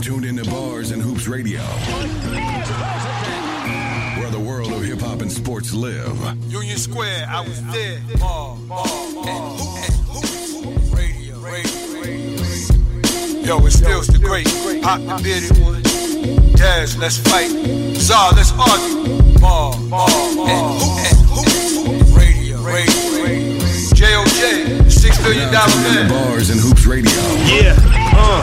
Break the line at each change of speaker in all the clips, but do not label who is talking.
tuned into Bars and Hoops Radio, where the world of hip hop and sports live.
Union Square, I was there. Ball, ball, ball. And who- and who- radio, radio, radio. Yo, it's still the great. Pop the bearded one. Daz, let's fight. Czar, let's argue. Ball, ball, ball. And who- and who- radio, radio, radio. J.O.J., six billion
Now
dollar
tuned into
man.
Bars and Hoops Radio.
Yeah, uh.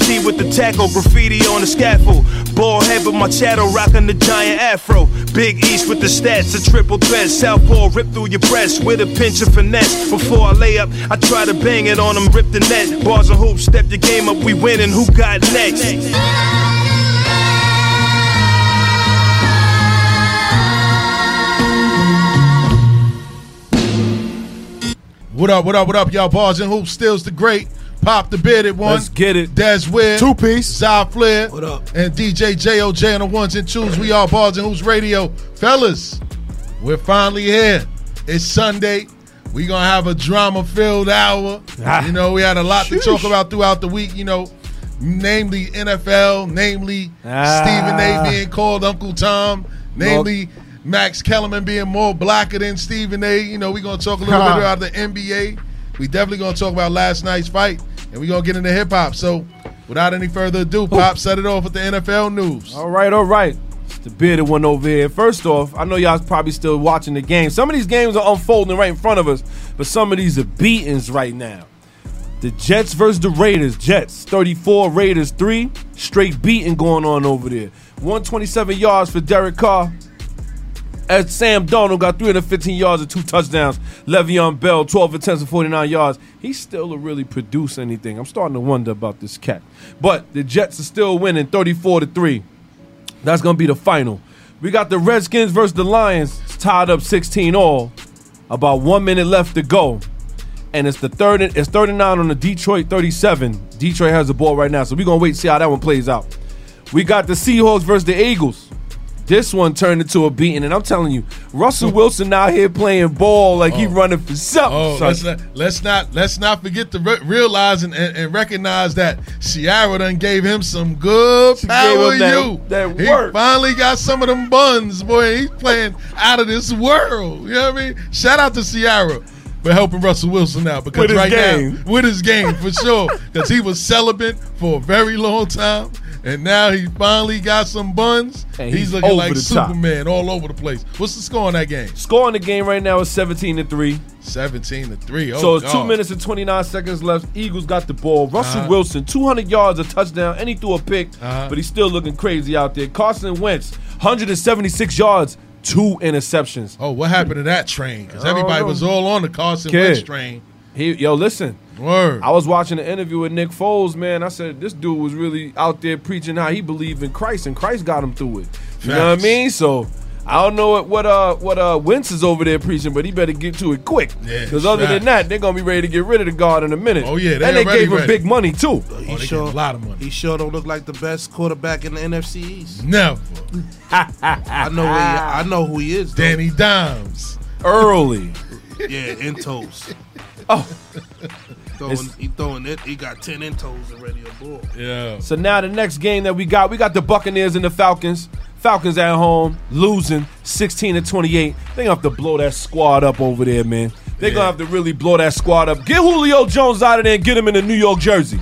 with the tackle, graffiti on the scaffold. Ball head with my shadow, rocking the giant afro. Big East with the stats, a triple threat. Southpaw rip through your breast with a pinch of finesse. Before I lay up, I try to bang it on them, rip the net. Bars and hoops, step your game up, we winning. Who got next?
What up, what up, what up, y'all? Bars and Hoops Stills the Great. Pop the bearded one.
Let's get it.
Des Weird.
Two piece.
Zy Flair.
What up?
And DJ JOJ on the ones and twos. We are Bars and Hoops Radio. Fellas, we're finally here. It's Sunday. we going to have a drama filled hour.
Ah.
You know, we had a lot to talk about throughout the week, you know, namely NFL, namely
Ah.
Stephen A being called Uncle Tom, namely. Max Kellerman being more blacker than Stephen A. You know, we're going to talk a little bit about the NBA. We definitely going to talk about last night's fight, and we're going to get into hip hop. So, without any further ado, Pop, set it off with the NFL news.
All right, all right. It's The bearded one over here. First off, I know y'all's probably still watching the game. Some of these games are unfolding right in front of us, but some of these are beatings right now. The Jets versus the Raiders. Jets 34, Raiders 3. Straight beating going on over there. 127 yards for Derek Carr. As Sam Donald got 315 yards and two touchdowns. Le'Veon Bell, 12 attempts and 49 yards. He's still to really produce anything. I'm starting to wonder about this cat. But the Jets are still winning 34 to 3. That's gonna be the final. We got the Redskins versus the Lions. It's tied up 16 all. About one minute left to go. And it's the third it's 39 on the Detroit 37. Detroit has the ball right now, so we're gonna wait and see how that one plays out. We got the Seahawks versus the Eagles. This one turned into a beating, and I'm telling you, Russell Wilson out here playing ball like he running for something.
Oh,
son.
let's not, let's not let's not forget to re- realize and, and, and recognize that Ciara done gave him some good
She gave
power.
him that-
you
that
he
work.
finally got some of them buns, boy. He's playing out of this world. You know what I mean? Shout out to Ciara for helping Russell Wilson out because
With his
right
game.
now with his game for sure because he was celibate for a very long time. And now he finally got some buns.
And
he's,
he's
looking
over
like
the top.
Superman all over the place. What's the score on that game?
Score in the game right now is 17 to 3.
17 to 3. Oh,
So it's two
God.
minutes and 29 seconds left. Eagles got the ball. Russell
Uh-huh.
Wilson, 200 yards, a touchdown, and he threw a pick,
Uh-huh.
but he's still looking crazy out there. Carson Wentz, 176 yards, two interceptions.
Oh, what happened to that train? Because
I don't
everybody
know.
was all on the Carson
Kid.
Wentz train.
He, yo, listen,
Word.
I was watching an interview with Nick Foles, man. I said, this dude was really out there preaching how he believed in Christ, and Christ got him through it. You know what I
Facts.
mean? So. I don't know what what uh what uh Wentz is over there preaching, but he better get to it quick.
Yeah,
Because other
facts.
than that, they're gonna be ready to get rid of the guard in a minute.
Oh, yeah, they
and they
already
gave him
ready.
big money too.
Oh, they getting
sure-
a lot of money.
He sure don't look like the best quarterback in the NFC East.
Never.
I know, who he,
Ah.
I know who he is. Though.
Danny Dimes.
early.
Yeah, entos.
Oh.
throwing,
It's-
he throwing it. He got ten entos already aboard.
Yeah.
So now the next game that we got, we got the Buccaneers and the Falcons. Falcons at home, losing 16 to 28. They gonna have to blow that squad up over there, man. They gonna have to really blow that squad up. Get Julio Jones out of there and get him in a New York jersey.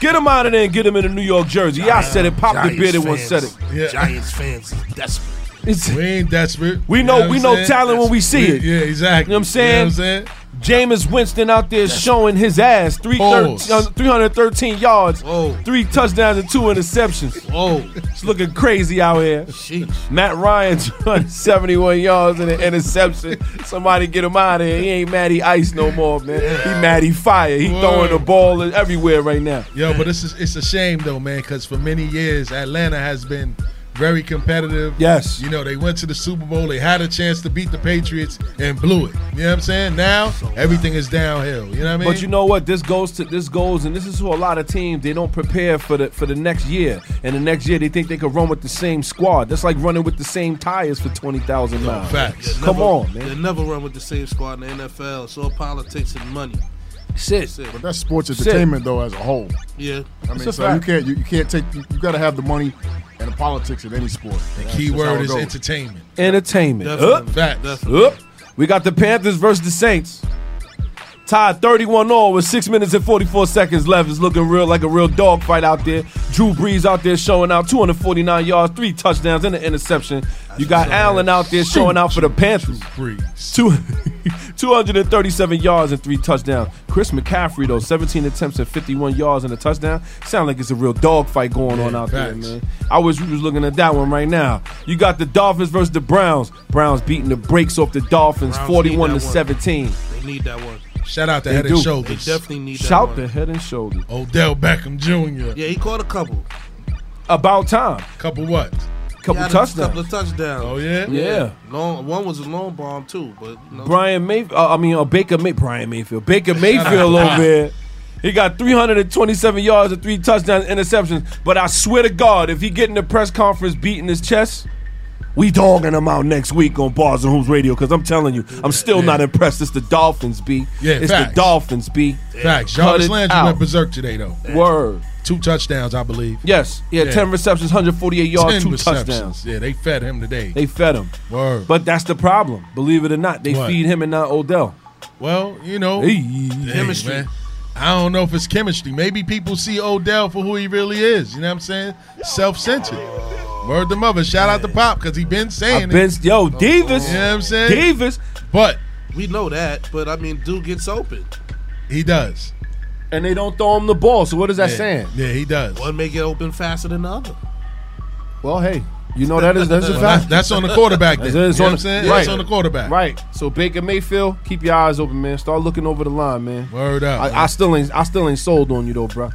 Get him out of there and get him in a New York jersey. Yeah, I said it. Pop the
Giants
bearded one
fans-
said it.
Yeah.
Giants fans is desperate.
It's-
We ain't desperate.
We know-
what
we
I'm
know
saying?
talent when we see it.
Yeah, exactly.
You know what I'm saying?
You know what I'm saying?
Jameis Winston out there showing his ass. Three
Pause.
thir- uh, 313 yards,
Whoa.
three touchdowns, and two interceptions.
Oh,
It's looking crazy out here.
sheesh.
Matt Ryan, 271 yards and an interception. Somebody get him out of here. He ain't Matty Ice no more, man. He Matty Fire. He throwing the ball everywhere right now.
Yo, but this is it's a shame though, man, because for many years Atlanta has been very competitive.
Yes.
You know, they went to the Super Bowl, they had a chance to beat the Patriots and blew it. You know what I'm saying? Now everything is downhill. You know what I mean?
But you know what? This goes to this goes, and this is who a lot of teams they don't prepare for the for the next year. And the next year they think they could run with the same squad. That's like running with the same tires for twenty thousand miles.
facts.
Come on, man.
They never run with the same squad in the NFL. It's all politics and money.
Shit.
That's it.
That's sports entertainment though, as a whole.
Yeah.
I mean,
a
so you
fact.
can't you, you can't take you, you got to have the money and the politics in any sport.
The
That's
key
just how
word
it
is
goes.
entertainment.
Entertainment. Up,
Definitely.
Facts.
Definitely.
up. We got the Panthers versus the Saints. Tied 31 all with six minutes and 44 seconds left. It's looking real like a real dog fight out there. Drew Brees out there showing out 249 yards, three touchdowns, and an interception. You got Allen out there showing out for the Panthers.
Breeze.
Two, 237 yards and three touchdowns. Chris McCaffrey, though, 17 attempts and 51 yards and a touchdown. Sound like it's a real dogfight going on out there,
facts.
man. I wish we was looking at that one right now. You got the Dolphins versus the Browns. Browns beating the brakes off the Dolphins,
Browns need
41 to
that one.
17.
They need that one.
Shout out to
They
Head
do.
and
They
Shoulders.
definitely need that
Shout
one.
the head and shoulder.
Odell Beckham Jr.
Yeah, he caught a couple.
About time.
Couple what?
Couple
He had a couple
touchdowns.
of touchdowns.
Oh yeah?
Yeah.
Long, one was a long bomb too, but you know,
Brian Mayfield. Uh, I mean, uh, Baker May- Brian Mayfield. Baker Mayfield over there. He got 327 yards and three touchdowns, interceptions. But I swear to God, if he get in the press conference beating his chest, we dogging him out next week on Bars and Hoops Radio. Because I'm telling you, I'm still not impressed. It's the Dolphins, B.
Yeah,
it's the
facts.
Dolphins, B.
Facts.
Cut
Jarvis
it
Landry
out.
went berserk today though.
Word.
Two touchdowns, I believe.
Yes, he had
Yeah.
10 receptions, 148 yards, two
receptions.
touchdowns.
Yeah, they fed him today.
They fed him.
Word.
But that's the problem. Believe it or not, they
What?
feed him and not Odell.
well, you know,
Hey.
Hey,
Chemistry.
man. I don't know if it's chemistry. Maybe people see Odell for who he really is. You know what I'm saying? Self-centered. Word to mother. Shout out to Pop because he been saying
I've been,
it.
yo, Davis.
You know what I'm saying?
Davis.
But
we know that. But I mean, dude gets open.
he does.
and they don't throw him the ball. So what is that
yeah.
saying?
Yeah, he does.
One may get open faster than the other.
Well, hey, you know that is that's a
Well, that's,
fact.
that's on the quarterback. Then.
That's-
You know
it's
what
on
I'm
the-
saying?
right.
That's on the quarterback.
Right. So Baker Mayfield, keep your eyes open, man. Start looking over the line, man.
Word up.
I, I still ain't I still ain't sold on you though, bro.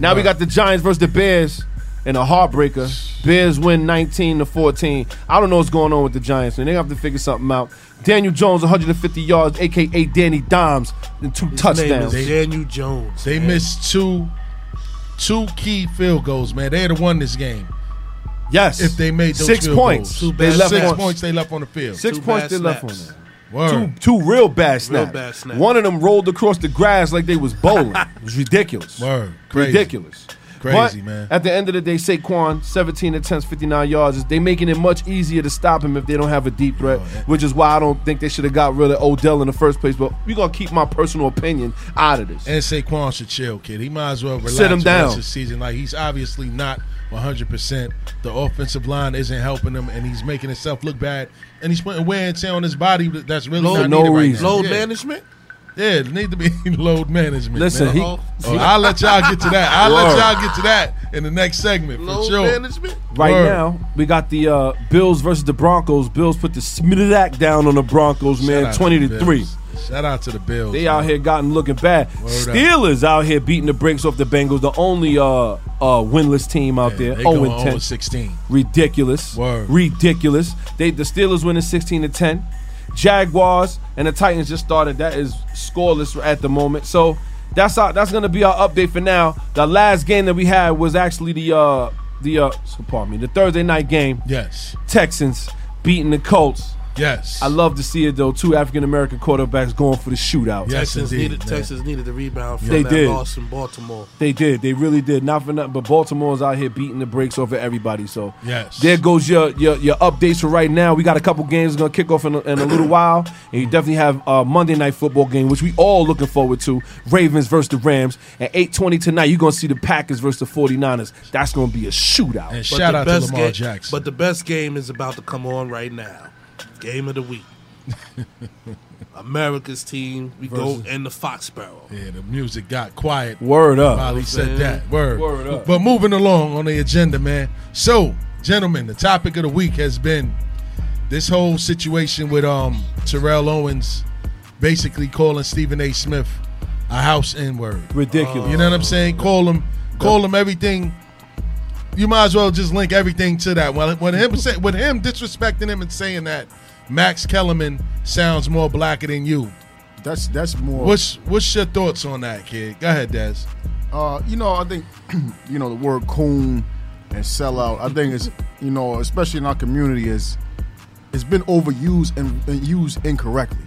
Now we
Right.
got the Giants versus the Bears and a heartbreaker. Bears win 19 to 14. I don't know what's going on with the Giants, man. They have to figure something out. Daniel Jones, 150 yards, aka Danny Dimes, and two touchdowns.
His name is Daniel Jones.
They missed two two key field goals, man. They'd have won this game
yes.
if they made those
six
field
points.
Goals.
They left
six
on-
points they left on the field.
Six
Two
points
bad
they left on
snaps.
it. two
Word.
two real bad snaps.
bad snaps.
One of them rolled across the grass like they was bowling. it was ridiculous.
Word. Crazy.
Ridiculous.
Crazy,
But
man.
At the end of the day, Saquon, 17 attempts, 59 yards. They making it much easier to stop him if they don't have a deep threat,
Oh,
which is why I don't think they should have got rid of Odell in the first place. But we gonna keep my personal opinion out of this.
And Saquon should chill, kid. He might as well relax
Sit him
the rest
down.
of the season. Like he's obviously not 100. percent The offensive line isn't helping him, and he's making himself look bad. And he's putting wear and tear on his body that- that's really
For
not
no
needed
reason.
right now.
Load
yeah.
management.
Yeah, it need to be load management.
Listen,
man.
he-
Uh-oh. Oh, I'll let y'all get to that. I'll
Word.
let y'all get to that in the next segment for
Load
sure.
management.
Right
Word.
now, we got the uh, Bills versus the Broncos. Bills put the smack down on the Broncos,
Shout
man,
out
20
the
to
Bills.
3.
Shout out to the Bills.
They out
man.
here gotten looking bad.
up.
Steelers out here beating the brakes off the Bengals, the only uh uh winless team out
Yeah,
there.
they
0
going
10.
16.
Ridiculous.
Word.
Ridiculous. They the Steelers winning 16 to 10. Jaguars and the Titans just started. That is scoreless at the moment. So that's our that's gonna be our update for now. The last game that we had was actually the uh the uh so pardon me, the Thursday night game.
Yes,
Texans beating the Colts.
yes.
I love to see it though. Two African American quarterbacks going for the shootout.
Yes,
Texans
indeed,
needed
man.
Texans needed the rebound from
They
that
did.
loss in Baltimore.
They did. They really did. Not for nothing. But Baltimore's out here beating the brakes off of everybody. So
Yes.
there goes your your, your updates for right now. We got a couple games gonna kick off in a, in a little while, and you definitely have a Monday night football game, which we all looking forward to. Ravens versus the Rams at eight twenty tonight. You're gonna see the Packers versus the 49ers. That's gonna be a shootout.
And
But
shout
the
out to
best
Lamar
ga-
Jackson.
But the best game is about to come on right now. Game of the week. America's team. We
Versus-
go in the Foxborough.
Yeah, the music got quiet.
Word up.
While he said that word.
Word up.
But moving along on the agenda, man. So, gentlemen, the topic of the week has been this whole situation with um Terrell Owens basically calling Stephen A. Smith a house N word.
Ridiculous.
You know what I'm saying?
Oh.
Call him, call him everything. You might as well just link everything to that. Well, when him say, with him disrespecting him and saying that Max Kellerman sounds more blacker than you.
That's that's more.
What's what's your thoughts on that, kid? Go ahead, Des.
Uh, you know, I think you know the word coon and sellout. I think it's you know, especially in our community, is it's been overused and, and used incorrectly.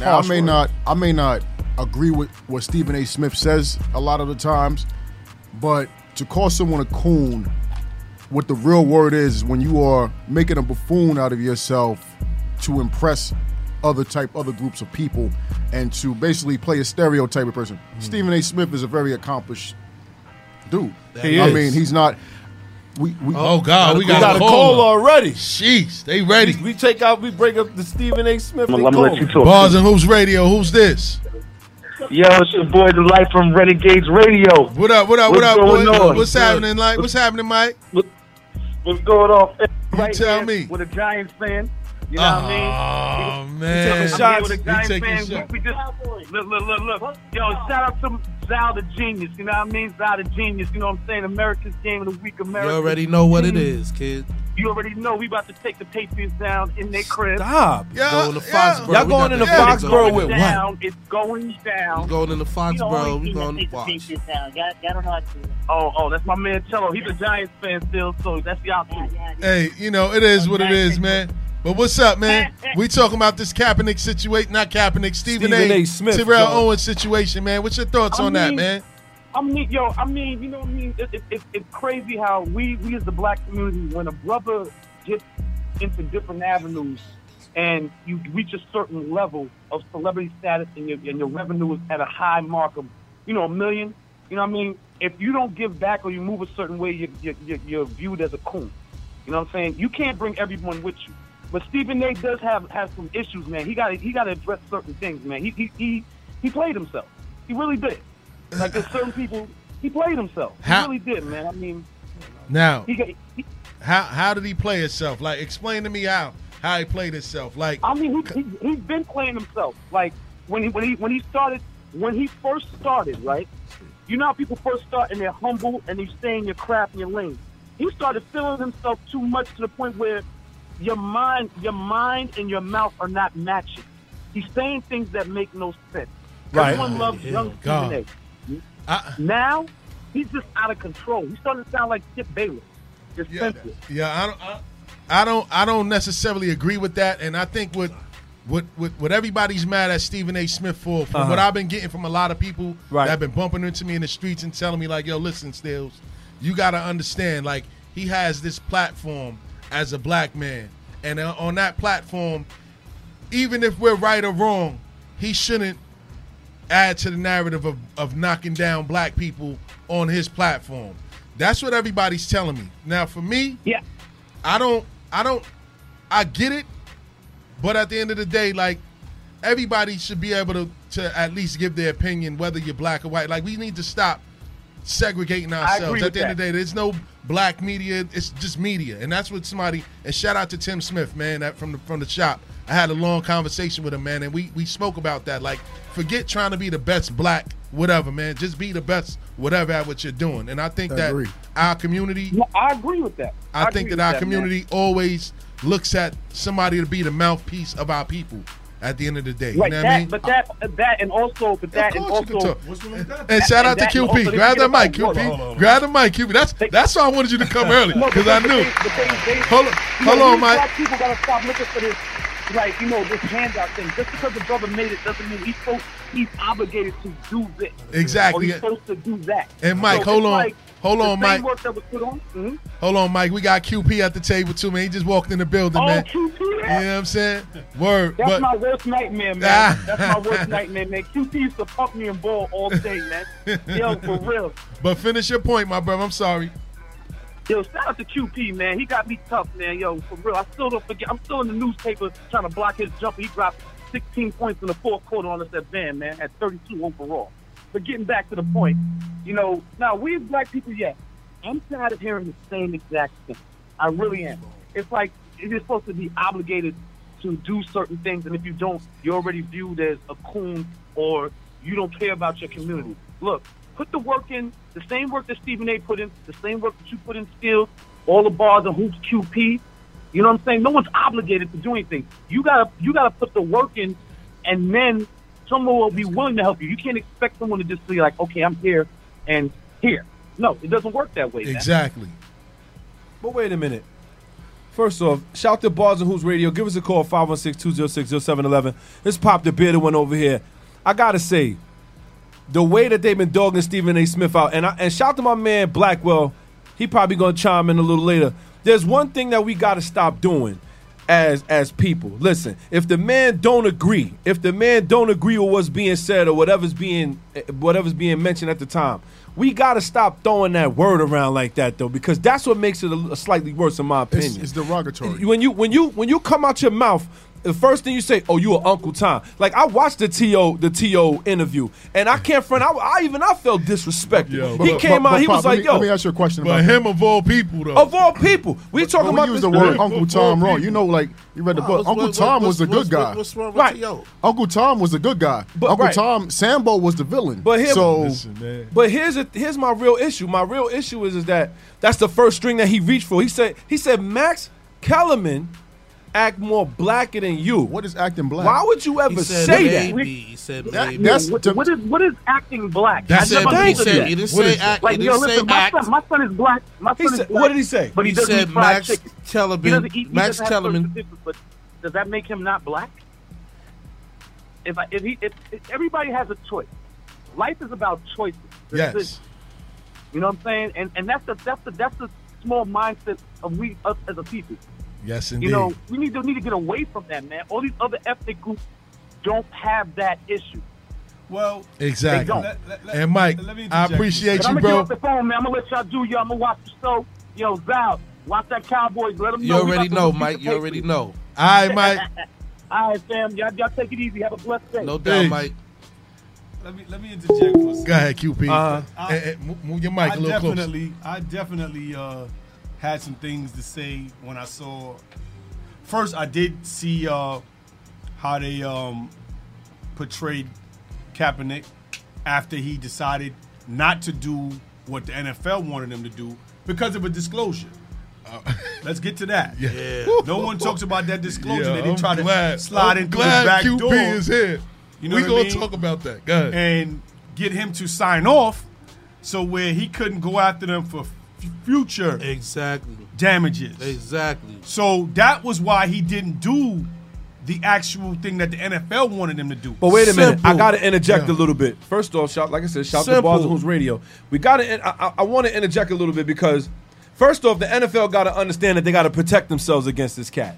Now, I
harsh
may
word.
not, I may not agree with what Stephen A. Smith says a lot of the times, but to call someone a coon, what the real word is, is when you are making a buffoon out of yourself to impress other type, other groups of people, and to basically play a stereotype of person.
Hmm.
Stephen A. Smith is a very accomplished dude.
He
I
is.
mean, he's not. We, we
Oh God, we
We got a
call
call already.
Jeez, they ready.
We take out, we break up the Stephen A. Smith.
I'm
and
gonna, I'm gonna
call
let you
him.
talk.
Bars and Hoops Radio. Who's this?
Yo, it's your boy The Life from Renegades Radio.
What up? What up?
What's
what up?
going
boy?
on?
What's happening, like? What's happening, Mike?
What's going on? Right
tell
here
me.
With a Giants fan. You know what I mean?
Oh man,
taking shots.
I'm here with a
You
Giants
taking
fan.
shots.
We just, look, look, look, look. Yo, shout out to Zal the Genius. You know what I mean? Zal the Genius. You know what I'm saying? America's Game of the Week.
You
America.
already know what it is, kid.
You already know we about to take the Patriots down in their crib.
Stop.
Yeah,
Go in the
yeah.
Foxborough.
Y'all
We
going
got
in
the
the
Patriots
Foxborough
over
with
there.
what?
down. It's going down.
We going in the Foxborough. We going to watch.
this down. Y'all, y'all don't know how to do it.
Oh, oh, that's my man Cello. He's a Giants fan still, so that's y'all
Yeah,
too.
yeah, yeah.
Hey, you know it is what it is, man. But what's up, man? We talking about this Kaepernick situation, not Kaepernick, Stephen,
Stephen A. Smith,
Terrell
dog.
Owens situation, man. What's your thoughts
I
on that,
mean-
man?
I mean, yo, I mean, you know what I mean? It, it, it, it's crazy how we, we as the black community, when a brother gets into different avenues and you reach a certain level of celebrity status and your, and your revenue is at a high mark of, you know, a million, you know what I mean? If you don't give back or you move a certain way, you, you, you, you're viewed as a coon. You know what I'm saying? You can't bring everyone with you. But Stephen A. does have has some issues, man. He got to he got to address certain things, man. He he he, he played himself. He really did. Like there's certain people, he played himself. He
How-
really did, man. I mean,
Now,
he, got- he
how how did he play himself? Like, explain to me how how he played himself. Like,
I mean, he, he, he's been playing himself. Like when he when he when he started when he first started, right? You know how people first start and they're humble and they stay in your crap and your lane. He started feeling himself too much to the point where your mind your mind and your mouth are not matching. He's saying things that make no sense.
Right.
Everyone loves young
God.
Stephen
I,
A. Now he's just out of control. He's starting to sound like Skip Bayless. Just
Yeah,
senseless.
yeah. I don't. I, I don't. I don't necessarily agree with that, and I think what what what, what everybody's mad at Stephen A. Smith for, from
Uh-huh.
what I've been getting from a lot of people
Right.
that have been bumping into me in the streets and telling me like, "Yo, listen, Stills, you got to understand. Like, he has this platform as a black man, and uh, on that platform, even if we're right or wrong, he shouldn't." add to the narrative of, of knocking down black people on his platform. That's what everybody's telling me. Now for me,
Yeah.
I don't I don't I get it, but at the end of the day, like everybody should be able to to at least give their opinion, whether you're black or white. Like we need to stop segregating ourselves.
agree
At
with
the end of
that.
the day, there's no black media, it's just media. And that's what somebody and shout out to Tim Smith, man, that from the from the shop. I had a long conversation with him, man, and we we spoke about that. Like, forget trying to be the best black whatever, man. Just be the best whatever at what you're doing. And I think
I
that
agree.
our community
No, I agree with that.
I, think that
agree with
our
man.
community always looks at somebody to be the mouthpiece of our people at the end of the day.
Right,
you know
that,
what
but that, uh, that, and also, but that,
I mean?
and
Of course you can
also,
talk. And shout out to
and that- also,
QP.
they
Grab
forget
that mic,
about- hold on, hold
QP. Grab the mic, QP. That's that's why I wanted you to come early
No,
because I
but
knew.
they- but they- they-
Hold on,
you know,
hold on,
these
Mike.
Black people gotta stop looking for this, like you know, this handout thing. Just because the brother made it doesn't mean he's supposed, he's obligated to do this.
Exactly.
Or he's supposed to do that.
And Mike,
So
hold
it's
on.
like
Hold
the
on,
same
Mike.
work that was put on- mhm.
Hold on, Mike. We got QP at the table too, man. He just walked in the building,
Oh,
man.
QP,
You know what I'm saying? Word.
That's
but Ah.
my worst nightmare, man. That's my worst nightmare, man. QP used to fuck me and ball all day, man. Yo, for real.
but finish your point, my brother. I'm sorry.
Yo, shout out to QP, man. He got me tough, man. Yo, for real. I still don't forget. I'm still in the newspaper trying to block his jumper. He dropped 16 points in the fourth quarter on us at Van, man, at 32 overall. But getting back to the point, you know, now we as black people, yes, I'm tired of hearing the same exact thing. I really am. It's like you're supposed to be obligated to do certain things, and if you don't, you're already viewed as a coon or you don't care about your community. Look, put the work in, the same work that Stephen A. put in, the same work that you put in still, all the bars and hoops QP. You know what I'm saying? No one's obligated to do anything. You gotta you gotta put the work in and then someone will be willing to help you. You can't expect someone to just be like, okay, I'm here and here. No, it doesn't work that way. man.
Exactly.
But wait a minute. First off, shout to Bars and Who's Radio. Give us a call, 516-206-0711. Let's pop the bearded one over here. I gotta say, the way that they've been dogging Stephen A. Smith out, and I, and shout to my man Blackwell. He probably gonna chime in a little later. There's one thing that we gotta stop doing as as people. Listen, if the man don't agree, if the man don't agree with what's being said or whatever's being eh, whatever's being mentioned at the time, we gotta stop throwing that word around like that though, because that's what makes it a, a slightly worse in my opinion.
It's, it's derogatory.
When you when you when you come out your mouth, the first thing you say, "Oh, you an Uncle Tom." Like I watched the to the to interview, and I can't front. I, I even I felt disrespected.
Yo.
he
But-
came
but-
out. He
but,
was like,
Pop, let me,
"Yo."
Let me ask you a question about
But
that.
him of all people, though.
of all people, we talking
When
about
we
this
use the word
dude.
Uncle Tom wrong. You know, like you read the book.
What's-
Uncle
what-
Tom was
what's-
the
what's-
good guy.
What's wrong with
Right.
T.O.?
Uncle Tom was the good guy.
But-
Uncle
right.
Tom Sambo was the villain.
But here-
so
Listen, man.
But here's a, here's my real issue. My real issue is is that that's the first string that he reached for. He said he said Max Kellerman act more blacker than you.
what is acting black?
Why would you
He
ever
said
say
maybe.
that?
He said
That-
maybe.
that's
what,
to-
what is what is acting black?
He
That's
I
said,
never
he
Thank
understood
said,
that.
he didn't
What
say
is
act.
Like,
he
yo,
didn't say
listen, my
act.
son, my son is black. My
He
son
said-
is black.
what did he say?
But he,
He
doesn't
said
eat fried
Max
chicken.
Kellerman-
He doesn't eat, he
Max
doesn't have certain
Kellerman-
dishes, But does that make him not black? If I, if he, if, if everybody has a choice, life is about choices.
Yes.
You know what I'm saying? And and that's the that's the that's the small mindset of we us as a people.
Yes,
You
indeed.
know, we need to need to get away from that, man. All these other ethnic groups don't have that issue.
Well,
They
exactly.
don't.
and Mike,
let me
I
interject
appreciate
But
you,
I'm gonna
bro.
get off the phone, man. I'm gonna let y'all do y'all. I'm gonna watch the show. Yo, Val, watch that Cowboys. Let them
You
know. we
already
about to beat
know,
the
Mike. You already
Patriots.
know.
All right, Mike.
All right, fam. Y'all, y'all take it easy. Have a blessed day.
No doubt,
Hey.
Mike.
Let me let me interject for a second.
Go ahead, QP.
Uh,
Eh, eh, mo- move your mic
I
a little closer.
definitely, I definitely uh, had some things to say when I saw. First, I did see uh, how they um, portrayed Kaepernick after he decided not to do what the NFL wanted him to do because of a disclosure. Let's get to that.
Uh, Yeah.
No one talks about that disclosure
Yeah,
that he
I'm
tried
glad,
to slide
I'm
into the
glad
back
QP
door.
is here.
You know
we
what I
gonna
mean?
talk about that. Go ahead.
and get him to sign off so where he couldn't go after them for f- future
Exactly.
damages.
Exactly.
So that was why he didn't do the actual thing that the NFL wanted him to do.
But wait a minute, I
Simple.
gotta interject a little bit. First off, shout like I said, shout to
Simple.
Bars and Who's Radio. We gotta. in- I, I, I want to interject a little bit because first off, the NFL gotta understand that they gotta protect themselves against this cat.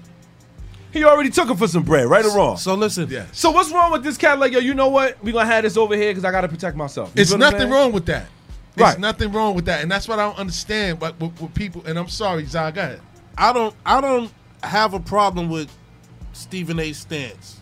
He already took him for some bread, right or wrong.
So listen.
Yeah.
So what's wrong with this cat? Like, yo, you know what? We gonna have this over here because I gotta protect myself. You
It's
feel what I'm
nothing
saying?
wrong with that. It's
Right.
nothing wrong with that. And that's what I don't understand but with, with people. And I'm sorry, Zai, go ahead.
I don't I don't have a problem with Stephen A's stance.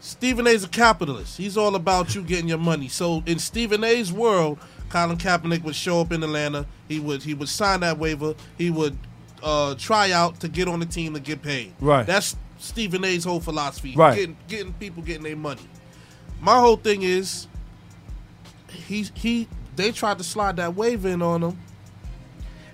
Stephen A's a capitalist. He's all about you getting your money. So in Stephen A's world, Colin Kaepernick would show up in Atlanta. He would he would sign that waiver. He would uh, try out to get on the team to get paid.
Right.
That's Stephen A's whole philosophy.
Right.
Getting getting people getting their money. My whole thing is he he they tried to slide that waiver in on him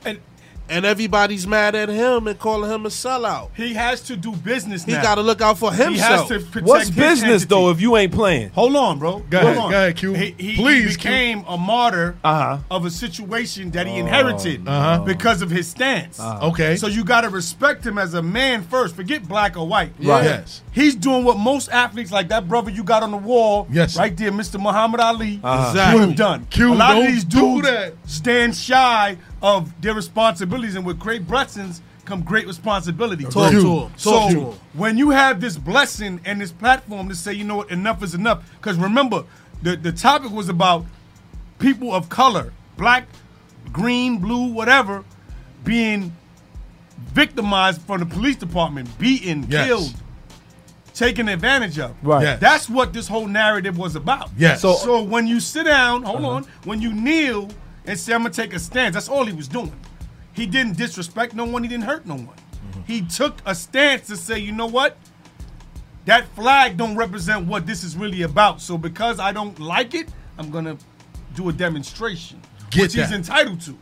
and
and everybody's mad at him and calling him a sellout.
he has to do business
He
now.
got to look out for
He
himself.
has to protect
What's
his
business
entity.
though if you ain't playing?
Hold on, bro.
Go
Hold
ahead,
on.
go ahead, Q.
He, he- he
Please, Q. Oh.
became a martyr
Uh-huh.
of a situation that he inherited
Uh-huh.
because of his stance.
Okay.
So you got to respect him as a man first. Forget black or white.
Right.
Yes.
He's doing what most athletes, like that brother you got on the wall,
Yes.
right there, Mr. Muhammad Ali,
Uh-huh.
would have done.
Q,
a lot of
don't
these
do
dudes
that.
stand shy of their responsibilities, and with great blessings come great responsibility.
Talk to him. Talk
So
to him.
when you have this blessing and this platform to say, you know what, enough is enough. Because remember, the, the topic was about people of color, black, green, blue, whatever, being victimized from the police department, beaten,
Yes.
killed. taken advantage of.
Right. Yes.
That's what this whole narrative was about.
Yes.
So,
So-
when you sit down,
Uh-huh.
hold on, when you kneel and say, I'm going to take a stance, that's all he was doing. He didn't disrespect no one, he didn't hurt no one.
Mm-hmm.
He took a stance to say, you know what? That flag don't represent what this is really about. So because I don't like it, I'm going to do a demonstration.
Get
which he's
that.
entitled to.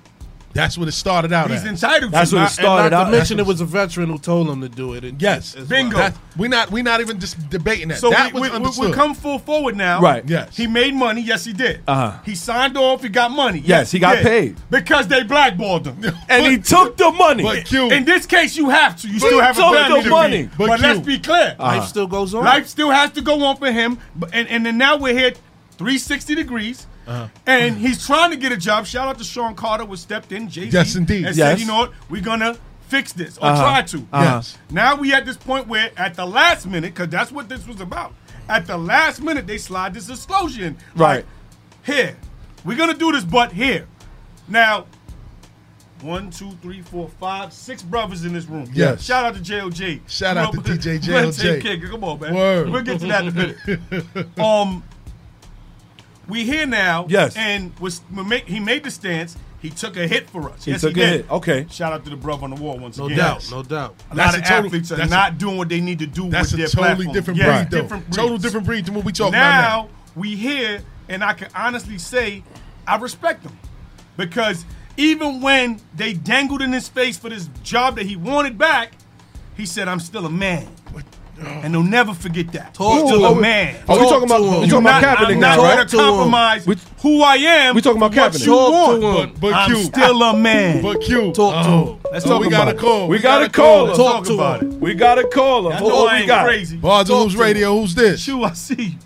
That's what it started out
He's
as.
entitled
That's
to.
what it
Not- and
started
not
out
to
as.
mention-
Mention it was a veteran who told him to do it. and-
Yes.
as
Bingo.
well.
That's- we not we not even just debating that.
So
that was
we, we- we-
understood.
we come full forward now.
Right.
Yes.
He made money. Yes, he did.
Uh-huh.
He signed off. He got money.
Yes, he got
did.
paid.
because they blackballed him.
And he took the money.
but Q,
In this case, you have to. You
But
still
he
have a
took
family
the
to
money.
feed. But,
But you-
let's be clear.
Uh-huh.
Life still goes on.
Life still has to go on for him. But, and, and then now we're here 360 degrees. And he's trying to get a job. Shout out to Sean Carter, who stepped in, Jay Z,
Yes, indeed.
and said,
Yes.
"You know what? We're gonna fix this or
Uh-huh.
try to."
Yes.
Now we at this point where, at the last minute, because that's what this was about. At the last minute, they slide this disclosure in.
Right.
Like, here, we're gonna do this, but here. Now, one, two, three, four, five, six brothers in this room.
Yes.
Shout out to JLJ.
Shout out to DJ
We'll take
JLJ.
care. Come on, man.
Word.
We'll get to that in a minute. um, we here now.
Yes.
And was we make, he made the stance. He took a hit for us.
He
yes,
took
he
a
did.
hit. Okay.
Shout out to the brother on the wall once
No
again.
doubt.
Yes.
No doubt.
A lot
That's
of
a total-
athletes are
that's a-
not doing what they need to do
That's
with
a
their
totally
platform.
different
Yes,
breed, though.
different breeds.
total different breed than what we talking
now
about
we here, and I can honestly say, I respect him because even when they dangled in his face for this job that he wanted back, he said, "I'm still a man," and they'll never forget that.
Talk
He's
to
still
him.
a man.
Oh, we talking about
to him.
we talking about
Not-
Kaepernick
I'm
now,
not
right?
going
To
to
him.
compromise
We-
who I am.
We talking about
for what
Kaepernick.
you
Talk to
want.
him.
But, but
I'm
Q,
still a man.
but Q,
Talk to him.
Let's
oh,
talk
we
about
got a
it.
call.
We got
got
a caller.
Let's talk
to
about
him.
it.
We got a caller.
I
Who-
know
who
I
we
ain't
got?
crazy.
Bars and
Talk
Hoops
to him.
Radio. Who's this?
Shoo, I see you.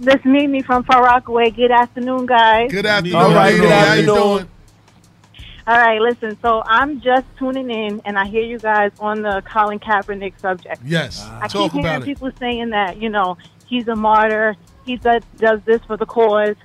This is Mimi from Far Rockaway. Good afternoon, guys.
Good afternoon.
All right,
lady.
good
How you
afternoon.
doing?
All right, listen. So I'm just tuning in, and I hear you guys on the Colin Kaepernick subject.
Yes.
I
Talk
keep hearing
about it.
people saying that you know he's a martyr. He does does this for the cause.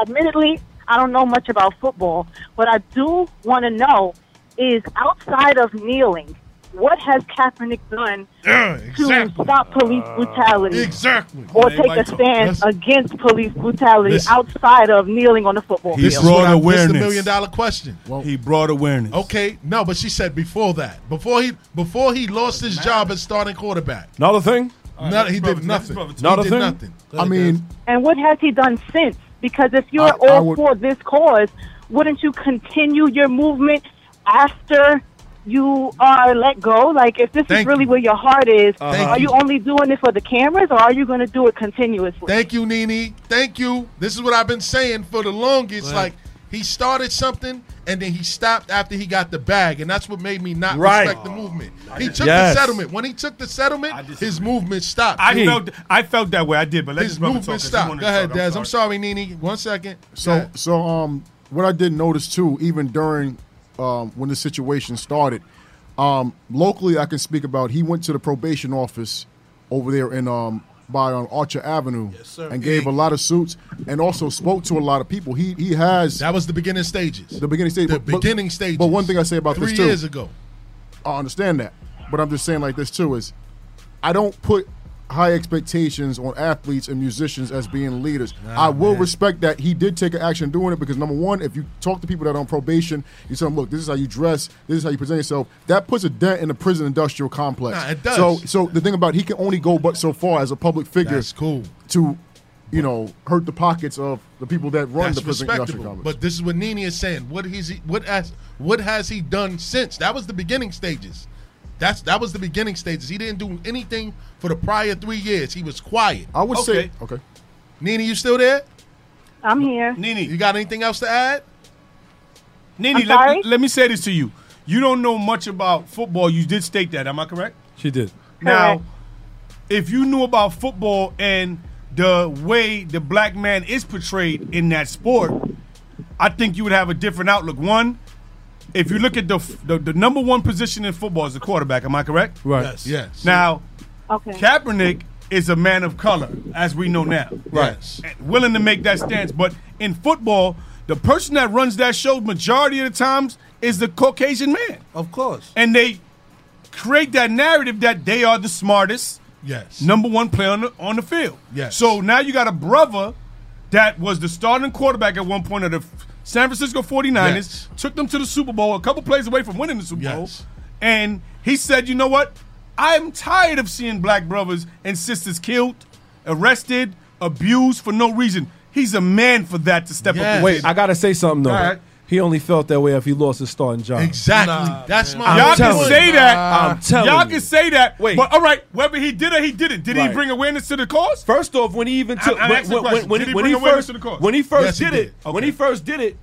Admittedly, I don't know much about football. What I do want to know is outside of kneeling, what has Kaepernick done
Yeah,
to
exactly.
stop police brutality?
Exactly.
or
Hey,
take
Michael,
a stand
let's-
against police brutality
Listen.
outside of kneeling on the football
He
This
field.
is
brought
what I, This is
awareness.
the million dollar question.
He brought awareness.
Okay, no, but she said before that, before he before he lost his job as starting quarterback,
Another thing.
no, he
brother,
did
this
nothing.
brother,
Not a
he did
thing?
nothing.
I mean,
And what has he done since? Because if you're
I- I
all
would-
for this cause, wouldn't you continue your movement after you are let go? Like, if this
Thank
is really
you.
where your heart is,
Thank
are
you.
you only doing it for the cameras or are you going to do it continuously?
Thank you, Nene. Thank you. This is what I've been saying for the longest. Like he started something and then he stopped after he got the bag, and that's what made me not
Right.
respect the movement. He took
Yes.
the settlement. When he took the
Oh, I
settlement,
disagree.
his movement stopped.
I
He-
felt I felt that way. I did, but let's
his movement stopped. Go ahead, Daz. I'm sorry, Nene. One second. Go
So
ahead.
so um, what I did notice too, even during um, when the situation started, um, locally I can speak about. He went to the probation office over there in um by on Archer Avenue
sir.
and gave a lot of suits and also spoke to a lot of people. He he has
that was the beginning stages.
the beginning stage.
The
but- but-
beginning stages.
But one thing I say about
three
this too,
years ago.
I understand that. But I'm just saying like this too is I don't put high expectations on athletes and musicians as being leaders. I will respect that he did take an action doing it because number one, if you talk to people that are on probation, you tell them, look, this is how you dress, this is how you present yourself, that puts a dent in the prison industrial complex.
Nah, it does.
So so the thing about he can only go but so far as a public figure
That's cool.
to you know, hurt the pockets of the people that run
That's
the prison industrial
respectable.
complex.
But this is what Nene is saying. What he's what has what has he done since? That was the beginning stages. That's that was the beginning stages. He didn't do anything for the prior three years. He was quiet.
I would
Okay.
say okay.
Nene, you still there?
I'm here.
You
Nene,
got anything else to add?
Nene,
I'm
let,
sorry?
let me say this to you. You don't know much about football. You did state that. Am I correct?
She did.
Now,
Correct.
if you knew about football and the way the black man is portrayed in that sport, I think you would have a different outlook. One, if you look at the f- the, the number one position in football is the quarterback. Am I correct?
Right.
Yes.
Now,
Okay.
Kaepernick is a man of color, as we know now.
Yes.
and willing to make that stance. But in football, the person that runs that show majority of the times is the Caucasian man.
Of course.
And they create that narrative that they are the smartest,
Yes.
Number one player on the, on the field.
Yes.
So now you got a brother that was the starting quarterback at one point of the F- San Francisco 49ers,
Yes.
took them to the Super Bowl, a couple plays away from winning the Super Bowl.
Yes.
And he said, you know what? I'm tired of seeing black brothers and sisters killed, arrested, abused for no reason. He's a man for that to step
Yes.
up.
Wait, I gotta say something though.
All right.
He only felt that way if he lost his starting job.
Exactly. That's my
I'm
Y'all can
telling
say
you.
that.
I'm telling
Y'all
you.
can say that.
Wait.
But all right, whether he did or he didn't, did
Right.
he bring awareness to the cause?
First off, when he even
I-
took
I'm
when,
asking a
when,
question.
when-
Did he
when
bring
he
awareness
first
to the cause?
when he first
Yes, he
did it
did.
when he first did it,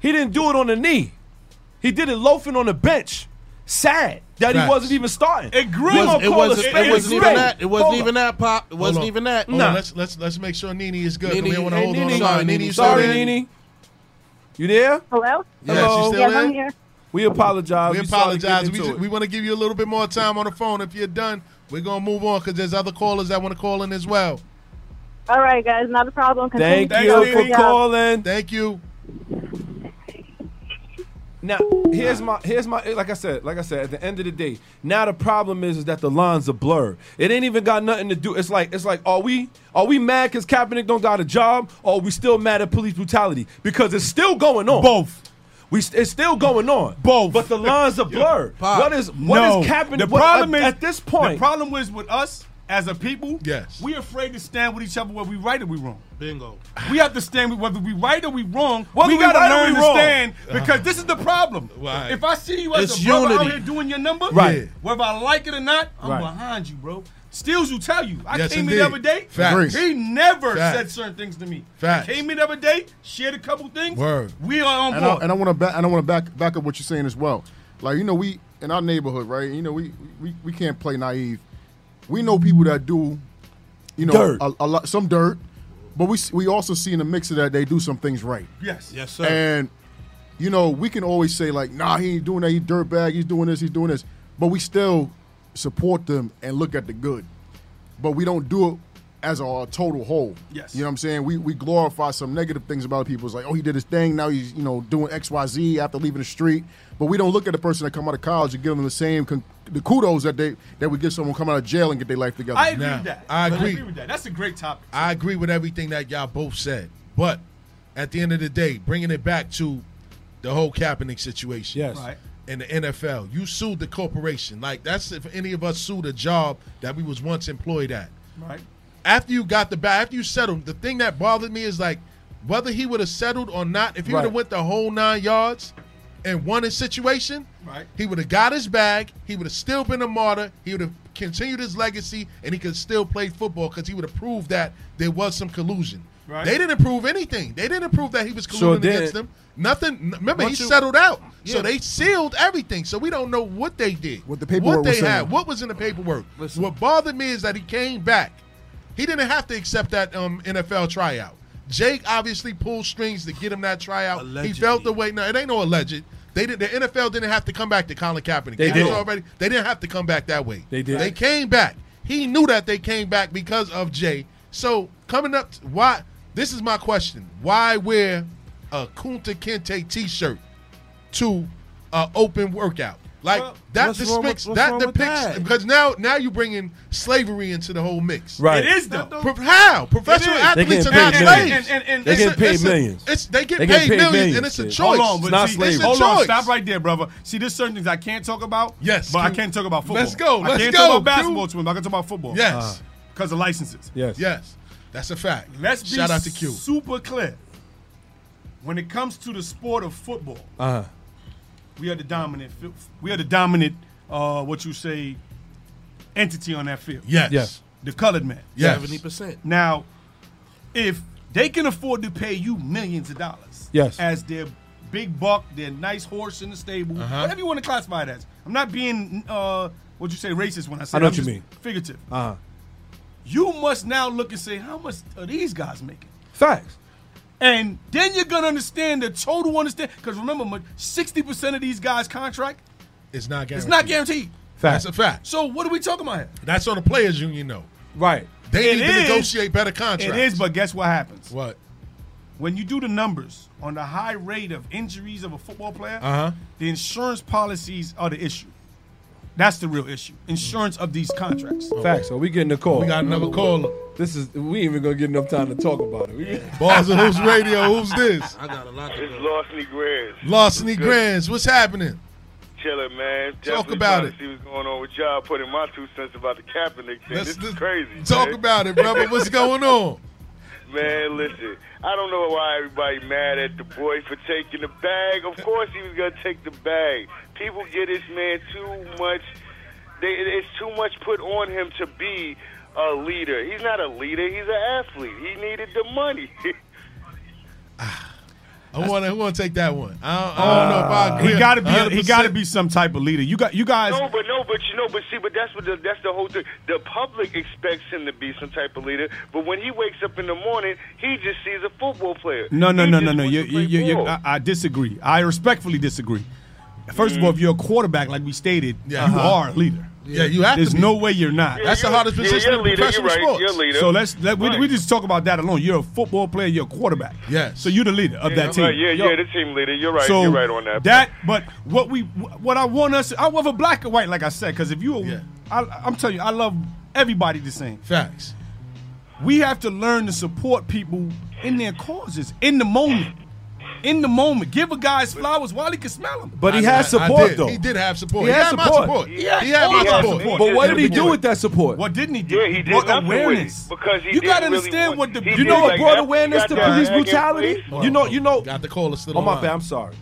he didn't do it on the knee. He did it loafing on the bench. Sad that he
Facts.
wasn't even starting.
It grew.
We gonna
It
It
call
wasn't,
spade
it
a
wasn't
spade.
even that. It wasn't
Hold
even
up.
that, Pop. It wasn't even that.
Hold
Nah.
on, let's let's let's make sure Nini is good. 'cause
Nene-
we don't want to
hey,
hold on.
Nene,
to her.
sorry, Nene,
you still
Sorry,
there?
Nene. You there?
Hello?
Yeah, she's
Hello?
still
Yes,
there?
I'm here.
We apologize.
We
started
apologize.
getting
We,
into
ju-
it.
we want to give you a little bit more time on the phone. If you're done, we're gonna move on because there's other callers that want to call in as well.
All right, guys, not a problem. Continue
Thank
to
you
do
for
your job.
calling.
Thank you.
Now here's my here's my like I said like I said at the end of the day now the problem is is that the lines are blurred. It ain't even got nothing to do. It's like it's like are we are we mad because Kaepernick don't got a job or are we still mad at police brutality because it's still going on.
Both.
We st- it's still going on.
Both.
But the lines are blurred.
Pop,
what is what is
no.
Kaepernick?
The
what-
problem
at,
is
at this point.
The problem is with us as a people.
Yes.
We afraid to stand with each other whether we right or we wrong.
Bingo.
We have to stand with whether we right or we wrong.
Whether
we
we
gotta
right or
learn
we
to
wrong.
stand because this is the problem.
Uh-huh. Right.
If I see you as
It's
a brother out
unity.
here doing your number,
Right. Yeah.
whether I like it or not, I'm
Right.
behind you, bro. Steals you tell you. I
Yes,
came
indeed.
in the other day.
Facts.
He never
Facts.
said certain things to me.
Facts.
Came in the other day, shared a couple things.
Word.
We are on
and I,
board.
and I want to back. And I want to back back up what you're saying as well. Like you know, we in our neighborhood, right? You know, we we, we can't play naive. We know people that do, you know,
Dirt.
A, a lot some dirt, but we s- we also see in the mix of that they do some things right.
yes.
Yes, sir.
And you know, we can always say like, "Nah, he ain't doing that. He dirtbag. He's doing this. He's doing this." But we still support them and look at the good. But we don't do it as a total whole.
Yes.
You know what I'm saying? We we glorify some negative things about people. It's like, "Oh, he did his thing. Now he's, you know, doing XYZ after leaving the street." But we don't look at the person that come out of college and give them the same con- the kudos that they that we give someone come out of jail and get their life together.
I agree
Now,
with that.
I agree.
with that. That's a great topic.
I agree with everything that y'all both said, but at the end of the day, bringing it back to the whole Kaepernick situation.
Yes.
Right.
in the NFL. You sued the corporation. Like that's if any of us sued a job that we was once employed at.
Right.
After you got the back, after you settled, the thing that bothered me is like whether he would have settled or not. If he would
Right.
have went the whole nine yards and won his situation,
Right.
he would have got his bag. He would have still been a martyr. He would have continued his legacy, and he could still play football because he would have proved that there was some collusion.
Right.
They didn't prove anything. They didn't prove that he was colluding
Sure
against
didn't.
them. Nothing. n- Remember, he
Once you-
settled out, so
Yeah.
they sealed everything. So we don't know what they did,
What the paperwork
what they
was saying.
had, what was in the paperwork.
Listen.
What bothered me is that he came back. He didn't have to accept that um, NFL tryout. Jake obviously pulled strings to get him that tryout. He
Allegedly.
felt the way. No, it ain't no alleged. They did. The NFL didn't have to come back to Colin Kaepernick.
They
It was
did.
already. They didn't have to come back that way.
They did.
They came back. He knew that they came back because of Jay. So coming up, t- why? This is my question. Why wear a Kunta Kinte T-shirt to an open workout? Like
Well,
that
what's wrong with-
depicts
what's
that
wrong with
depicts
that?
because now now you're bringing slavery into the whole mix.
Right.
It is though.
Pro- How professional
It is.
They
athletes are
getting
not
paid
slaves?
millions.
And- and- and-
They
It's a-
getting paid
it's a-
millions.
It's they get
They
paid,
getting paid
millions, and
millions,
it's a
kid.
choice.
Hold on, but
It's not
see,
slavery.
It's a
hold on,
choice.
stop right there, brother. See, there's certain things I can't talk about.
Yes,
but I
Q.
can't talk about football.
Let's go,
I
let's
can't
go,
talk about basketball
Q.
too much. but I can talk about football.
Yes,
because of licenses.
yes.
yes, that's a fact.
Let's be
shout out to Q.
super clear. When it comes to the sport of football,
Uh huh.
we are the dominant. fi- We are the dominant. Uh, what you say? Entity on that field.
Yes,
Yes.
The colored man.
yes.
Seventy percent.
Now, if they can afford to pay you millions of dollars,
Yes.
as their big buck, their nice horse in the stable,
Uh-huh.
whatever you want to classify it as. I'm not being uh, what you say racist when I say
I know
I'm
what you
just
mean.
figurative.
Uh huh.
You must now look and say, how much are these guys making?
Facts.
And then you're gonna understand the total understand because remember, sixty percent of these guys' contract
It's not guaranteed.
is not guaranteed.
Facts.
That's a fact.
So what are we talking about here?
That's on the players' union, though.
right.
They
It
need
is.
to negotiate better contracts.
It is, but guess what happens?
what?
when you do the numbers on the high rate of injuries of a football player,
Uh-huh.
the insurance policies are the issue. That's the real issue. Insurance of these contracts.
Facts. So we getting a call.
We got
another caller.
This is we ain't even gonna get enough time to talk about it. We-
Bars and Hoops Radio, who's this?
I got a lot
This is Larceny Grants.
Larceny
Good.
Grands, what's happening?
Chilling, man.
Talk
Definitely
about
trying
it.
To see what's going on with y'all. Putting my two cents about the Kaepernick thing.
Let's-
this is crazy.
Talk
man.
about it, brother. What's going on?
Man, listen. I don't know why everybody mad at the boy for taking the bag. Of course he was gonna take the bag. People get this man too much. They, it's too much put on him to be a leader. He's not a leader. He's an athlete. He needed the money.
I want to. Who want to take that one? I don't, I don't know if I agree.
He gotta be. He
100%.
gotta be some type of leader. You got. You guys.
No, but no, but you know, but see, but that's what the, that's the whole thing. The public expects him to be some type of leader, but when he wakes up in the morning, he just sees a football player.
No, no,
He
no, no,
just
no.
wants
You,
to
you,
play
you, you,
ball.
I, I disagree. I respectfully disagree. First
Mm.
of all, if you're a quarterback, like we stated, you
Uh-huh.
are a leader.
Yeah, you have
There's
to be.
no way you're not.
That's the hardest
yeah,
position
you're
in
leader,
professional
you're right,
sports.
you're leader.
So let's let we,
Right.
we just talk about that alone. You're a football player. You're a quarterback.
Yes.
So you're the leader of that team.
Right, yeah,
Yo,
yeah, the team leader. You're right.
so
you're right on that.
but what we what I want us, I whether black or white, like I said, because if you,
Yeah.
I, I'm telling you, I love everybody the same.
Facts.
We have to learn to support people in their causes in the moment. In the moment, give a guy's flowers while he can smell them.
But he
I- I- I
has support
did.
though.
He did have support.
He had
had my
support.
support.
He
He
had-
had
he
my
had
support.
support.
But what did he
Yeah,
do with that support?
What didn't he do?
Yeah, he did
What
nothing with it,
awareness?
because he
you
didn't
gotta
really
understand
want-
what the
he
You
did
know
like
a broad
that.
awareness
He
to
got that
police
back in
brutality.
place.
You know, you know.
Got the caller still
Oh
on.
my bad. I'm sorry.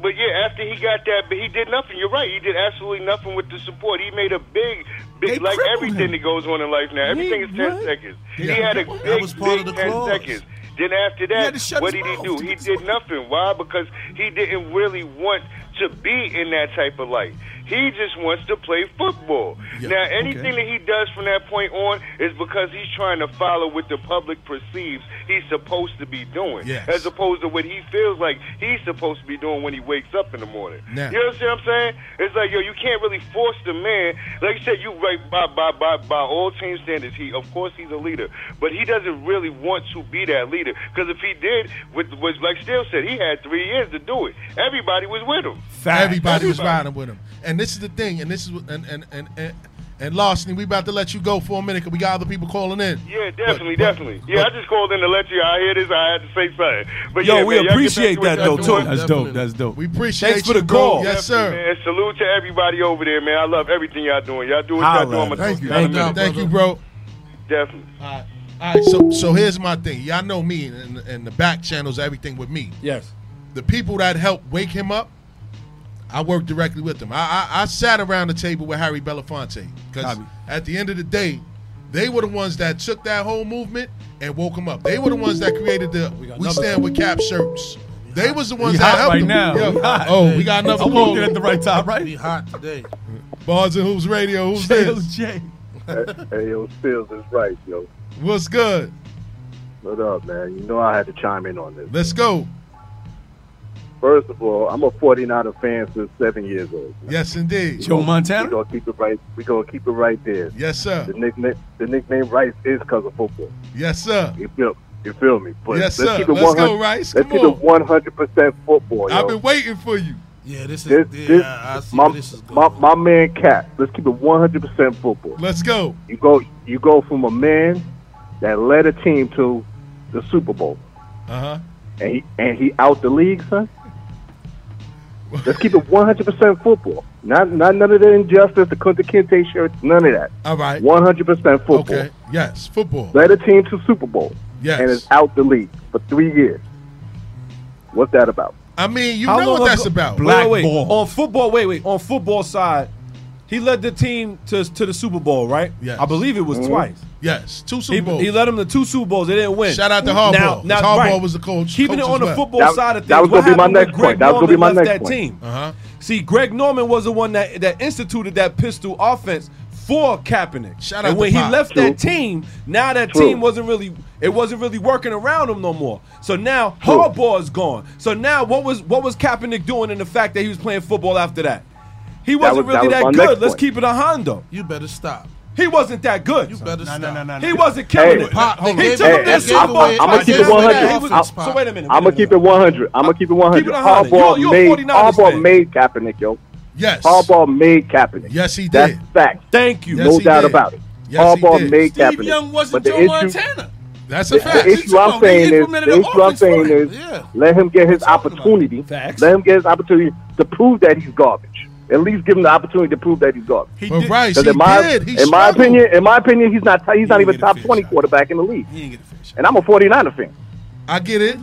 But yeah, after he got that, but he did nothing. You're right. He did absolutely nothing with the support. He made a big, big
They
like
crippled
everything
him.
that goes on in life now. Everything is ten
what?
seconds. He had a big,
was part of
big
the
ten
clause.
seconds. Then after
had
that,
to shut
what
his
did he
mouth
do?
to
He
get
did
his-
nothing. Why? Because he didn't really want to be in that type of life. He just wants to play football. now, anything that he does from that point on is because he's trying to follow what the public perceives he's supposed to be doing,
Yes.
as opposed to what he feels like he's supposed to be doing when he wakes up in the morning.
Now-
You understand what I'm saying? It's like yo, you can't really force the man. Like you said, you right by by by by all team standards. He of course he's a leader, but he doesn't really want to be that leader because if he did, with was like Steele said, he had three years to do it. Everybody was with him.
Everybody was riding with him. And this is the thing. And this is what- and and and and, and Larceny, we about to let you go for a minute because we got other people calling in.
Yeah, definitely,
But- but-
definitely. yeah, I just called in to let you. I hear this. I had to say something. But
Yo,
yeah,
we
man, y'all get back
appreciate
to what
that,
y'all
though,
doing.
too.
That's dope. That's dope.
We appreciate
Thanks for
you,
the
bro.
call.
Yes, sir.
Man, salute to everybody over there, man. I love everything y'all doing. Y'all do what
Holla.
y'all doing. I'ma
Thank
talk
you.
to y'all in a
Thank you.
Thank you,
minute.
bro.
Definitely.
All right. All right, so so here's my thing. Y'all know me and, and the back channels, everything with me.
Yes.
The people that helped wake him up, I worked directly with them. I I, I sat around the table with Harry Belafonte because
Copy.
at the end of the day, they were the ones that took that whole movement and woke him up. They were the ones that created the We,
got another-
Stand with Cap shirts. They was the ones
We
that
hot
helped
right
him.
now.
Yo,
We hot.
Oh, we got another
I walked in at
call.
the right time,
Be
right?
hot today.
Bars and Hoops Radio. Who's this?
Jay.
Hey, yo, Steels is right, yo.
What's good?
What up, man? You know I had to chime in on this.
Let's go.
First of all, I'm a 49er fan since seven years old.
Yes, indeed.
Joe
We
Montana.
gonna keep it right. We gonna keep it right there.
Yes, sir.
The nickname, the nickname Rice is cause of football.
Yes, sir.
You feel, you feel me? But
Yes,
let's
sir.
Keep it
Let's
100
go, Rice.
Let's
Come
keep
on.
it 100 percent football. Yo.
I've been waiting for you.
Yeah, this is.
this,
yeah,
this,
I see
my,
where this is going.
my, my man Cap. Let's keep it 100 percent football.
Let's go.
You go, you go from a man that led a team to the Super Bowl.
Uh-huh.
Uh huh.
and he and he out the league, son. Let's keep it one hundred percent football. Not not none of the injustice, the Kunta Kinte shirt, none of that.
All right.
One hundred percent football.
Okay. Yes. Football.
Led a team to Super Bowl.
Yes.
And is out the league for three years. What's that about?
I mean, you
How
know
long
what that's
ago-
about.
Wait, wait, wait.
Blackball.
On football, wait, wait. On football side, he led the team to to the Super Bowl, right?
Yes.
I believe it was
Mm-hmm.
twice.
Yes. Two
He,
Super Bowls.
he led them to two Super Bowls. They didn't win.
Shout out to Harbaugh.
Now,
'cause
now
Harbaugh
right.
was the coach.
Keeping
coach
it on
as
the
well.
football
That-
side of things.
that was
what
gonna be my
happened when
next
Greg
point. That was gonna be
Norman
my
left
next
that team.
point.
Uh-huh.
See, Greg Norman was the one that, that instituted that pistol offense for Kaepernick.
Shout out
and
to
when he
Pop.
left that team, now that
True.
team wasn't really it wasn't really working around him no more. So now
True.
Harbaugh is gone. So now what was what was Kaepernick doing in the fact that he was playing football after that? He wasn't
was- that
really
was
that,
my
good.
next
Let's
point.
keep it a Hondo.
You better stop.
He wasn't that good.
You
No,
better stop.
no, no, no.
He wasn't killing it.
Pop,
he
hold on.
took
Hey,
him to the
that's-
Super
I'm-
Bowl.
I'm gonna
He
keep it
was-
100.
he was-
I'm-
so wait a minute.
I'm
wait
gonna
a
keep it
minute.
one hundred. I'm gonna keep it one
Keep it
hundred.
100.
Harbaugh
You- you a
made
49ers
Harbaugh
fan.
made Kaepernick, yo.
Yes.
Harbaugh made Kaepernick.
Yes, he
That's fact.
Thank you.
no
Yes, he
doubt
did.
about it.
Yes, he
Harbaugh
did.
made
Steve
Kaepernick.
Young wasn't
but the
Joe
issue,
Montana. That's a
the,
fact.
The issue I'm saying is, the issue I'm saying is, let him get his opportunity. Let him get his opportunity to prove that he's garbage. At least give him the opportunity to prove that he's garbage.
He But did- Rice,
'Cause
he
in my,
did. He
in my
struggled.
opinion, in my opinion, he's not he's not even top twenty quarterback in the league. And I'm a 49er fan.
I get it.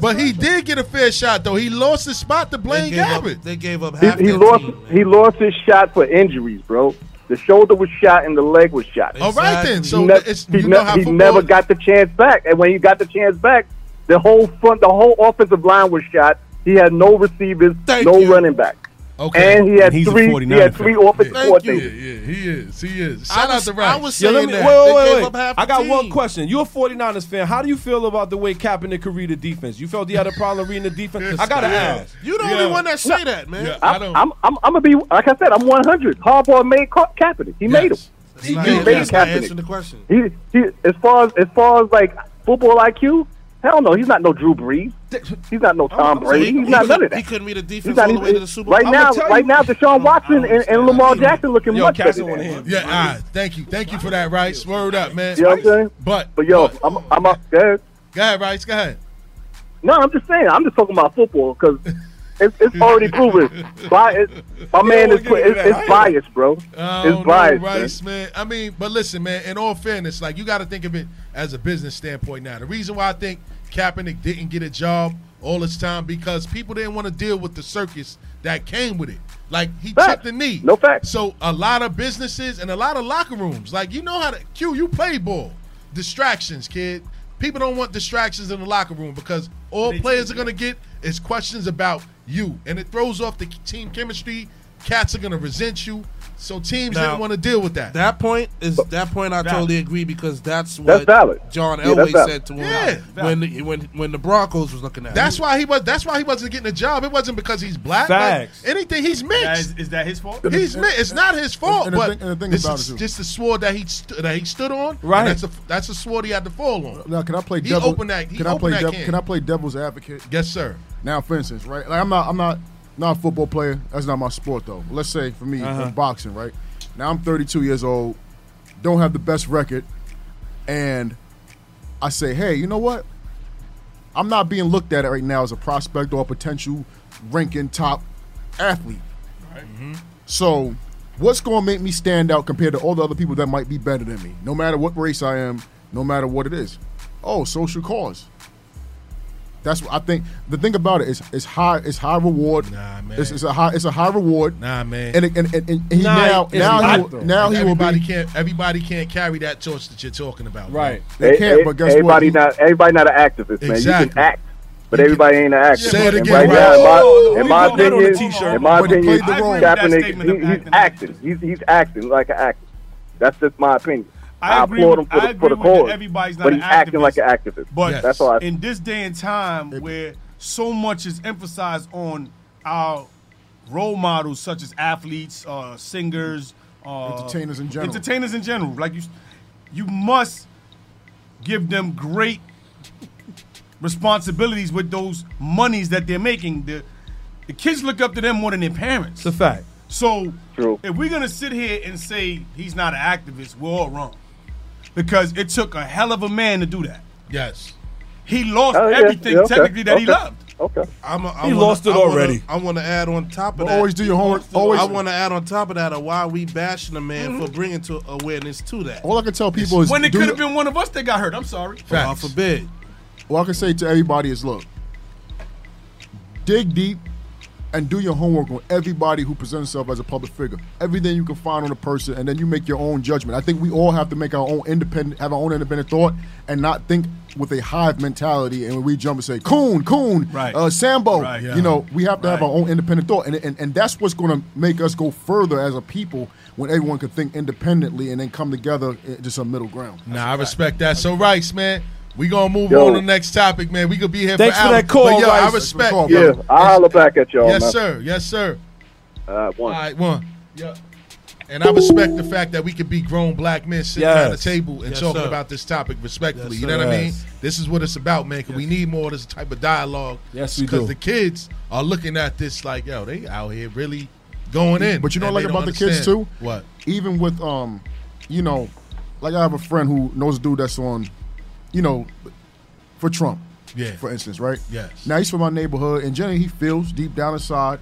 But he did get a fair shot, though. He lost his spot to Blaine Gabbert.
They gave up
He, he lost he lost his shot for injuries, bro. The shoulder was shot and the leg was shot.
All right, then. So
he, ne-
it's-
he
you
ne-
know how
he
football
never
is.
got the chance back, and when he got the chance back, the whole front, the whole offensive line was shot. He had no receivers, no running back,
Okay.
and he had
And he's a
three. He
49er
had three
fan.
offensive
Thank you.
coordinators.
Yeah, he is. He is.
I
Shout out
was-
to Rice.
I was
Yeah, let me,
saying that.
Wait,
They
wait,
gave
wait.
up half
I
the
got
team.
one question. You're a 49ers fan. How do you feel about the way Kaepernick can read the defense? You felt he had a problem reading the defense? I got to
Yeah.
ask.
You the only one that say that, man.
I'm, I'm, I'm, I'm gonna be like I said. I'm 100. Harbaugh made Ka- Kaepernick. He made him. He
not-
made
that's not
Kaepernick.
answering the question.
He, he, as far as as far as like football IQ, hell no, he's not no Drew Brees. He's not no Tom
So
Brady.
he-
he's
he
not
couldn't-
none of that.
He couldn't read the
He's
defense
not
all the
even,
way to the Super Bowl.
right now, right now, Deshaun Watson and, and Lamar Jackson looking much better. than him.
Yeah, all right. Thank you. Thank you for that, Rice. Word up, man.
You know what I'm saying?
But
but yo, I'm I'm up. Go ahead.
Go ahead, Rice. Go ahead.
No, I'm just saying. I'm just talking about football because it's, it's already proven. Bi- it, my man is put, it's, it's biased, bro.
Oh,
I
It's
don't
biased.
know, Oh, Rice, man. I mean, but listen, man. In all fairness, like you got to think of it as a business standpoint. Now, the reason why I think Kaepernick didn't get a job all this time because people didn't want to deal with the circus that came with it. Like he took the knee. No
fact.
So a lot of businesses and a lot of locker rooms, like you know how to Q. You play ball. Distractions, kid. People don't want distractions in the locker room because all players are gonna get is questions about you, and it throws off the team chemistry. Cats are gonna resent you. So teams
Now,
didn't want to deal with that.
That point is that point. I totally agree because that's what
That's valid.
John
Yeah, that's
Elway
valid.
said to him
Yeah.
when the, when when the Broncos was looking at.
That's
him.
why he was. That's why he wasn't getting a job. It wasn't because he's black.
Facts.
Like, anything he's mixed.
Is that his fault?
He's mi- It's not his fault,
and the
but
thing- and the thing
this
about
is
it, too.
just the sword that he st- that he stood on. and
Right.
That's a that's a sword he had to fall on.
Now, can I play
He
devil?
opened that- he
can I
opened
play
that
devil-
can.
Can I play devil's advocate?
Yes, sir.
Now, for instance, right? Like, I'm not, I'm not, not a football player. That's not my sport, though. Let's say for me,
Uh-huh.
it's boxing, right? Now, I'm 32 years old, don't have the best record, and I say, hey, you know what? I'm not being looked at right now as a prospect or a potential ranking top athlete. So, what's going to make me stand out compared to all the other people that might be better than me? No matter what race I am, no matter what it is. Oh, social cause. That's what I think. The thing about it is, it's high. It's high reward. Nah, man. It's, it's a high. It's a high reward.
Nah, man.
And it- and and, and he
Nah,
now
it's
now
not,
he
though.
will, now he will
everybody
be.
can't everybody can't carry that torch that you're talking about.
Right.
man.
They can't, but guess what?
everybody Not, everybody not an activist, man. You can
Exactly.
act, but everybody ain't an activist.
Say it
And
again,
right
Ralph.
now, in my,
Oh,
in
we
my
put that on a
opinion,
t-shirt.
in my
But he
opinion,
played the role.
Kaepernick, he, he's acting. He's, he's acting like an actor. That's just my opinion.
I agree
applaud
with-
him
I
for the, for the
agree with you.
cause,
Everybody's not
but
an
he's acting
activist.
like an activist.
But
that's all. I,
in this day and time where so much is emphasized on our role models, such as athletes, uh, singers, uh,
Entertainers in general.
entertainers in general, like you, you must give them great responsibilities with those monies that they're making. The, the kids look up to them more than their parents.
It's a fact.
So
True.
if we're gonna sit here and say he's not an activist, we're all wrong. Because it took a hell of a man to do that.
Yes.
He lost
Oh, yeah.
everything
Yeah, okay.
technically that he
Okay.
loved.
Okay.
I'm a, I
He
wanna,
lost it
I wanna-
already.
I want to add on top of
But
that.
always do your homework. Always-
I want to add on top of that of why we bashing the man for bringing to awareness to that.
All I can tell people is
when it
do
could
your-
have been one of us that got hurt. I'm sorry.
God
forbid.
All I can say to everybody is look, dig deep and do your homework on everybody who presents themselves as a public figure. Everything you can find on a person, and then you make your own judgment. I think we all have to make our own independent, have our own independent thought, and not think with a hive mentality. And when we jump and say "coon, coon,
Right.
uh, Sambo,"
Right, yeah.
you know, we have to have
Right.
our own independent thought, and and, and that's what's going to make us go further as a people when everyone can think independently and then come together uh, to some middle ground.
Nah, I respect that. So Rice, man, we gonna move
Yo.
on to the next topic, man. We could be here
Thanks
for
for
hours.
that call,
but yo,
Rice.
I respect.
Thanks for the
yeah,
yo.
I'll holler back at y'all.
Yes,
man.
sir. Yes, sir.
Uh, one.
All right, one. Yeah. And I respect the fact that we could be grown black men sitting
Yes.
around the table and
Yes,
talking
sir.
about this topic respectfully.
Yes,
you know
sir.
what I mean?
Yes.
This is what it's about, man. 'cause we need more of this type of dialogue.
Yes, we
Because
do.
the kids are looking at this like, yo, they out here really going in.
But you know,
and
like
they don't
about the kids
understand.
too.
What?
Even with um, you know, like I have a friend who knows a dude that's on, you know, for Trump.
Yeah.
For instance, right?
Yes.
Now he's from our neighborhood, and generally he feels deep down inside,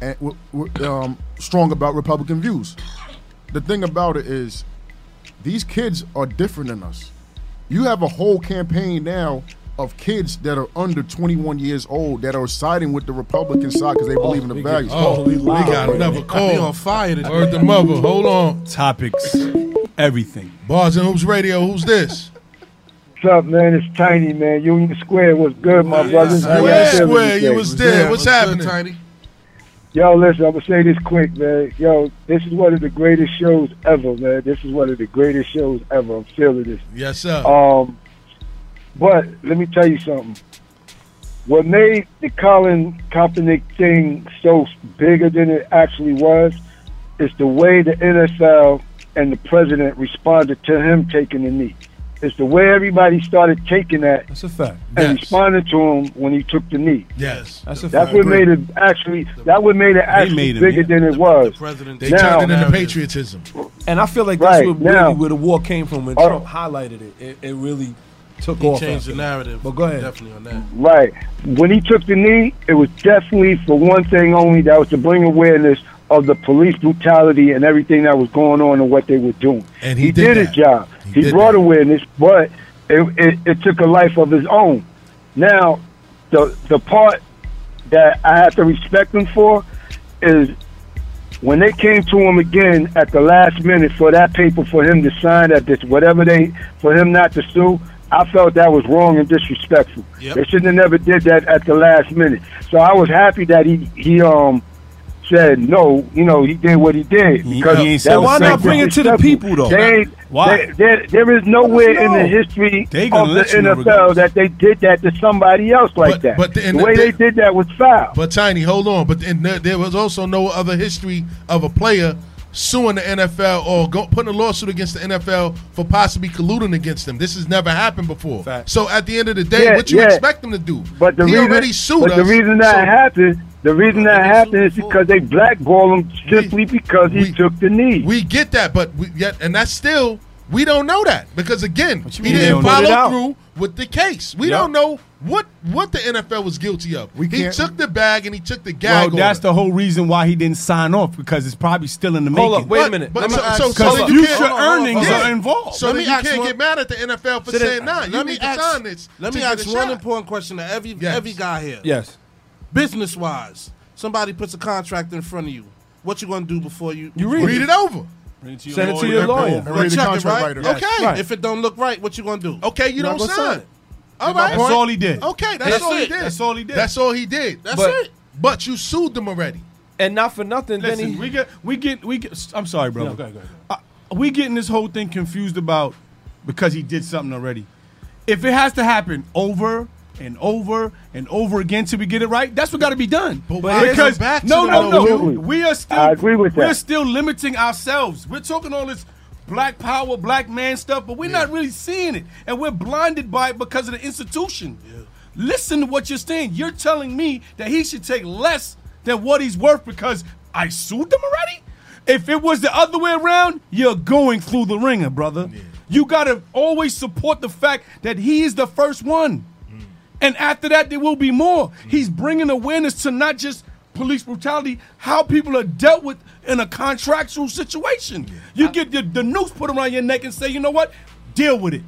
and w- w- um, strong about Republican views. The thing about it is, these kids are different than us. You have a whole campaign now of kids that are under 21 years old that are siding with the Republican side because they believe in the values.
Oh, we got another call. Word to mother. Hold on.
Topics, everything.
Bars and Hoops Radio. Who's this?
What's up, man? It's Tiny, man. Union Square was good, my brother. How y'all
Square,
feeling
Square,
today?
you was there. What's happening? Tiny?
Yo, listen, I'm gonna say this quick, man. Yo, this is one of the greatest shows ever, man. This is one of the greatest shows ever. I'm feeling this.
Yes, sir.
Um, but let me tell you something. What made the Colin Kaepernick thing so bigger than it actually was is the way the NFL and the president responded to him taking the knee. It's the way everybody started taking that
That's a fact.
and responded to him when he took the knee.
Yes,
that's a
That's
fact.
what made it actually. That what made it actually
made him,
bigger
yeah.
than it was.
They turned it into patriotism.
And I feel like that's
Right,
what
now-
really where the war came from when
Oh.
Trump highlighted it. It, it really took
He
off.
changed
after
the
that.
narrative.
But go ahead.
Definitely on that.
Right. When he took the knee, it was definitely for one thing only. That was to bring awareness of the police brutality and everything that was going on and what they were doing.
And
he, did, his job. He,
did
brought awareness, but it, it, it took a life of his own. Now, the the part that I have to respect him for is when they came to him again at the last minute for that paper for him to sign at this whatever they for him not to sue. I felt that was wrong and disrespectful.
Yep.
They shouldn't have never did that at the last minute. So I was happy that he he um said no. You know he did what he did because
he ain't
that
said
was
why
so
not bring it to the
disrespectful.
people, though?
They ain't-
Why?
they- there- there is nowhere in the history
They gonna
of the
let you know
NFL that they did that to somebody else like that.
but
the,
and
way
the-
they did that was foul.
But Tiny, hold on. But and there, there was also no other history of a player suing the NFL or go, putting a lawsuit against the NFL for possibly colluding against them. This has never happened before. So at the end of the day,
Yeah,
what you
yeah.
expect them to do?
But the
he
reason,
already sued
but
us.
the reason that
so-
happened, the reason that happened is because they blackball him simply because he took the knee.
We get that, but we yet and that's still we don't know that because again, he
mean they
didn't
don't know? Put it
follow
out.
through with the case. We don't know what what the NFL was guilty of. he
can't-
took the bag and he took the
Well,
gag.
that's
order.
the whole reason why he didn't sign off because it's probably still in the making.
Hold up, wait a But- minute. but Let me so- ask- so- so
because
then you
future
can't-
earnings
Yeah.
are involved.
So then you can't
one-
get mad at the NFL for
So then-
saying nah. You
let me
need to
ask-
sign this.
Let
to
me
get
ask
a
one
shot.
important question to every every guy here.
Yes.
Business wise, somebody puts a contract in front of you. What you gonna do before you?
You read it.
Read it over.
Read
your
Send it to your lawyer.
Or check it, right?
Okay.
If it don't look right, what you gonna do?
Okay, you
You're not
don't
gonna sign
sign.
it.
All
That's my
right.
point. That's all he did.
Okay, that's,
That's
all he
it.
did.
That's all he did.
That's all he did.
That's
But-
it.
But you sued them already.
And not for nothing.
Listen,
then he,
we get we get we get. I'm sorry, brother.
No, go ahead, go ahead,
Uh, we getting this whole thing confused about because he did something already. If it has to happen over and over and over again till we get it right, that's what got to be done.
why is it
because
back to
no,
that?
no,
Absolutely.
no, we are still.
I agree with
We're
that.
still limiting ourselves. We're talking all this black power, black man stuff, but we're not really seeing it, and we're blinded by it because of the institution. Listen to what you're saying. You're telling me that he should take less than what he's worth because I sued them already? If it was the other way around, you're going through the ringer, brother. You got to always support the fact that he is the first one. And after that, there will be more. He's bringing awareness to not just police brutality, how people are dealt with in a contractual situation. You get the, the noose put around your neck and say, you know what? Deal with it.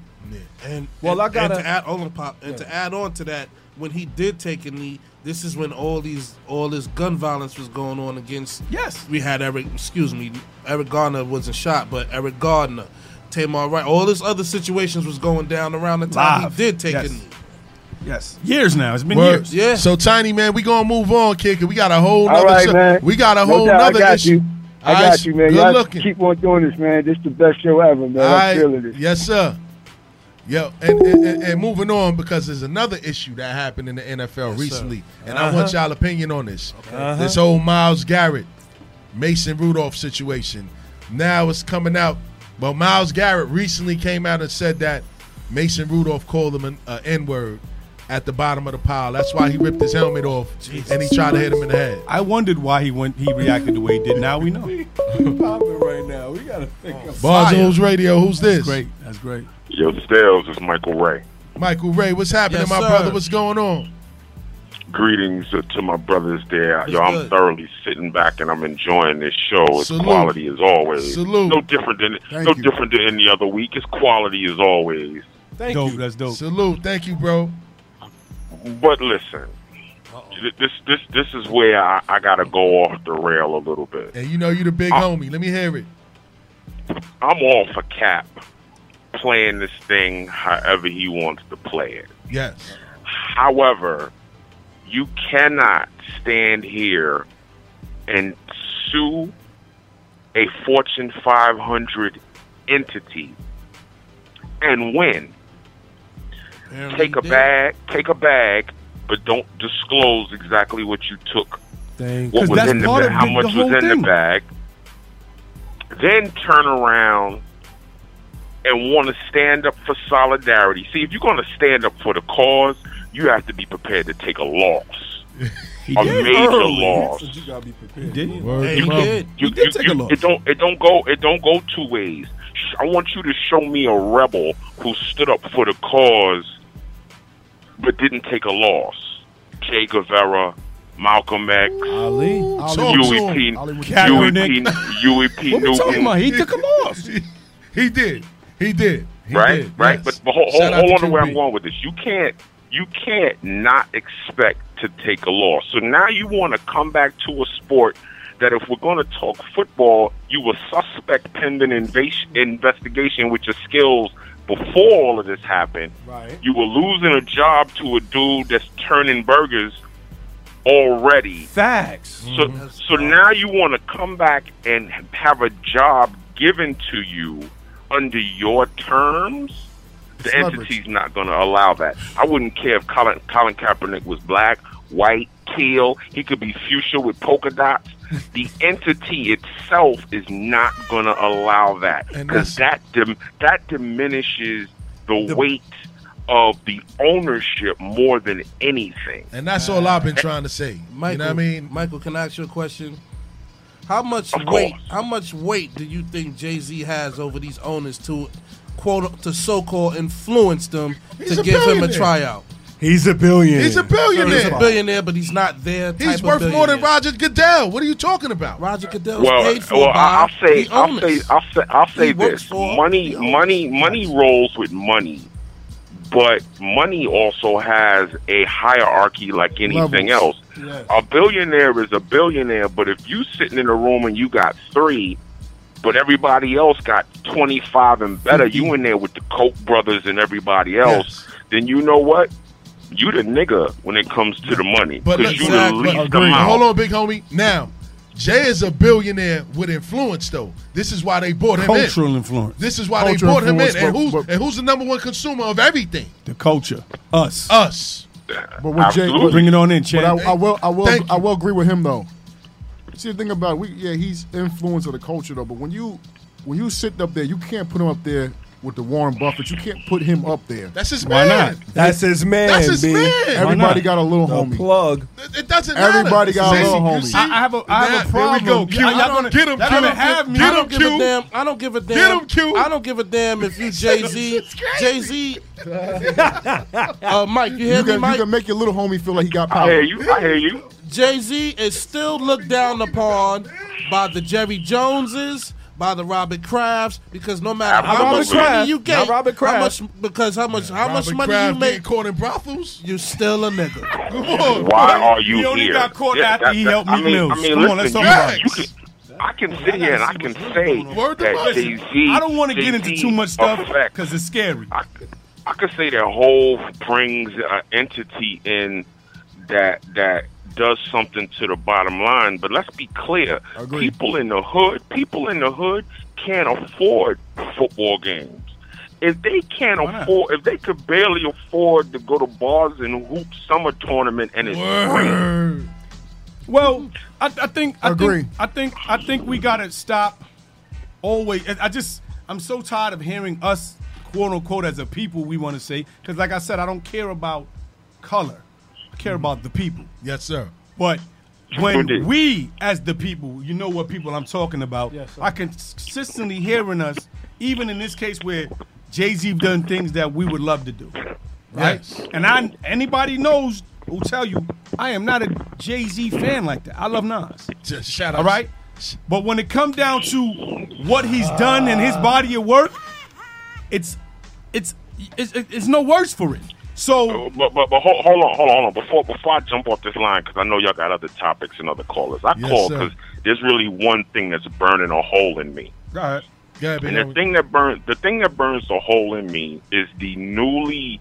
And
Well,
and-
I gotta-
and to add hold on, pop and to add on to that, when he did take a knee, this is when all these all this gun violence was going on against.
Yes,
we had Eric. Excuse me, Eric Gardner wasn't shot, but Eric Gardner, Tamar Wright, all this other situations was going down around the time
Live.
he did take
Yes.
a knee.
Yes. Years now. It's been
Word.
years.
Yeah.
So tiny man, we gonna move on, kid. 'cause We got a whole
All
nother.
right,
show-
man.
We got a
No
whole
doubt, I
nother
got
issue.
You. I
All
got
right,
you, man.
Good
Y'all
looking.
keep on doing this, man. This is the best show ever, man.
All
I'm
right.
feeling it.
Yes, sir. Yo, and, and, and, and moving on because there's another issue that happened in the NFL recently, and I want
Uh-huh.
y'all opinion on this.
Uh-huh.
This whole Miles Garrett, Mason Rudolph situation. Now it's coming out. Well, Miles Garrett recently came out and said that Mason Rudolph called him an uh, N word at the bottom of the pile. That's why he ripped his helmet off and he tried to hit him in the head.
I wondered why he went. He reacted the way he did. Now we know.
Popping right now. We gotta think of
Bonzo's Radio. Who's this?
Great. That's great.
Yo, Styles is Michael Ray.
Michael Ray, what's happening,
Yes,
my
sir.
brother? What's going on?
Greetings to my brothers there. Yo, I'm thoroughly sitting back and I'm enjoying this show. It's
Salute.
quality as always.
Salute.
No different than
Thank
no
you.
different than any other week. It's quality as always.
Thank
you. That's dope.
Salute. Thank you, bro.
But listen, th- this this this is where I, I gotta go off the rail a little bit.
And you know you the
Ah.
big homie. Let me hear it.
I'm all for Cap playing this thing however he wants to play it.
Yes.
However, you cannot stand here and sue a Fortune 500 entity and win. Take a bag, take a bag, but don't disclose exactly what you took
Thank
what was
that's
in the
part
bag,
of
how
the-
much
the
was
whole
in
thing.
the bag, then turn around and want to stand up for solidarity. See, if you're going to stand up for the cause, you have to be prepared to take a loss, a major loss.
You gotta be prepared.
You can- you- you- you- It don't. It don't go. It don't go two ways. Sh- I want you to show me a rebel who stood up for the cause, but didn't take a loss. Che Guevara, Malcolm X,
Ali,
Talk to
Huey
him.
P.
Ali was-
Huey P.
Kaepernick.
Huey P. Newton.
a loss. he did. He did. He
right,
did.
right.
Yes.
But, but hold,
Shout
hold,
out
hold
to
on to where
QB.
I'm going with this. You can't. You can't not expect to take a loss. So now you want to come back to a sport that if we're going to talk football, you were suspect pending invas- investigation with your skills before all of this happened.
Right.
You were losing a job to a dude that's turning burgers already.
Facts.
So, so now you want to come back and have a job given to you under your terms? The
It's leverage.
entity's not going to allow that. I wouldn't care if Colin, Colin Kaepernick was black, white, teal. He could be fuchsia with polka dots. The entity itself is not going to allow that
And
because that dim- that diminishes the, weight of the ownership more than anything.
And that's all I've
Eh.
been trying to say.
Michael,
you know what I mean?
Michael, can I ask you a question? How much weight? How much weight do you think Jay Z has over these owners to quote to so called influence them
He's
to
a
give him a
billionaire.
tryout?
He's a billionaire.
He's a billionaire.
He's a billionaire, but he's not there.
He's worth more than Roger Goodell. What are you talking about?
Roger Goodell
Well, well, I- I'll say, I'll say, I'll say, I'll say
He works
this:
for
money, money, money rolls with money, but money also has a hierarchy like anything
Levels.
else. A billionaire is a billionaire, but if you sitting in a room and you got three, but everybody else got twenty five and better, you in there with the Koch brothers and everybody else, then you know what? You the nigga when it comes to the money
But
because
look,
you the
Zach,
least
but- hold
amount.
on, big homie. Now, Jay is a billionaire with influence, though. This is why they bought him
Cultural
in.
influence.
This is why
Cultural
they bought him in.
influence,
And
but-
who's
but-
and who's the number one consumer of everything?
The culture. Us.
Us.
But what Jay, but-
bring it on in, Chad.
But I, I will, I will, I will agree with him though. See the thing about it, we, yeah, he's influence of the culture though. But when you, when you sit up there, you can't put him up there with the Warren Buffett. You can't put him up there.
That's his
Why man. not? That's his man,
That's his
B.
man.
Why
Everybody
not?
got a little
The
homie.
Plug.
It doesn't matter.
Everybody got a little homie.
I, I have a, I have a problem.
I-
I,
y'all gonna- y'all gonna have me. I don't give a damn. I don't give a damn. I don't give a damn if you Jay Z. Jay Z. Uh, Mike, you hear
you
me,
can,
Mike?
You can make your little homie feel like he got power.
I hear you.
Jay Z is still looked down upon by the Jerry Joneses, by the Robert Krafts, because no matter how
Robert
much
Kraft.
money you
Not
get,
Robert
how
Kraft.
much because how much how much
Robert
money
Kraft
you
getting
make
caught in brothels,
you still a nigga.
Why are you
Oh, He
here?
only got caught
Yeah,
after
that-
he
that-
helped
I
Meek
mean,
Mills.
I mean,
Come on, let's
listen,
talk about
you
it.
can- I can sit here and I can say
Word to
that
Listen,
Jay Z.
I don't want to get into too much stuff because it's scary.
I could say that whole brings an entity in that that does something to the bottom line. But let's be clear: people in the hood, people in the hood can't afford football games. If they can't afford, if they could barely afford to go to bars and hoop summer tournament, and it's free,
Well, I, I think I Think, I think I think we gotta stop. Always, I I just I'm so tired of hearing us quote unquote as a people we want to say because like I said I don't care about color. I care about the people.
Yes, sir.
But when
Indeed.
we, as the people, you know what people I'm talking about.
Yes, sir.
I can consistently hearing us, even in this case where Jay Z done things that we would love to do, right? And I, anybody knows will tell you I am not a Jay Z fan like that. I love Nas.
Just shout
out. All right. But when it comes down to what he's done in his body of work, it's it's it's, it's no worse for it. So,
Uh, but but, but hold, hold on, hold on, hold on. Before before I jump off this line, because I know y'all got other topics and other callers. I
Yes,
call
sir.
because there's really one thing that's burning a hole in me.
All right. Go ahead,
And the thing that burns the thing that burns the hole in me is the newly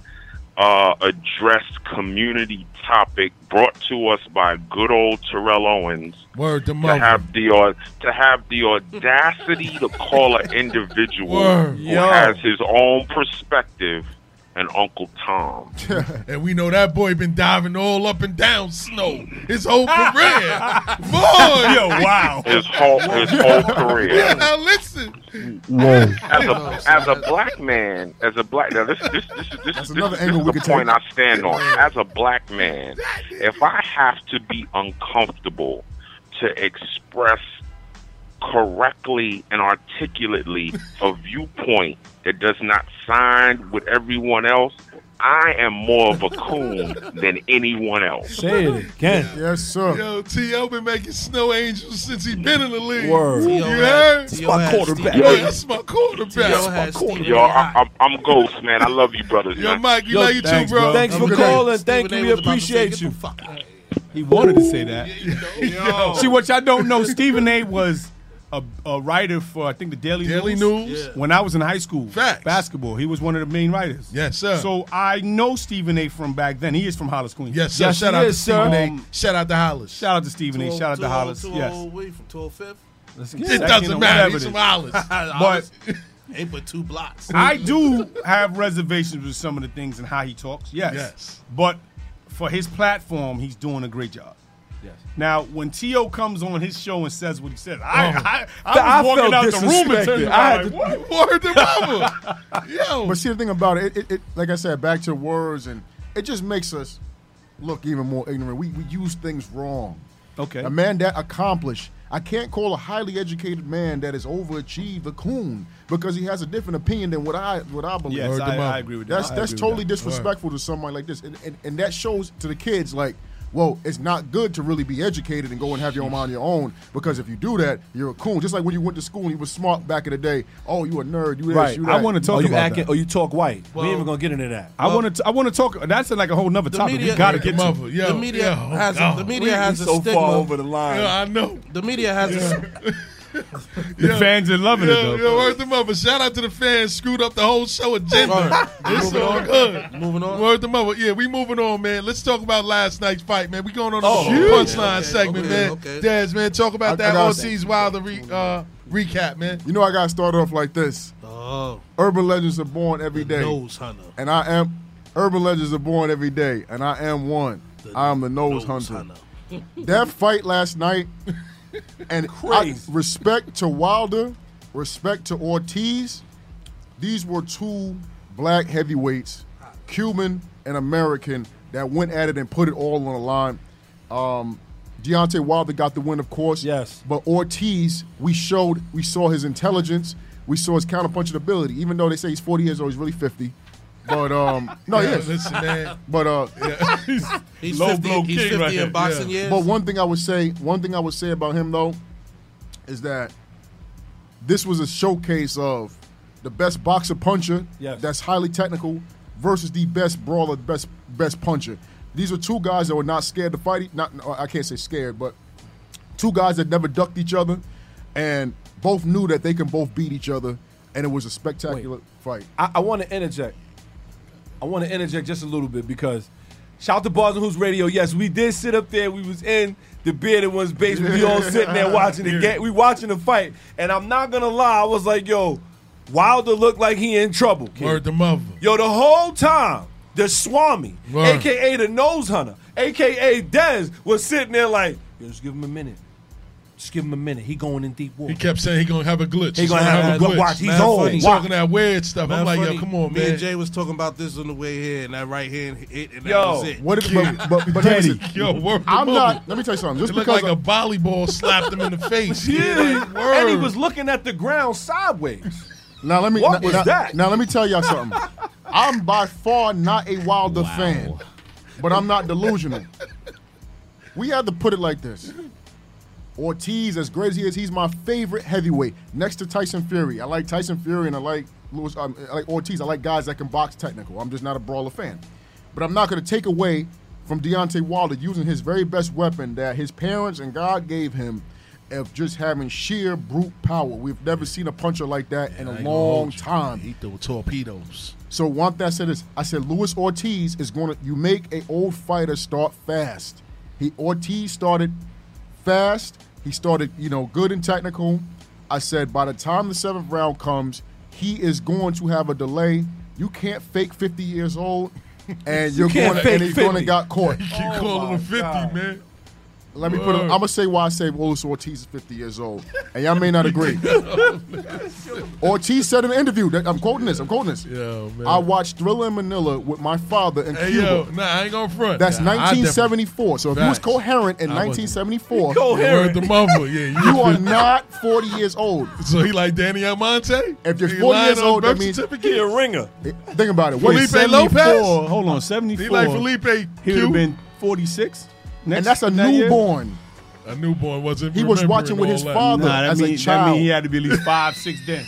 uh, addressed community topic brought to us by good old Terrell Owens
Word to
to
mother.
have the au- to have the audacity to call an individual
Word.
who
Yo.
has his own perspective an Uncle Tom.
and we know that boy been diving all up and down snow his whole career. boy,
Yo, wow.
His whole his whole career.
Yeah, now listen.
as a as a black man, as a black now this this this is this, is this,
another
is- this
angle we
is the
could take.
point I stand on. As a black man, if I have to be uncomfortable to express correctly and articulately a viewpoint that does not sign with everyone else, I am more of a coon than anyone else.
Say it again.
Yes, sir.
Yo, T.O. been making snow angels since he been in the league.
Word.
You
T.O.
heard?
That's my quarterback.
Yeah, that's my quarterback.
T.O.
That's my quarterback.
Yo, I, I'm, I'm Ghost, man. I love you, brothers.
Yo,
man.
Mike, you like you too,
thanks,
bro.
bro. Thanks for calling. Thank you. We appreciate you.
He wanted to say that.
Yo.
See, what y'all don't know, Stephen A. was a, a writer for I think the Daily,
Daily
News.
News? Yeah.
When I was in high school, basketball, he was one of the main writers.
Yes, sir.
So I know Stephen A. from back then. He is from Hollis, Queens.
Yes, sir. shout out to Stephen A. shout out to Hollis.
Shout out to Stephen A. Shout out to Hollis. Yes.
oh We from 12th.
Let's
It
get second
doesn't
or
matter.
whatever
He's
it
from
is.
Hollis.
But-
ain't but two blocks.
I do have reservations with some of the things and how he talks. Yes.
Yes.
But for his platform, he's doing a great job.
Yes.
Now, when T.O. comes on his show and says what he says, I, I,
Th-
I
I
was walking
felt
out the room and turned
disrespected.
around
I had
like,
to-
what?
Word to mama. Yo.
But see the thing about it, it, it, like I said, back to words, and it just makes us look even more ignorant. We, we use things wrong.
Okay.
A man that accomplished, I can't call a highly educated man that has overachieved a coon because he has a different opinion than what I what I believe.
Yes, Word to I- mama. I agree with that.
That's
I
that's
agree with
totally
that.
disrespectful to somebody like this, and, and and that shows to the kids like. Well, it's not good to really be educated and go and have your own mind on your own because if you do that, you're a coon. Just like when you went to school and you were smart back in the day. Oh, you a nerd. You this,
Right.
you
I
that.
want to talk
Or you
about
acting-
that. Or Oh, you talk white.
Well-
we ain't even gonna get into that.
I want to. I want to talk. That's like a whole nother
The
topic.
media-
we gotta
Yeah,
get
mother,
to.
yo,
the media has a, the media
We- we
has a
so
stigma.
far over the line.
Yeah, I know.
The media has a
The fans are loving
yeah,
it
Yeah,
though.
word to mother. Shout out to the fans. Screwed up the whole show agenda. It's all good.
Moving on.
Word to mother. Yeah, we moving on, man. Let's talk about last night's fight, man. We going on to
Oh,
the
yeah.
punchline
Okay,
segment,
okay,
man.
okay.
Dez, man, talk about
I- I
that
got-
OC's Wilder re, uh, recap, man.
You know, I gotta start off like this.
Oh.
Urban legends are born every day.
nose hunter.
And I am urban legends are born every day, and I am one. I am the nose, hunter. that fight last night, and I, respect to Wilder, respect to Ortiz. These were two black heavyweights, Cuban and American, that went at it and put it all on the line. Um, Deontay Wilder got the win, of course. Yes. But Ortiz, we showed, we saw his intelligence, we saw his counterpunching ability. Even though they say he's 40 years old, he's really 50. But um, no,
Yeah,
he is.
listen, man.
But uh,
He's Low 50 blow he's king 50 right in here. boxing years.
But one thing I would say, one thing I would say about him though, is that this was a showcase of the best boxer puncher that's highly technical versus the best brawler, best best puncher. These are two guys that were not scared to fight. e- Not no, I can't say scared, but two guys that never ducked each other, and both knew that they can both beat each other, and it was a spectacular fight.
I, I want to interject. I want to interject just a little bit because shout to Bars and Who's Radio. Yes, we did sit up there. We was in the bearded one's basement. We all sitting there watching the game. We watching the fight, and I'm not gonna lie. I was like, yo, Wilder looked like he in trouble. Kid.
Word to mother.
Yo, the whole time, the Swami,
Word.
aka the Nose Hunter, aka Dez, was sitting there like, yo, just give him a minute. Just give him a minute. He going in deep water.
He kept saying he gonna have a glitch.
He gonna have a glitch. Watch, he's
Mad
old.
funny.
Watch.
Talking that weird stuff.
Mad
I'm like,
funny.
yo, come on,
me
man.
and Jay was talking about this on the way here, and that right hand hit, and that
Yo,
was it.
what if- but- but- but Daddy. listen, Yo, work the I'm bubble. not- let me tell you something, just It looked because like a volleyball slapped him in the face.
yeah.
Like,
and he
word.
was looking at the ground sideways.
Now let me.
What
now,
was
now-
that?
Now let me tell y'all something. I'm by far not a Wilder fan, but I'm not delusional. We had to put it like this. Ortiz, as great as he is, he's my favorite heavyweight next to Tyson Fury. I like Tyson Fury and I like Lewis. Um, I like Ortiz. I like guys that can box technical. I'm just not a brawler fan. But I'm not going to take away from Deontay Wilder using his very best weapon that his parents and God gave him of just having sheer brute power. We've never seen a puncher like that in
I
a
ain't gonna
long
hold you.
time.
He threw torpedoes.
So one thing I said is, I said Luis Ortiz is going to. You make a old fighter start fast. He Ortiz started fast. He started, you know, good and technical. I said by the time the seventh round comes, he is going to have a delay. You can't fake 50 years old, and
You
you're
can't fake
going to, and he's going to
50.
got caught.
You keep calling him 50, man.
Let me put. it-
Word.
I'm gonna say why I say Luis Ortiz is 50 years old, and y'all may not agree.
Oh,
Ortiz said in an interview that I'm quoting this. I'm quoting this.
man.
I watched Thriller in Manila with my father in
Hey,
Cuba.
yo, nah, I ain't gonna front.
That's
Nah, I definitely-
1974. So if you was
Facts.
coherent in
I wasn't.
1974,
Word to mama. Yeah,
you are not 40 years old.
So he like Danny Almonte?
If you're
He
40
lying
years
on
old, that
birth
means
certificate? He a ringer.
Think about it. What
Felipe
is
Lopez?
Hold on, 74.
He like Felipe
He would
Q?
have been 46. Next,
And that's a
that year?
newborn.
A newborn wasn't.
He was
remembering
watching with
all
his
that.
father
Nah, that
as a
mean- That
child.
mean he had to be at least five, six then.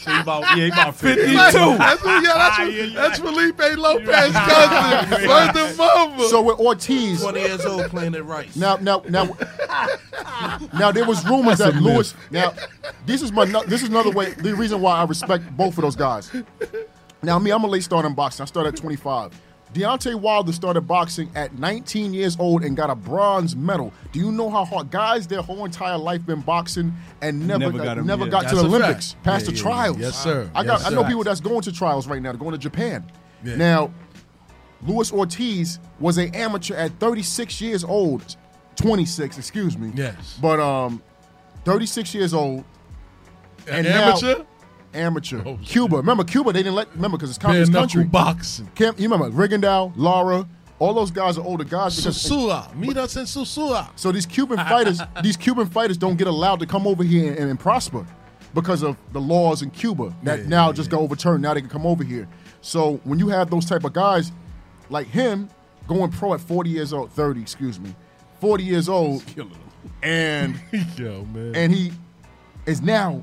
So he about, yeah, he about 52.
That's, yeah, that's, that's Felipe Lopez cousin. Word to mama.
So with Ortiz,
20 years old playing it right.
Now, now, now, now there was rumors
That's a
that
myth.
Lewis. Now, this is my. no- This is another way. The reason why I respect both of those guys. Now, me, I'm a late starter in boxing. I started at 25. Deontay Wilder started boxing at 19 years old and got a bronze medal. Do you know how hard guys their whole entire life been boxing and
Never
never never
got
got,
'em, yeah.
to the
That's a fact.
Olympics, past
Yeah,
the
yeah,
trials?
yeah. Yes, sir.
I got.
Yes,
I know
sir.
people that's going to trials right now. They're going to Japan.
Yeah.
Now, Luis Ortiz was an amateur at 36 years old, 26, excuse me. Yes. But um, 36 years old.
An
now-
amateur?
amateur. Cuba. Remember Cuba? They didn't let. Remember because it's
Oh,
communist
Bare
country.
knuckle boxing.
Camp, you remember Rigondeaux, Lara, all those guys are older guys. Because,
Susua. Meet us in Susua.
So these Cuban fighters, these Cuban fighters don't get allowed to come over here and, and prosper because of the laws in Cuba that
Yeah,
now just got overturned. Now they can come over here. So when you have those type of guys like him going pro at 40 years old, 30, excuse me, 40 years old, and
Yo, man.
and he is now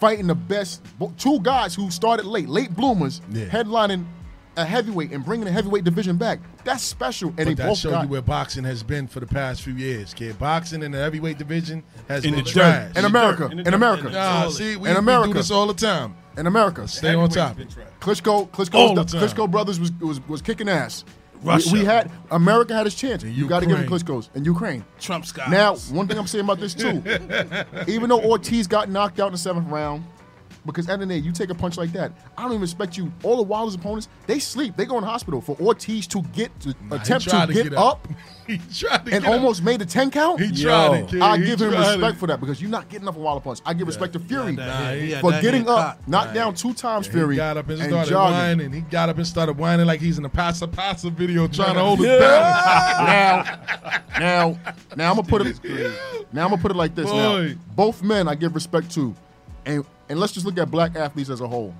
fighting the best bo- two guys who started late, late bloomers, headlining a heavyweight and bringing the heavyweight division back. That's special. And
but
they
that
both
shows
got
you where boxing has been for the past few years, kid. Boxing in the heavyweight division has
In
been
the dirt.
trash.
In America. In the In America. dirt.
Nah,
In
see, we,
the
America.
America.
do this all the time.
in America.
Stay on top.
Klitschko, Klitschko,
All
was-
the time.
Klitschko brothers was, was was kicking ass. We-
Russia.
We, had America had its chance. You got to give it
Ukraine.
Klitschko's and Ukraine.
Trump Scott.
Now, one thing I'm saying about this too, even though Ortiz got knocked out in the seventh round, because at the end of the day, you take a punch like that, I don't even expect you. All the Wilder's opponents, they sleep. They go in the hospital for Ortiz to get to
Nah, he
attempt to
tried
get,
to get
up.
up. He tried to
and
get up.
almost made the ten count.
He tried it, kid.
I
He
give him
tried
respect
it.
for that because you're not getting up a Wilder punch. I give respect to Fury
that hit. He had
for
that
getting
hit
up,
cocked.
knocked down two times.
And He
Fury
got up and
and
started
jogging.
whining. He got up and started whining like he's in a pasta pasta video trying to hold his
Yeah.
balance.
now, now I'm gonna put it. Now I'm gonna put it like this. Now,
Boy.
both men I give respect to, and and let's just look at black athletes as a whole.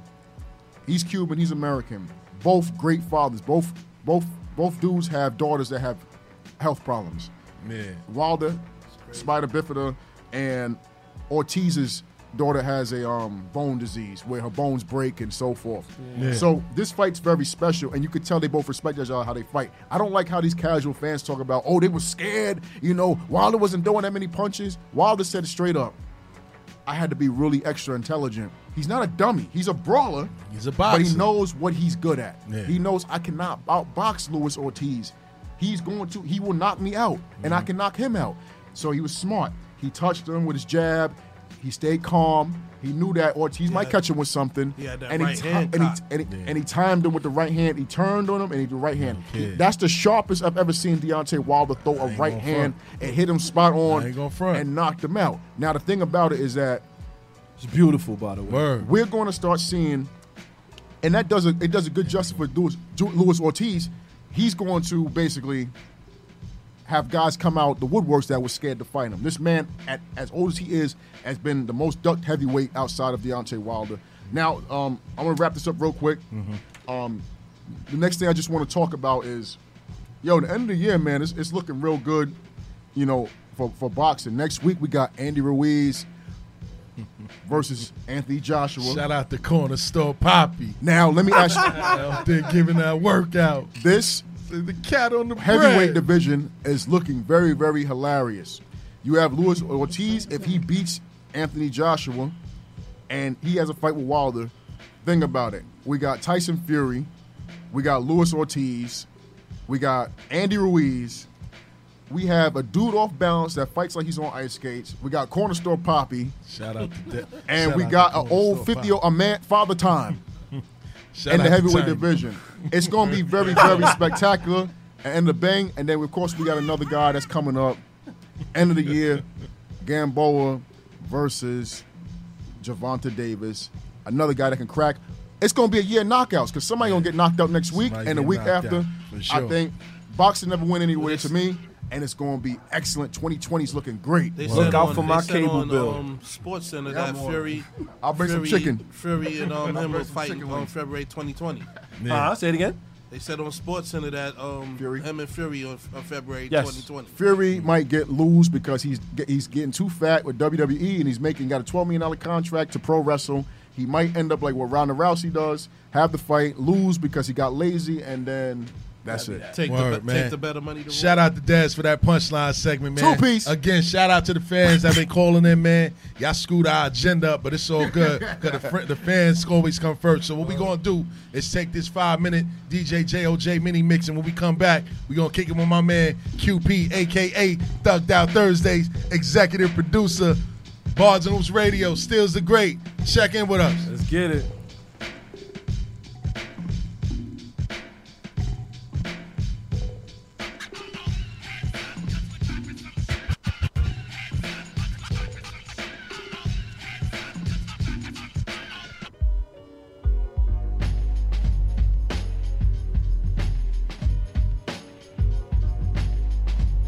He's Cuban. He's American. Both great fathers. Both both both dudes have daughters that have health problems.
Man.
Wilder, Spider Bifida, and Ortiz's daughter has a um, bone disease where her bones break and so forth.
Yeah.
So this fight's very special, and you could tell they both respect each other how they fight. I don't like how these casual fans talk about, oh, they were scared. You know, Wilder wasn't throwing that many punches. Wilder said it straight up. I had to be really extra intelligent. He's not a dummy. He's a brawler.
He's a
But he
boxer.
knows what he's good at.
Yeah.
He knows I cannot outbox Luis Ortiz. He's going to,
Mm-hmm.
he will knock me out, and I can knock him out. So he was smart. He touched him with his jab, He stayed calm. He knew that Ortiz might catch him with something.
He had that
and,
right
he ti-
hand
and, he,
cocked.
and, he, and he timed him with the right hand. He turned on him and he did right hand. He-
kid.
that's the sharpest I've ever seen Deontay Wilder throw a right
gonna
hand
front.
and hit him spot on
ain't
and knocked him out. Now the thing about it is that
it's beautiful, by the way.
We're going to start seeing, and that does a, it does a good justice for Luis, Luis Ortiz. He's going to basically have guys come out the woodworks that was scared to fight him. This man, at, as old as he is, has been the most ducked heavyweight outside of Deontay Wilder. Now, um, I'm going to wrap this up real quick. Um, the next thing I just want to talk about is, yo, the end of the year, man, it's, it's looking real good, you know, for, for boxing. Next week, we got Andy Ruiz versus Anthony Joshua.
Shout out the corner store, Poppy.
Now, let me ask you.
Out there giving that workout.
This
the cat on the
heavyweight
bread.
division is looking very, very hilarious. You have Luis Ortiz if he beats Anthony Joshua, and he has a fight with Wilder. Think about it. We got Tyson Fury, we got Luis Ortiz, we got Andy Ruiz. We have a dude off balance that fights like he's on ice skates. We got corner store Poppy.
Shout out to that.
And
shout
we
out
got
to
an
Corner
old
Store
50
Poppy.
a man father time
Shout
in
out
the
to
heavyweight
Tiny.
division. It's going to be very, very spectacular. And end the bang. And then, of course, we got another guy that's coming up. End of the year, Gamboa versus Javante Davis. Another guy that can crack. It's going to be a year of knockouts because somebody going to get knocked out next week.
Somebody
and the
get
week
knocked
after,
out, for
I
sure.
think boxing never went anywhere to me. And it's going to be excellent. 2020 is looking great.
They said on- they said on, Um, Sports Center
Yeah,
that
I'm on.
Fury.
I'll bring some
Fury-
chicken.
Fury and um,
I'll
him
bring
were
some
fighting
chicken
on
wings.
February 2020.
Yeah. Uh-huh, say it again.
They said on Sports Center that um, him and Fury on, on February 2020.
Fury might get lose because he's get- he's getting too fat with WWE and he's making got a twelve million dollar contract to pro wrestle. He might end up like what Ronda Rousey does, have the fight, lose because he got lazy, and then that's it.
Take,
Word,
the, be-
man.
take the better money to
Shout out to Dez for that punchline segment, man.
Two piece.
Again, shout out to the fans that been calling in, man. Y'all screwed our agenda up, but it's all good because the, fr- the fans always come first. So what we gonna do is take this five minute DJ JOJ mini mix, and when we come back, we gonna kick it with my man QP, aka Thugged Out Thursdays, executive producer, Bards and Hoops Radio, Stills the Great. Check in with us.
Let's get it.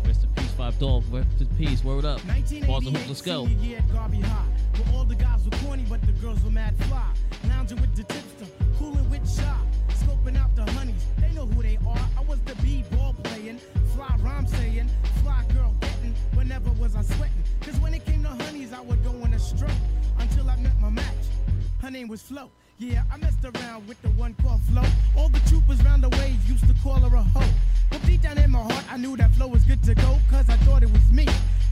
Rest in peace, Five Dolph. Rest in peace. Word up. Balls and hoops. Let's go.
Senior year at Garvey High, where all the guys were corny, but the girls were mad fly. Lounging with the tipster, cooling with shop, scoping out the honeys. They know who they are. I was the B ball playing, fly rhyme saying, fly girl getting. But never was I sweating, cause when it came to honeys, I would go in a stroke until I met my match. Her name was Flo. Yeah, I messed around with the one called Flo. All the troopers round the way used to call her a hoe. But deep down in my heart, I knew that Flo was good to go, cause I thought it was me,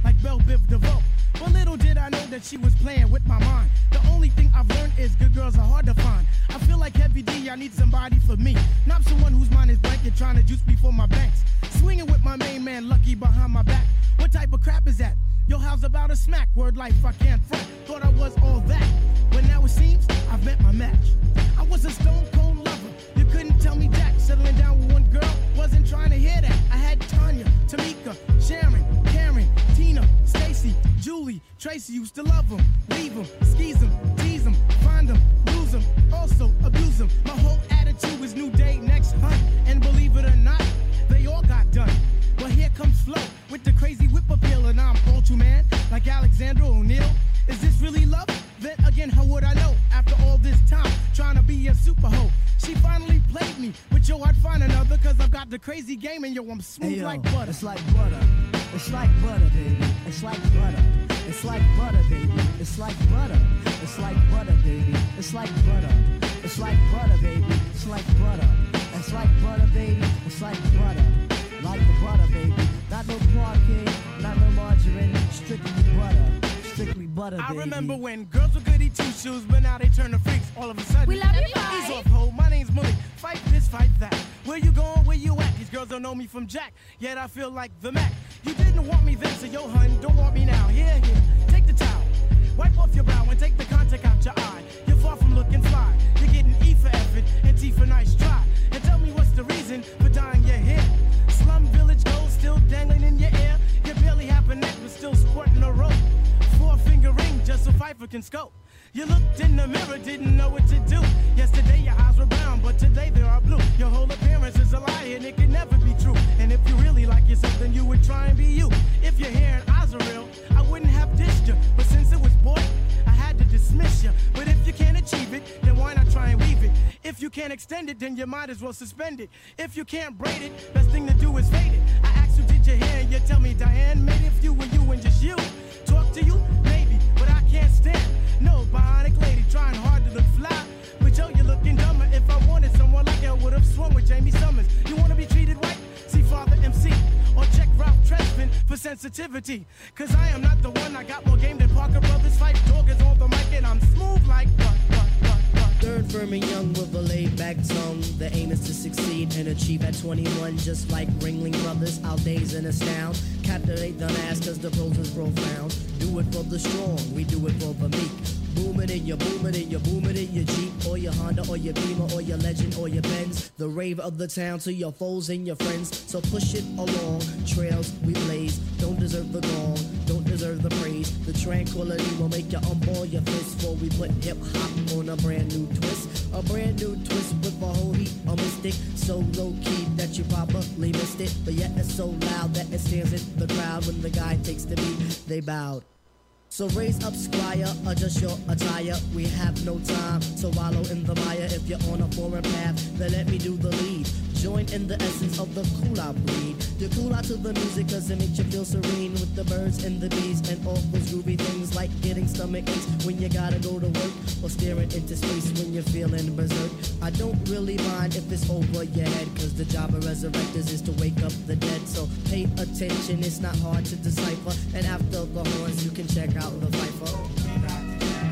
like Belle Biv DeVoe. But little did I know that she was playing with my mind. The only thing I've learned is good girls are hard to find. I feel like Heavy D, I need somebody for me. Not someone whose mind is blank and trying to juice before my banks. Swinging with my main man, Lucky, behind my back. What type of crap is that? Yo, how's about a smack? Word life, I can't front. Thought I was all that. But now it seems I've met my match. I was a stone cold lover. You couldn't tell me Jack settling down with one girl. Wasn't trying to hear that. I had Tanya, Tamika, Sharon, Karen, Tina, Stacy, Julie, Tracy used to love them, leave them, skeeze them, tease them, find them, lose them, also abuse them. My whole attitude was new day, next hunt. And believe it or not, they all got done. But here comes Flo with the crazy whip appeal, and I'm ultra man, like Alexander O'Neal. Is this really love? Then again, how would I know? After all this time, trying to be a super hoe. She finally played me, but yo, I'd find another, cause I've got the crazy game, and yo, I'm smooth like butter. It's like butter.
It's like butter, baby. It's like butter. It's like butter, baby. It's like butter. It's like butter, baby. It's like butter. It's like butter, baby. It's like butter. It's like butter, baby. It's like butter. Like the butter, baby. Not no parking, not no margarine. Strictly butter. Strictly butter,
I
baby.
remember when girls were goody two shoes, but now they turn to freaks all of a sudden.
We love you, bye.
Ease off, ho. My name's Malik. Fight this, fight that. Where you going? Where you at? These girls don't know me from Jack, yet I feel like the Mac. You didn't want me then, so yo, hun, don't want me now. Here, here, take the towel. Wipe off E still sporting a rope. Four finger ring, just so Pfeiffer can scope. You looked in the mirror, didn't know what to do. Yesterday your eyes were brown, but today they are blue. Your whole appearance is a lie, and it can never be true. And if you really like yourself, then you would try and be you. If your hair and eyes are real, I wouldn't have dissed you. But since it was boy, I had to dismiss you. But if you can't achieve it, then why not try and weave it? If you can't extend it, then you might as well suspend it. If you can't braid it, best thing to do is fade it. I asked you, did you hear? You tell me, Diane made it if you were you and just you. Talk to you, maybe, but I can't stand no bionic lady trying hard to look fly. But yo, you're looking dumber. If I wanted someone like you, I would have swung with Jamie Summers. You wanna be treated right? See Father MC or check Ralph Tresvant for sensitivity. Cause I am not the one. I got more game than Parker Brothers. Fight dog is on the mic and I'm smooth like what, what, what, what.
Third firm and young with a laid back tongue. The aim is to succeed and achieve at 21. Just like Ringling Brothers, I'll daze and astound. Captivate the mass cause the pros is profound. Do it for the strong, we do it for the meek. Boom it in your boom it in your boom it in your Jeep or your Honda or your Beamer or your Legend or your Benz. The rave of the town to your foes and your friends. So push it along, trails we blaze. Don't deserve the gong, don't deserve the praise. The tranquility will make you unball your fist for we put hip hop on a brand new twist. A brand new twist with a whole heap of mystic. So low key that you probably missed it. But yet it's so loud that it stands in the crowd when the guy takes the beat. They bowed. So raise up, squire, adjust your attire. We have no time to wallow in the mire. If you're on a foreign path, then let me do the lead. Join in the essence of the cool out breed. You cool out to the music cause it makes you feel serene with the birds and the bees and all those groovy things like getting stomach aches when you gotta go to work or staring into space when you're feeling berserk. I don't really mind if it's over your head cause the job of resurrectors is to wake up the dead. So pay attention, it's not hard to decipher. And after the horns, you can check out the viper.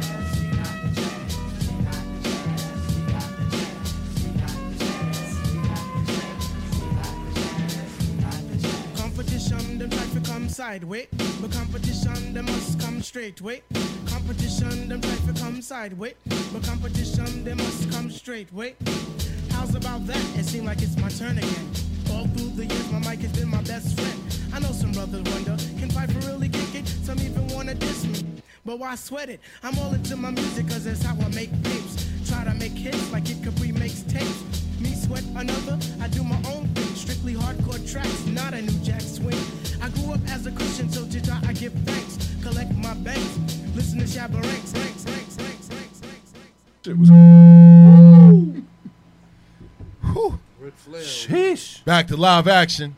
Competition, them try to come sideways. But competition, them must come straight way. Competition, them try to come sideways. But competition, they must come straight way. How's about that? It seems like it's my turn again. All through the years, my mic has been my best friend. I know some brothers wonder, can Piper really kick it? Some even wanna diss me. But why sweat it? I'm all into my music, cause that's how I make tapes. Try to make hits like it Capri makes tapes. Me sweat another, I do my own thing. Strictly hardcore tracks, not a new jack swing. I grew up as a Christian, so to God I give thanks. Collect my banks, listen to Shabba Ranks, ranks, ranks, ranks, ranks, ranks.
Shit was. Woo!
Sheesh.
Back to live action.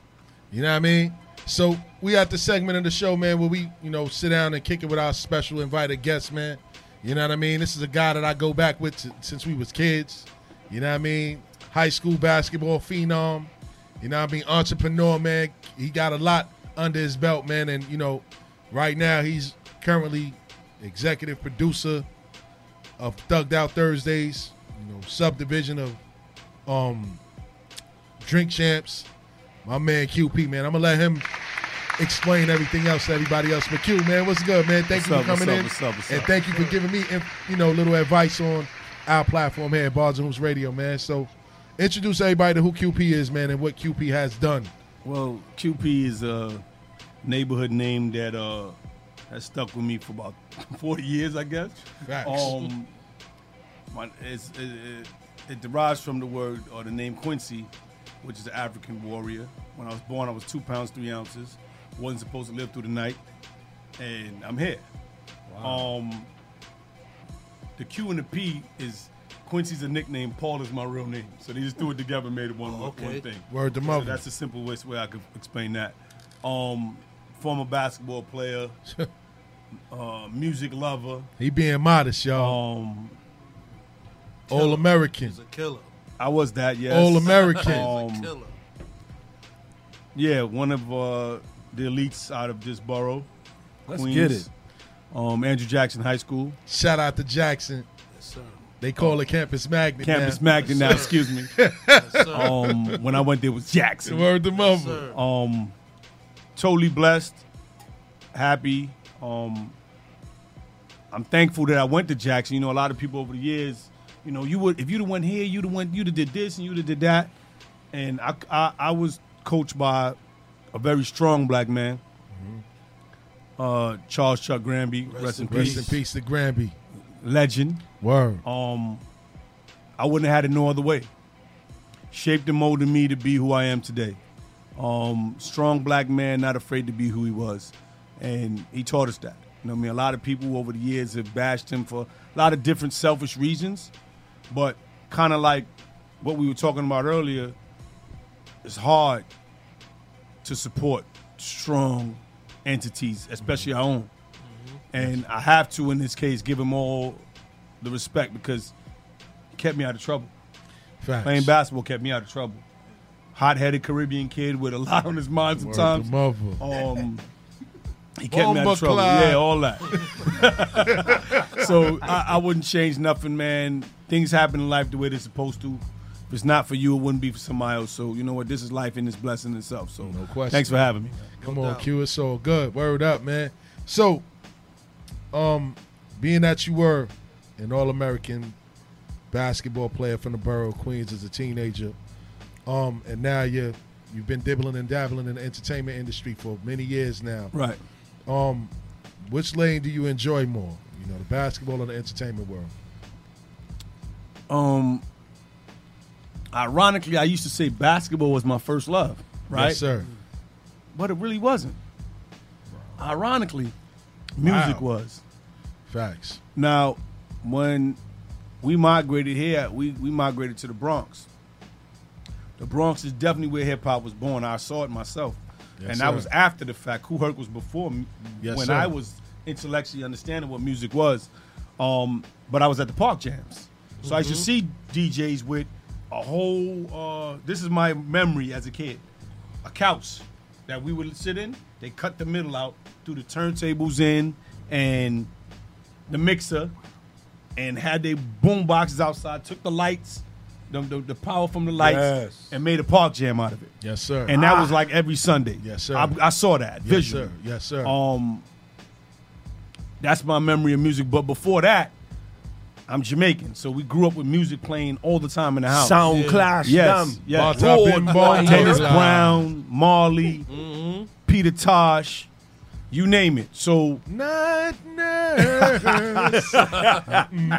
You know what I mean? So we at the segment of the show, man, where we, you know, sit down and kick it with our special invited guest, man. You know what I mean? This is a guy that I go back with t- since we was kids. You know what I mean? High school basketball phenom. You know what I mean? Entrepreneur, man. He got a lot under his belt, man. And, you know, right now he's currently executive producer of Thugged Out Thursdays, you know, subdivision of um Drink Champs. My man QP, man. I'm gonna let him explain everything else to everybody else. But Q, man, what's good, man? Thank you
What's up,
for coming
what's up,
in,
what's up, what's
and
up?
thank you for giving me, inf- you know, little advice on our platform here at Bars and Hoops Radio, man. So introduce everybody to who QP is, man, and what QP has done.
Well, QP is a neighborhood name that uh has stuck with me for about 40 years, I guess.
Facts.
Um, my, it's, it, it, it derives from the word or the name Quincy, which is an African warrior. When I was born, I was two pounds three ounces. wasn't supposed to live through the night, and I'm here. Um, the Q and the P is Quincy's a nickname. Paul is my real name. So they just threw it together and made it one, one thing.
Word to
So
mother.
That's the simplest way I could explain that. Um, former basketball player, uh, music lover.
He being modest, y'all.
Um,
All American.
killer. I was that, yes.
All American.
Um, yeah, one of uh, the elites out of this borough.
Let's
Queens.
get it.
Um, Andrew Jackson High School.
Shout out to Jackson. They call it Campus Magnet.
Campus
now.
Magnet now, excuse me. um, when I went there was Jackson.
Word to mother.
um, totally blessed, happy. Um, I'm thankful that I went to Jackson. You know, a lot of people over the years, you know, you would if you'd have went here, you'd have went, you'd have did this and you'd have did that. And I,
Mm-hmm.
I, I was coached by a very strong black man. Uh, Charles Chuck Granby, rest, in, peace.
Rest in peace to Granby.
Legend.
Word.
Um, I wouldn't have had it no other way. Shaped and molded me to be who I am today. Um, strong black man, not afraid to be who he was, and he taught us that. You know, what I mean, a lot of people over the years have bashed him for a lot of different selfish reasons, but kind of like what we were talking about earlier, it's hard to support strong entities, especially our own. And I have to, in this case, give him all the respect because he kept me out of trouble.
Facts.
Playing basketball kept me out of trouble. Hot headed Caribbean kid with a lot on his mind
Word to
sometimes.
mother.
Um, he kept me out
Bomba
of trouble.
Clyde.
Yeah, all that. so I, I wouldn't change nothing, man. Things happen in life the way they're supposed to. If it's not for you, it wouldn't be for somebody else. So you know what? This is life and it's blessing itself. So no
question.
Thanks for having me.
Come on, Q. It's all good. Word up, man. So, um, being that you were an All-American basketball player from the borough of Queens as a teenager, um, and now you you've been dibbling and dabbling in the entertainment industry for many years now.
Right.
Um, which lane do you enjoy more? You know, the basketball or the entertainment world?
Um, ironically, I used to say basketball was my first love, right?
Yes, sir.
But it really wasn't. Ironically, music was.
Facts.
Now, when we migrated here, we, we migrated to the Bronx. The Bronx is definitely where hip hop was born. I saw it myself.
Yes,
and I
sir.
was after the fact. Who Herc was before me
Yes,
when
sir.
I was intellectually understanding what music was. Um, but I was at the park jams. So I should
Mhm.
see DJs with a whole uh, this is my memory as a kid. A couch that we would sit in, they cut the middle out, threw the turntables in and the mixer and had their boom boxes outside, took the lights, the, the, the power from the lights,
Yes.
and made a park jam out of it.
Yes, sir.
And that
Ah.
was like every Sunday.
Yes, sir.
I, I saw that
Yes,
visually.
sir. Yes, sir.
Um, that's my memory of music. But before that, I'm Jamaican, so we grew up with music playing all the time in the house.
Sound clash,
yes,
damn.
yes.
Bata Bim Bom
Dennis
Bom.
Brown, Marley,
Mm-hmm.
Peter Tosh, you name it. So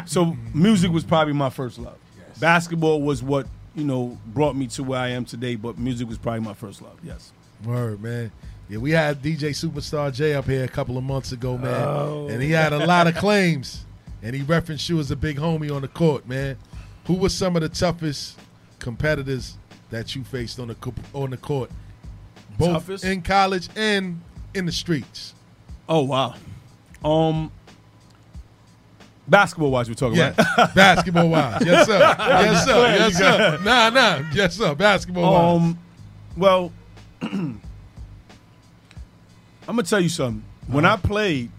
so music was probably my first love. Basketball was what you know brought me to where I am today, but music was probably my first love. Yes.
Word, man. Yeah, we had DJ Superstar J up here a couple of months ago, man.
Oh.
And he had a lot of claims. And he referenced you as a big homie on the court, man. Who were some of the toughest competitors that you faced on the co- on the court? Both
Toughest?
in college and in the streets.
Oh wow. Um. Basketball wise, we're talking
Yes.
about
basketball wise. Yes, sir. Yes, sir. Yes, sir. Nah, nah. Yes, sir. Basketball wise.
Um, well, I'm gonna tell you something. When
Uh-huh.
I played,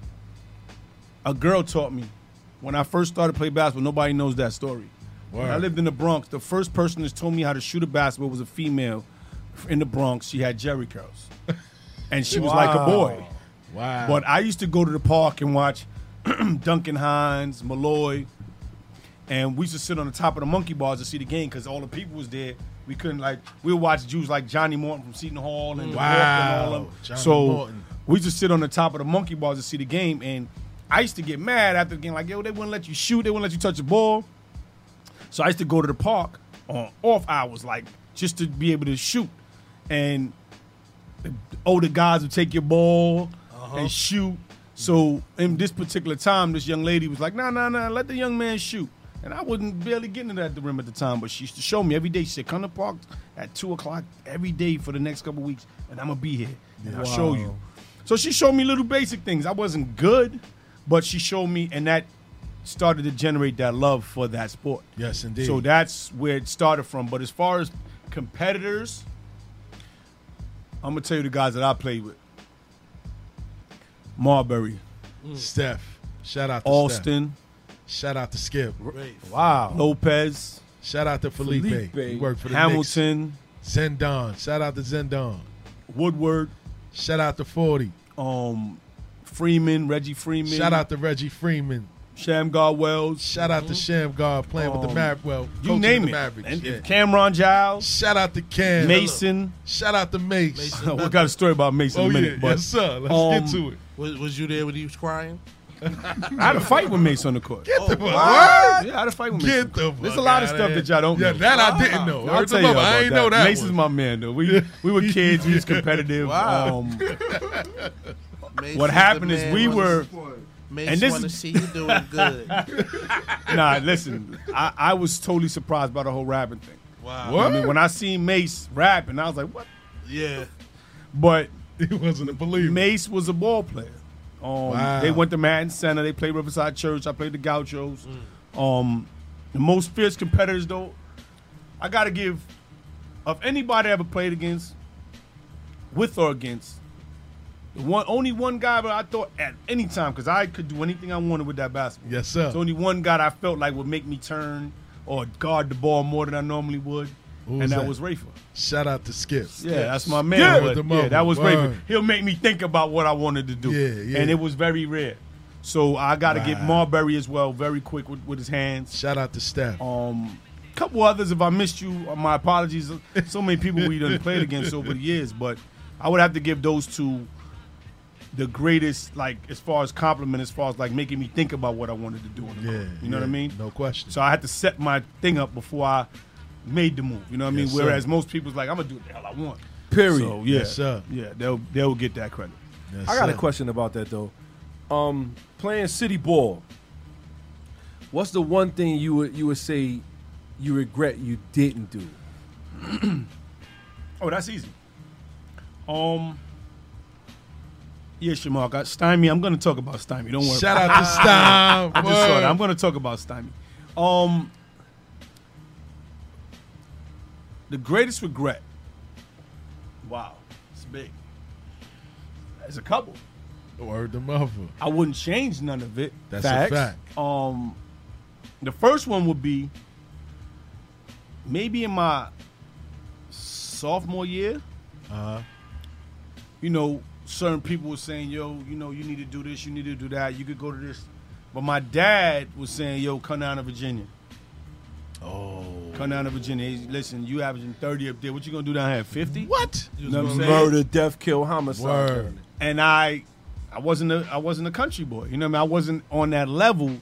a girl taught me. When I first started playing basketball, nobody knows that story. When I
Word.
lived in the Bronx, the first person that told me how to shoot a basketball was a female in the Bronx. She had jerry curls, and she was like a boy.
Wow.
But I used to go to the park and watch Duncan Hines, Malloy, and we used to sit on the top of the monkey bars to see the game because all the people was there. We couldn't like we would watch Jews like Johnny Morton from Seton Hall and
Mm. Wow,
the Walk and all them.
Johnny
so
Morton.
we used to sit on the top of the monkey bars to see the game, and I used to get mad after the game like yo they wouldn't let you shoot, they wouldn't let you touch the ball. So I used to go to the park on off hours like just to be able to shoot, and the older guys would take your ball and shoot. So in this particular time, this young lady was like, "Nah, nah, nah, let the young man shoot." And I wasn't barely getting it at the rim at the time, but she used to show me every day. She said, "Come to park at two o'clock every day for the next couple weeks, and I'm gonna be here and I'll show you."
Wow.
So she showed me little basic things. I wasn't good, but she showed me, and that started to generate that love for that sport.
Yes, indeed.
So that's where it started from. But as far as competitors, I'm gonna tell you the guys that I played with: Marbury,
Steph. Shout out to
Austin,
Steph. Shout out to Skip.
Wow. Lopez.
Shout out to Felipe.
Felipe.
He worked for the
Hamilton.
Knicks. Zendon. Shout out to Zendon.
Woodward.
Shout out to 40.
Um Freeman, Reggie Freeman.
Shout out to Reggie Freeman.
Shamgar Wells.
Shout out to Shamgar playing with the
Mm-hmm. Um,
Mavericks. Well,
you
coaching
name
with
it.
the Mavericks.
And- and
yeah.
Cameron Giles.
Shout out to Cam.
Mason.
Shout out to Mace.
we got a story about Mason
Oh,
in a
yeah.
minute. but, um,
Yes, sir. Let's get to it.
Was, was you there when he was crying? Oh,
I had a fight with Mace on the court.
Get the
what? Yeah, I had a fight with Mace.
Get the
There's a
fuck
lot of
outta
stuff
here.
that y'all don't
Yeah,
know.
that I didn't know.
I'll
Heard
tell
the
you
mother. I
about
ain't know that
Mace
one.
is my man, though. We, we were kids. We was competitive.
Wow.
Um,
Mace
what
the
happened is
man
we
on the
were...
court.
and
Mace
this
wanna
is-
see you doing good.
nah, listen, I, I was totally surprised by the whole rapping thing.
Wow.
You know what I mean,
What?
when I seen Mace rapping, I was like, what?
Yeah.
But
he wasn't a believer.
Mace was a ball player. Um,
Wow.
They went to Madden Center. They played Riverside Church. I played the Gauchos.
Mm.
Um, the most fierce competitors, though, I got to give of anybody I ever played against, with or against. The one, only one guy that I thought at any time, because I could do anything I wanted with that basketball.
Yes, sir.
It's only one guy that I felt like would make me turn or guard the ball more than I normally would,
Who
and that,
that?
was Rafer.
Shout out to Skip.
Yeah, that's my man.
Yeah,
but
With the
yeah, that was
mother.
Raven. He'll make me think about what I wanted to do.
Yeah, yeah.
And it was very rare. So I got to get
Right.
Marbury as well, very quick with, with his hands.
Shout out to Steph.
Um, couple others. If I missed you, uh, my apologies. So many people we done played against over the years, but I would have to give those two the greatest, like as far as compliment, as far as like making me think about what I wanted to do. On the yeah, you know what I
yeah,
mean?
No question.
So I had to set my thing up before I made the move. You know what I mean?
Yes, sir.
Whereas most people's like, I'm gonna do what the hell I want.
Period.
So, yeah,
Yes, sir.
yeah, they'll they'll get that credit.
I got a question about that though. Um, playing city ball. What's the one thing you would you would say you regret you didn't do?
Oh, that's easy. Um. Yeah, Shamar, I got Stymie. I'm going to talk about Stymie. Don't worry.
Shout out to Stym.
I just saw
Word.
that. I'm going to talk about Stymie. Um, the greatest regret. Wow, it's big. There's a couple.
Word to mother.
I wouldn't change none of it.
That's a fact.
Um, the first one would be maybe in my sophomore year.
Uh-huh.
You know, certain people were saying, "Yo, you know, you need to do this, you need to do that, you could go to this," but my dad was saying, "Yo, come down to Virginia." Oh. Come down to Virginia. He's- Listen, you averaging 30 up there. What you gonna do down here? 50? What? You know what I'm saying?
Murder, death, kill, homicide.
Word. And I, I wasn't a, I wasn't a country boy. You know what I mean? I wasn't on that level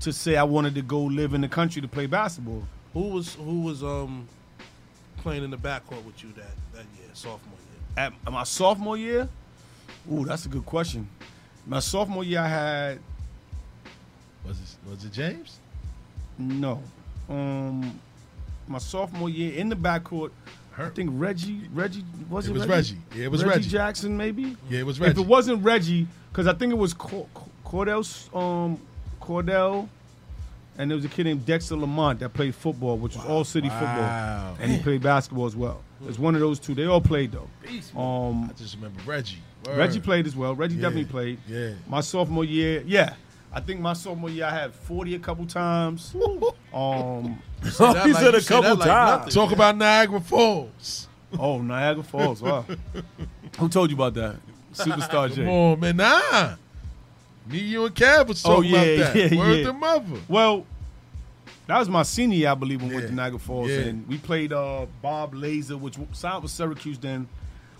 to say I wanted to go live in the country to play basketball.
Who was who was um playing in the backcourt with you that that year, sophomore year?
At Uh, my sophomore year, ooh, that's a good question. My sophomore year, I had
Was it was it James?
no. Um, my sophomore year in the backcourt, I think Reggie, Reggie was
It
it?
was
Reggie?
Reggie. Yeah, it was Reggie.
Jackson, maybe.
Yeah, it was
If
Reggie.
it wasn't Reggie, because I think it was Cor- Cordell, um, Cordell, and there was a kid named Dexter Lamont that played football, which was all city
Wow.
football, and he played basketball as well. It's one of those two. They all played though. Um,
I just remember Reggie. Word.
Reggie played as well. Reggie definitely played.
Yeah.
My sophomore year, yeah. I think my sophomore year I had 40 a couple times. um
You said that He like- said you a said couple that like times. nothing. Talk about
Niagara Falls. Oh, Niagara Falls, wow. Who told you about that? Superstar J.
Come on, man. Nah. Me, you, and Cav was
Oh,
talking about that. Word to mother.
Well, that was my senior year, I believe, when we went to Niagara Falls,
Yeah.
and we played uh, Bob Laser, which w- signed with Syracuse then.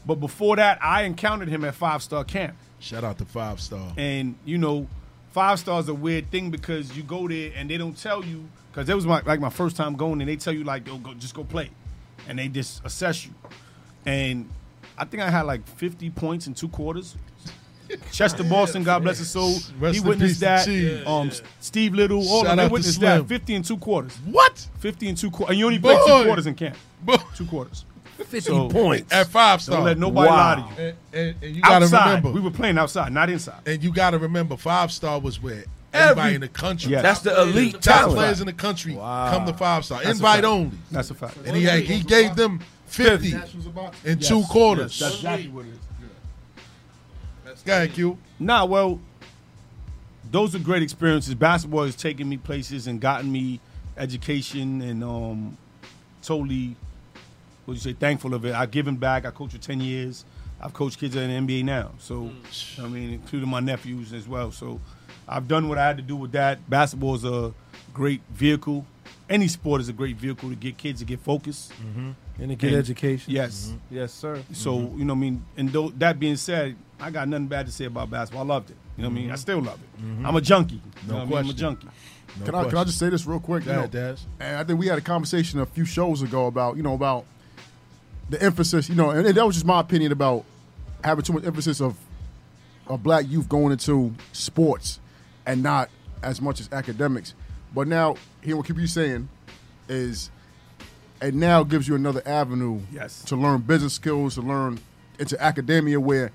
But before that, I encountered him at Five Star Camp.
Shout out to Five Star.
And you know, five stars a weird thing because you go there and they don't tell you because that was my like my first time going and they tell you like yo go just go play, and they just assess you. And I think I had like 50 points in two quarters. Chester Boston, God bless his soul,
Rest
he
in
witnessed
peace to
that.
Cheese.
Um, Steve Little,
Shout
all of them
out
they
to
witnessed
Slim.
that. 50 and two quarters.
What?
50 and two quarters. And you only played two
Boy.
quarters in camp. Two quarters.
50
points.
At Five Star.
Don't let nobody
Wow.
lie to you.
And, and- and you
outside.
gotta remember.
We were playing outside, not inside.
And you gotta remember, Five Star was where everybody
Every-
in the country.
Yes. That's the
Top
elite
Top
talent.
players in the country
Wow.
come to Five Star.
That's a
Invite
fact.
only.
That's a fact.
And he had- he gave them 50 in two quarters.
That's exactly what it is.
Go ahead, Q.
Nah, well, those are great experiences. Basketball has taken me places and gotten me education and um, totally, what you say, thankful of it. I've given back. I coached for 10 years. I've coached kids in the NBA now.
Mm.
So, I mean, including my nephews as well. So, I've done what I had to do with that. Basketball is a great vehicle. Any sport is a great vehicle to get kids to get focused.
And to get education.
Yes.
Mhm. Mm-hmm. Yes, sir.
So,
Mhm.
you know what I mean? And though, that being said, I got nothing bad to say about basketball. I loved it. You know what I
Mm-hmm.
mean? I
Mhm.
still love it.
Mhm.
Mm-hmm. I'm a junkie.
No
you know what I mean? I'm a
question.
junkie.
can I can I just say this real quick?
Go
You know,
ahead, Daz.
And I think we had a conversation a few shows ago about you know about the emphasis, you know, and that was just my opinion about having too much emphasis of of black youth going into sports and not as much as academics. But now, here what keep you saying is it now gives you another avenue
Yes.
to learn business skills, to learn into academia where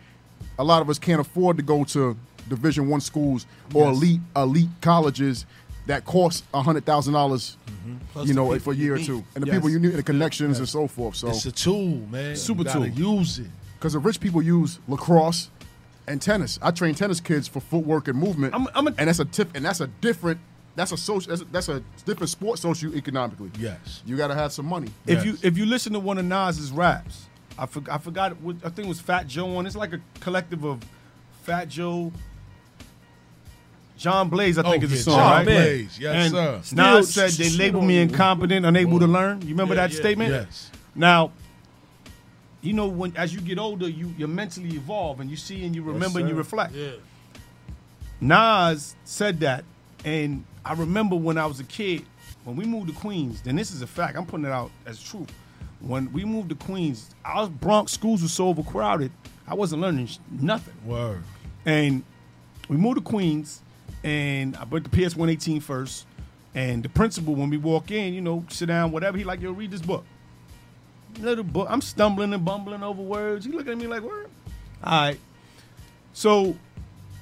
a lot of us can't afford to go to division one schools or
Yes.
elite elite colleges that cost hundred thousand dollars
Plus
you
the
know
people
for a
you
year or
meet.
two. And the
Yes.
people you need and the connections and so forth. So
It's a tool, man.
Super
You gotta
tool.
Use it.
Because the rich people use lacrosse and tennis. I train tennis kids for footwork and movement. and that's a tip. And that's a different. That's a social. That's a, that's a different sport socioeconomically. Yes. You got to have some money.
If you if you listen to one of Nas's raps, I, for, I forgot what I think it was Fat Joe on. It's like a collective of Fat Joe, John Blaze. I
Oh,
think is the
yeah,
song.
John
right?
Blaze. Yes,
and
sir.
Nas
Still-
said they labeled me incompetent, unable to learn. You remember
Yeah,
that
yeah,
statement?
yes.
Now, you know when as you get older, you you mentally evolve and you see and you remember and you
sir.
reflect. Nas said that, and I remember when I was a kid, when we moved to Queens, then this is a fact, I'm putting it out as truth. When we moved to Queens, our Bronx schools were so overcrowded, I wasn't learning sh- nothing.
Word.
And we moved to Queens, and I put the PS 118 first. And the principal, when we walk in, you know, sit down, whatever, he like, yo, read this book. Little book. I'm stumbling and bumbling over words. He looking at me like, word? All right. So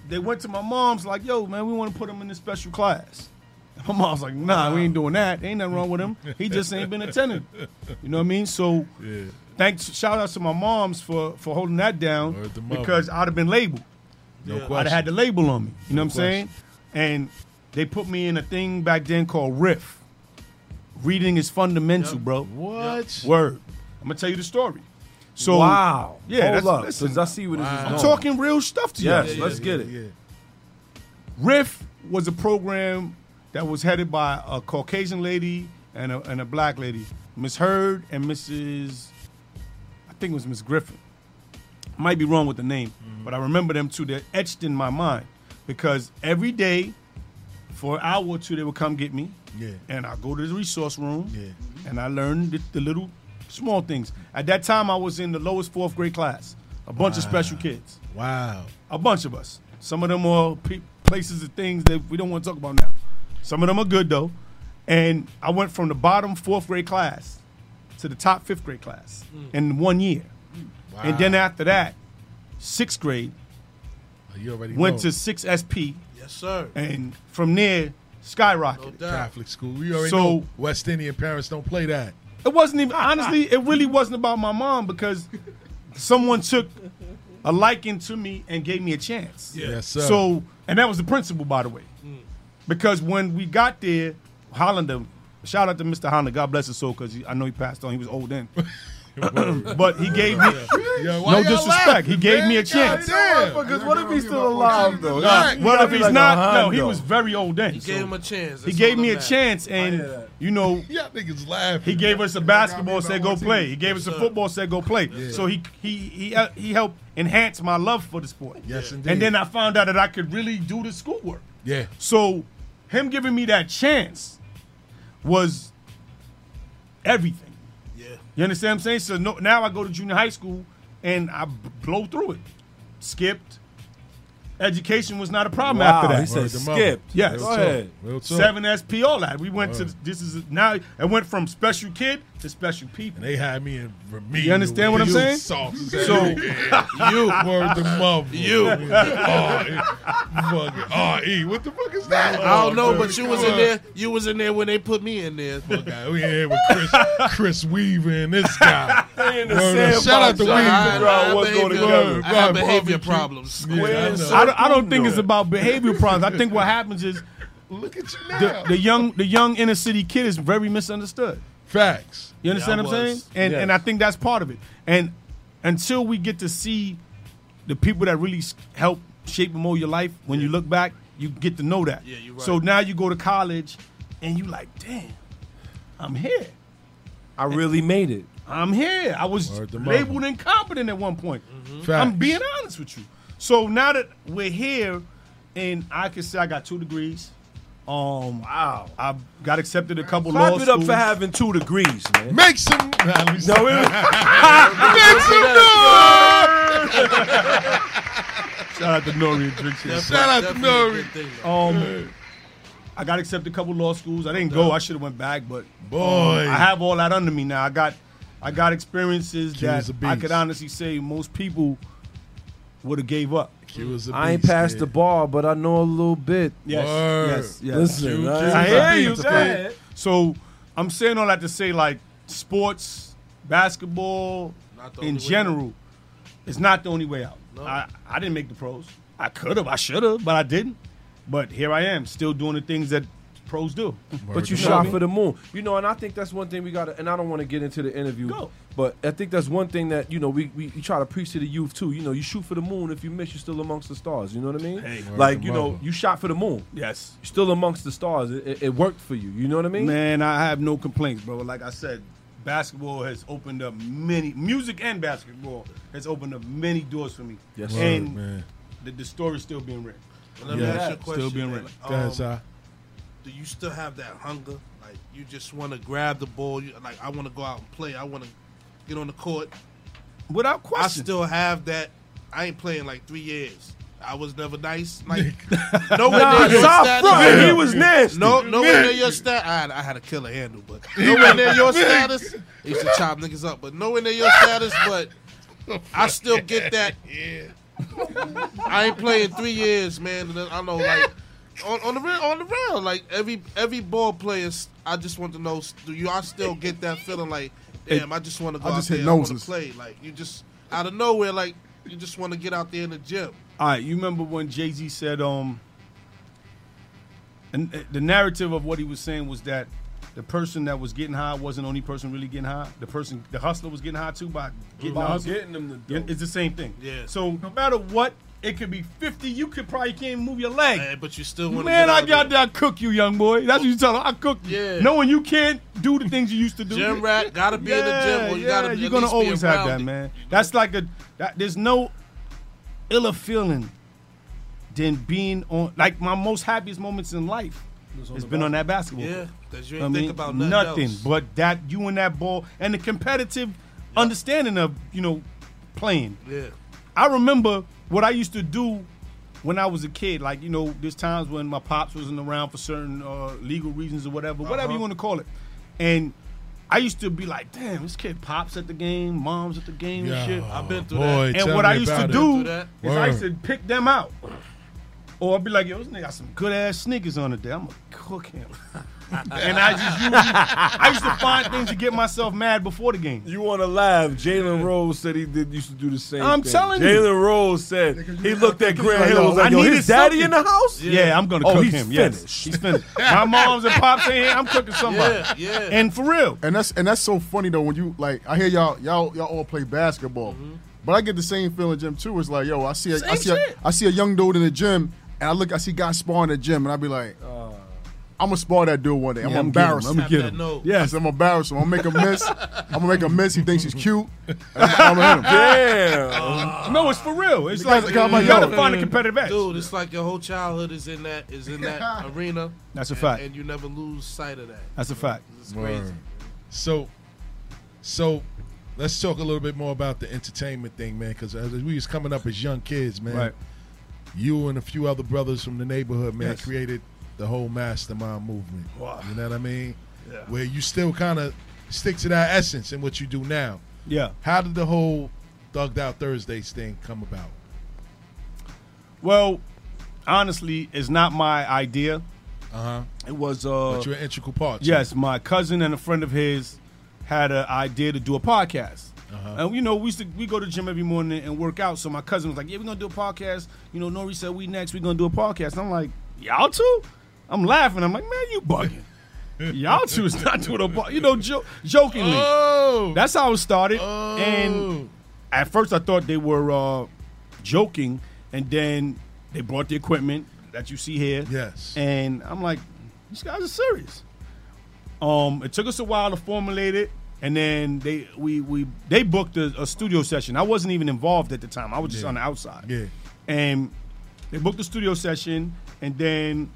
they went to my mom's like, yo, man, we want to put him in this special class. And My mom's like, nah, we ain't doing that. Ain't nothing wrong with him. He just ain't been attending. You know what I mean? So
Yeah.
thanks, shout out to my moms for for holding that down
to mama.
because I'd have been labeled.
No
I'd have
question.
had the label on me. You know
No
what I'm saying? And they put me in a thing back then called Riff. Reading is fundamental, bro.
What?
Word. I'm gonna tell you the story. So
wow.
Yeah,
Hold
that's,
up,
listen,
'cause I see where this is
I'm
going.
talking real stuff to
Yes,
you.
Yeah, let's yeah, get yeah, it.
Riff was a program that was headed by a Caucasian lady and a, and a black lady, Miss Hurd and Mrs. I think it was Miss Griffin. I might be wrong with the name,
Mm-hmm.
but I remember them two. They're etched in my mind because every day, for an hour or two, they would come get me.
Yeah.
And I go to the resource room.
Yeah.
And I learned the, the little small things. At that time, I was in the lowest fourth grade class. A bunch of special kids.
Wow.
A bunch of us. Some of them are pe- places and things that we don't want to talk about now. Some of them are good though. And I went from the bottom fourth grade class to the top fifth grade class
Mm.
in one year. And then after that, sixth grade,
Oh, You already
went
know.
to six SP.
Yes, sir.
And from there, skyrocketed.
Catholic school. We already
So-
know West Indian parents don't play that.
It wasn't even honestly. It really wasn't about my mom because someone took a liking to me and gave me a chance.
Yeah. Yes, sir.
So, and that was the principal, by the way, because when we got there, Hollander. Shout out to Mr. Hollander. God bless his soul, because I know he passed on. He was old then. but he gave me
Yo, why
no
y'all
disrespect. he
laughing,
gave
man?
me a chance.
Goddamn.
Because
what if he's still alive though? Nah,
What if
be
he's
like
not?
Hondo.
No, he was very old then. He
gave him a chance.
He
That's
gave
all
me
that
a
matters.
chance, and you know,
Y'all niggas laughing.
he gave us a basketball said go play. He gave us a football said go play. So he he he uh, he helped enhance my love for the sport.
Yes, indeed.
And then I found out that I could really do the schoolwork.
Yeah.
So him giving me that chance was everything. Yeah. You understand what I'm saying? So no, now I go to junior high school and I b- blow through it. Skipped. Education was not a problem
Wow,
after that.
he said Word to mother. skipped.
Yes.
Real Go talk. ahead. Real talk.
Seven SP, all that. We went
Word.
to this is now it went from special kid to special people.
They had me in Remedial.
You understand what I'm
You
saying?
sauces
so
everywhere. you were the mother.
You.
R- E. fucking R.E. Oh, What the fuck is
I
that?
don't know,
Oh,
but you was
come
in
on.
there. You was in there when they put me in there.
Guy, We in here with Chris, Chris Weaver and this guy.
They in the
Word up.
sandbox
Shout out to Weaver.
trying to figure out what's going
Word,
together.
word,
I have
word,
behavior
barbecue.
problems.
Yeah, I know.
I don't, I don't think it's about behavioral problems. I think what happens is
Look at you
the,
now.
the young the young inner city kid is very misunderstood.
Facts.
You understand
Yeah, I
what I'm
was.
saying? And
Yes.
and I think that's part of it. And until we get to see the people that really s- help shape and mold your life, when you look back, you get to know that. Yeah,
you're
So
right.
now you go to college and you like, damn, I'm here.
I really made it.
I'm here. I was labeled incompetent at one point.
Facts.
I'm being honest with you. So now that we're here, and I can say I got two degrees. Um, wow. I got accepted a couple
Clap
law
it up for
schools.
having two degrees, man.
Make some. No, it
Shout out to Nori and Drink Shit.
Shout out to Definitely a good
Nori.
Um, I got accepted a couple law schools. I didn't go. I should have went back, but
Boy.
um, I have all that under me now. I got, I got experiences
Q is
that
a
I
beast.
could honestly say most people would have gave up.
I ain't passed the bar, but I know a little bit.
Yes, yes, yes.
Listen,
I hear you.
man.
Dad. So I'm saying all that to say, like sports, basketball,
the
in
only way
general, it's not the only way out. I, I didn't make the pros. I could have, I should have, but I didn't. But here I am, still doing the things that pros do.
But you
know what I
shot
mean?
for the moon. You know, and I think that's one thing we got to, and I don't want to get into the interview, but I think that's one thing that, you know, we, we, we try to preach to the youth too. You know, you shoot for the moon. If you miss, you're still amongst the stars. You know what I mean?
Hey. Word
like,
to
you know,
mother.
you shot for the moon.
Yes.
You're still amongst the stars. It, it, it worked for you. You know what I mean?
Man, I have no complaints, bro. Like I said, basketball has opened up many music and basketball has opened up many doors for me.
Yes, sir.
and
Word, man.
The, the story's still being written.
Let me ask you a question.
Still being
man.
written.
Um, Do you still have that hunger? Like you just want to grab the ball? You, like I want to go out and play. I want to get on the court.
Without
question, I still have that. I ain't playing like three years. I was never nice. Like nowhere
Nah,
near your
South
stat.
Florida, he was nasty.
No, nowhere near
Nasty.
your stat. I had, I had a killer handle, but nowhere near your status. I used to chop niggas up, but nowhere near your status. But I still get that. I ain't playing three years, man. And I know, like, on, on the real, on the real, like every every ball player. s- I just want to know, s- do you? I still get that feeling, like, damn, I just want to go
I
out
just hit
there, I want to
noses.
play. Like, you just out of nowhere, like, you just want to get out there in the gym.
All right, you remember when Jay Z said, um, and uh, the narrative of what he was saying was that the person that was getting high wasn't the only person really getting high. The person, the hustler, was getting high too by getting
By
the hustle.
getting them the
Yeah,
dope.
It's the same thing. Yeah. So no matter what, it could be fifty. You could probably can't even move your leg.
but you still
Man,
want.
I got that cook you, young boy. That's what you tell him. I cook you.
Yeah.
Knowing you can't do the things you used to do.
Gym rat, gotta be in the gym, or you gotta be-
You're
at
gonna
least be
always have that,
around it.
man. That's like a. That, there's no iller feeling than being on. Like my most happiest moments in life
Was on
has
the
been on that
basketball.
basketball.
Yeah,
court.
'cause you ain't think about nothing else.
but that you and that ball and the competitive understanding of you know playing.
Yeah.
I remember what I used to do when I was a kid. Like, you know, there's times when my pops wasn't around for certain uh, legal reasons or whatever, whatever
Uh-huh.
you want to call it. And I used to be like, damn, this kid pops at the game, mom's at the game
Yeah.
and shit.
I've been through
And
that. tell
what
me
I used to
about it.
do
Been through that.
is I used to
Word.
pick them out. Or I'd be like, yo, this nigga got some good ass sneakers on today. I'm gonna cook him. and I just usually, I used to find things to get myself mad before the game.
You want to laugh? Jalen Rose said he did used to do the same.
I'm
thing.
telling you.
Jalen Rose said he looked at Grant
Like,
Hill. Was
I
like, yo,
needed
his daddy in
something.
the house?
Yeah, I'm gonna
Oh,
cook
he's
him. Yes,
finished.
he's finished. My moms and pops in here. I'm cooking somebody.
Yeah, yeah.
And for real.
And that's and that's so funny though when you like I hear y'all y'all y'all all play basketball, but I get the same feeling, Jim. Too. It's like yo, I see a, I
Mm-hmm. Same
see a,
shit.
I see a young dude in the gym, and I look I see guys spar in the gym, and I be like, I'm gonna spar that dude one day. I'm
Yeah,
gonna
I'm getting him.
embarrass him.
I'ma get him. Uh, Have that note.
Yes, I'm gonna embarrass him. I'm gonna make a miss. I'm gonna make a miss. He thinks he's cute. and I'm gonna hit him.
Uh, no, it's for real. It's like
Because-
you
because I'm like,
gotta
yo.
find a competitive edge.
Uh, Dude, it's like your whole childhood is in that is in that arena.
That's a
and-
fact.
And you never lose sight of that.
That's a fact.
It's crazy.
So, so let's talk a little bit more about the entertainment thing, man. Because as we was coming up as young kids, man,
Right.
you and a few other brothers from the neighborhood, man,
Yes.
created the whole mastermind movement.
Wow.
You know what I mean?
Yeah.
Where you still kind of stick to that essence in what you do now.
Yeah.
How did the whole Thugged Out Thursdays thing come about?
Well, honestly, it's not my idea.
Uh huh.
It was. Uh,
But you're an integral part. to
Yes, my cousin and a friend of his had an idea to do a podcast.
Uh-huh.
And you know, we used to we go to the gym every morning and work out. So my cousin was like, "Yeah, we're gonna do a podcast." You know, Nori said we next. We're gonna do a podcast. And I'm like, "Y'all too?" I'm laughing. I'm like, "Man, you bugging." Y'all two is not doing a podcast. You know, jo- jokingly.
Oh.
That's how it started. And at first, I thought they were uh, joking, and then they brought the equipment that you see here.
Yes.
And I'm like, these guys are serious. Um, it took us a while to formulate it. And then they we we they booked a, a studio session. I wasn't even involved at the time. I was just
Yeah.
on the outside.
Yeah.
And they booked a studio session, and then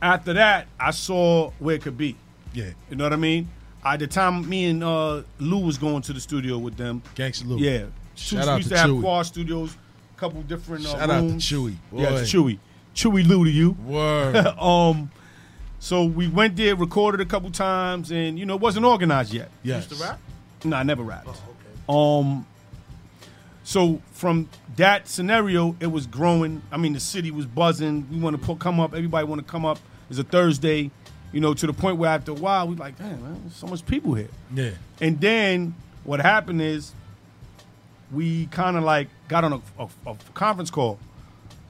after that, I saw where it could be.
Yeah.
You know what I mean? At the time, me and uh, Lou was going to the studio with them.
Gangsta Lou.
Yeah.
Shout
Shout
out
we used
to
to, have
Chewy.
quad studios, couple different uh,
Shout out to
rooms.
Chewy.
Yeah,
Boy.
it's Chewy. Chewy Lou to you.
Word.
um, so we went there, recorded a couple times, and you know it wasn't organized yet.
Yes. Used to Oh,
rap? No, I never rapped. Um, so from that scenario, it was growing. I mean, the city was buzzing. We want to put, come up. Everybody want to come up. It's a Thursday, you know, to the point where after a while, we like, man, man, there's so much people here.
Yeah.
And then what happened is we kind of like got on a, a- a conference call,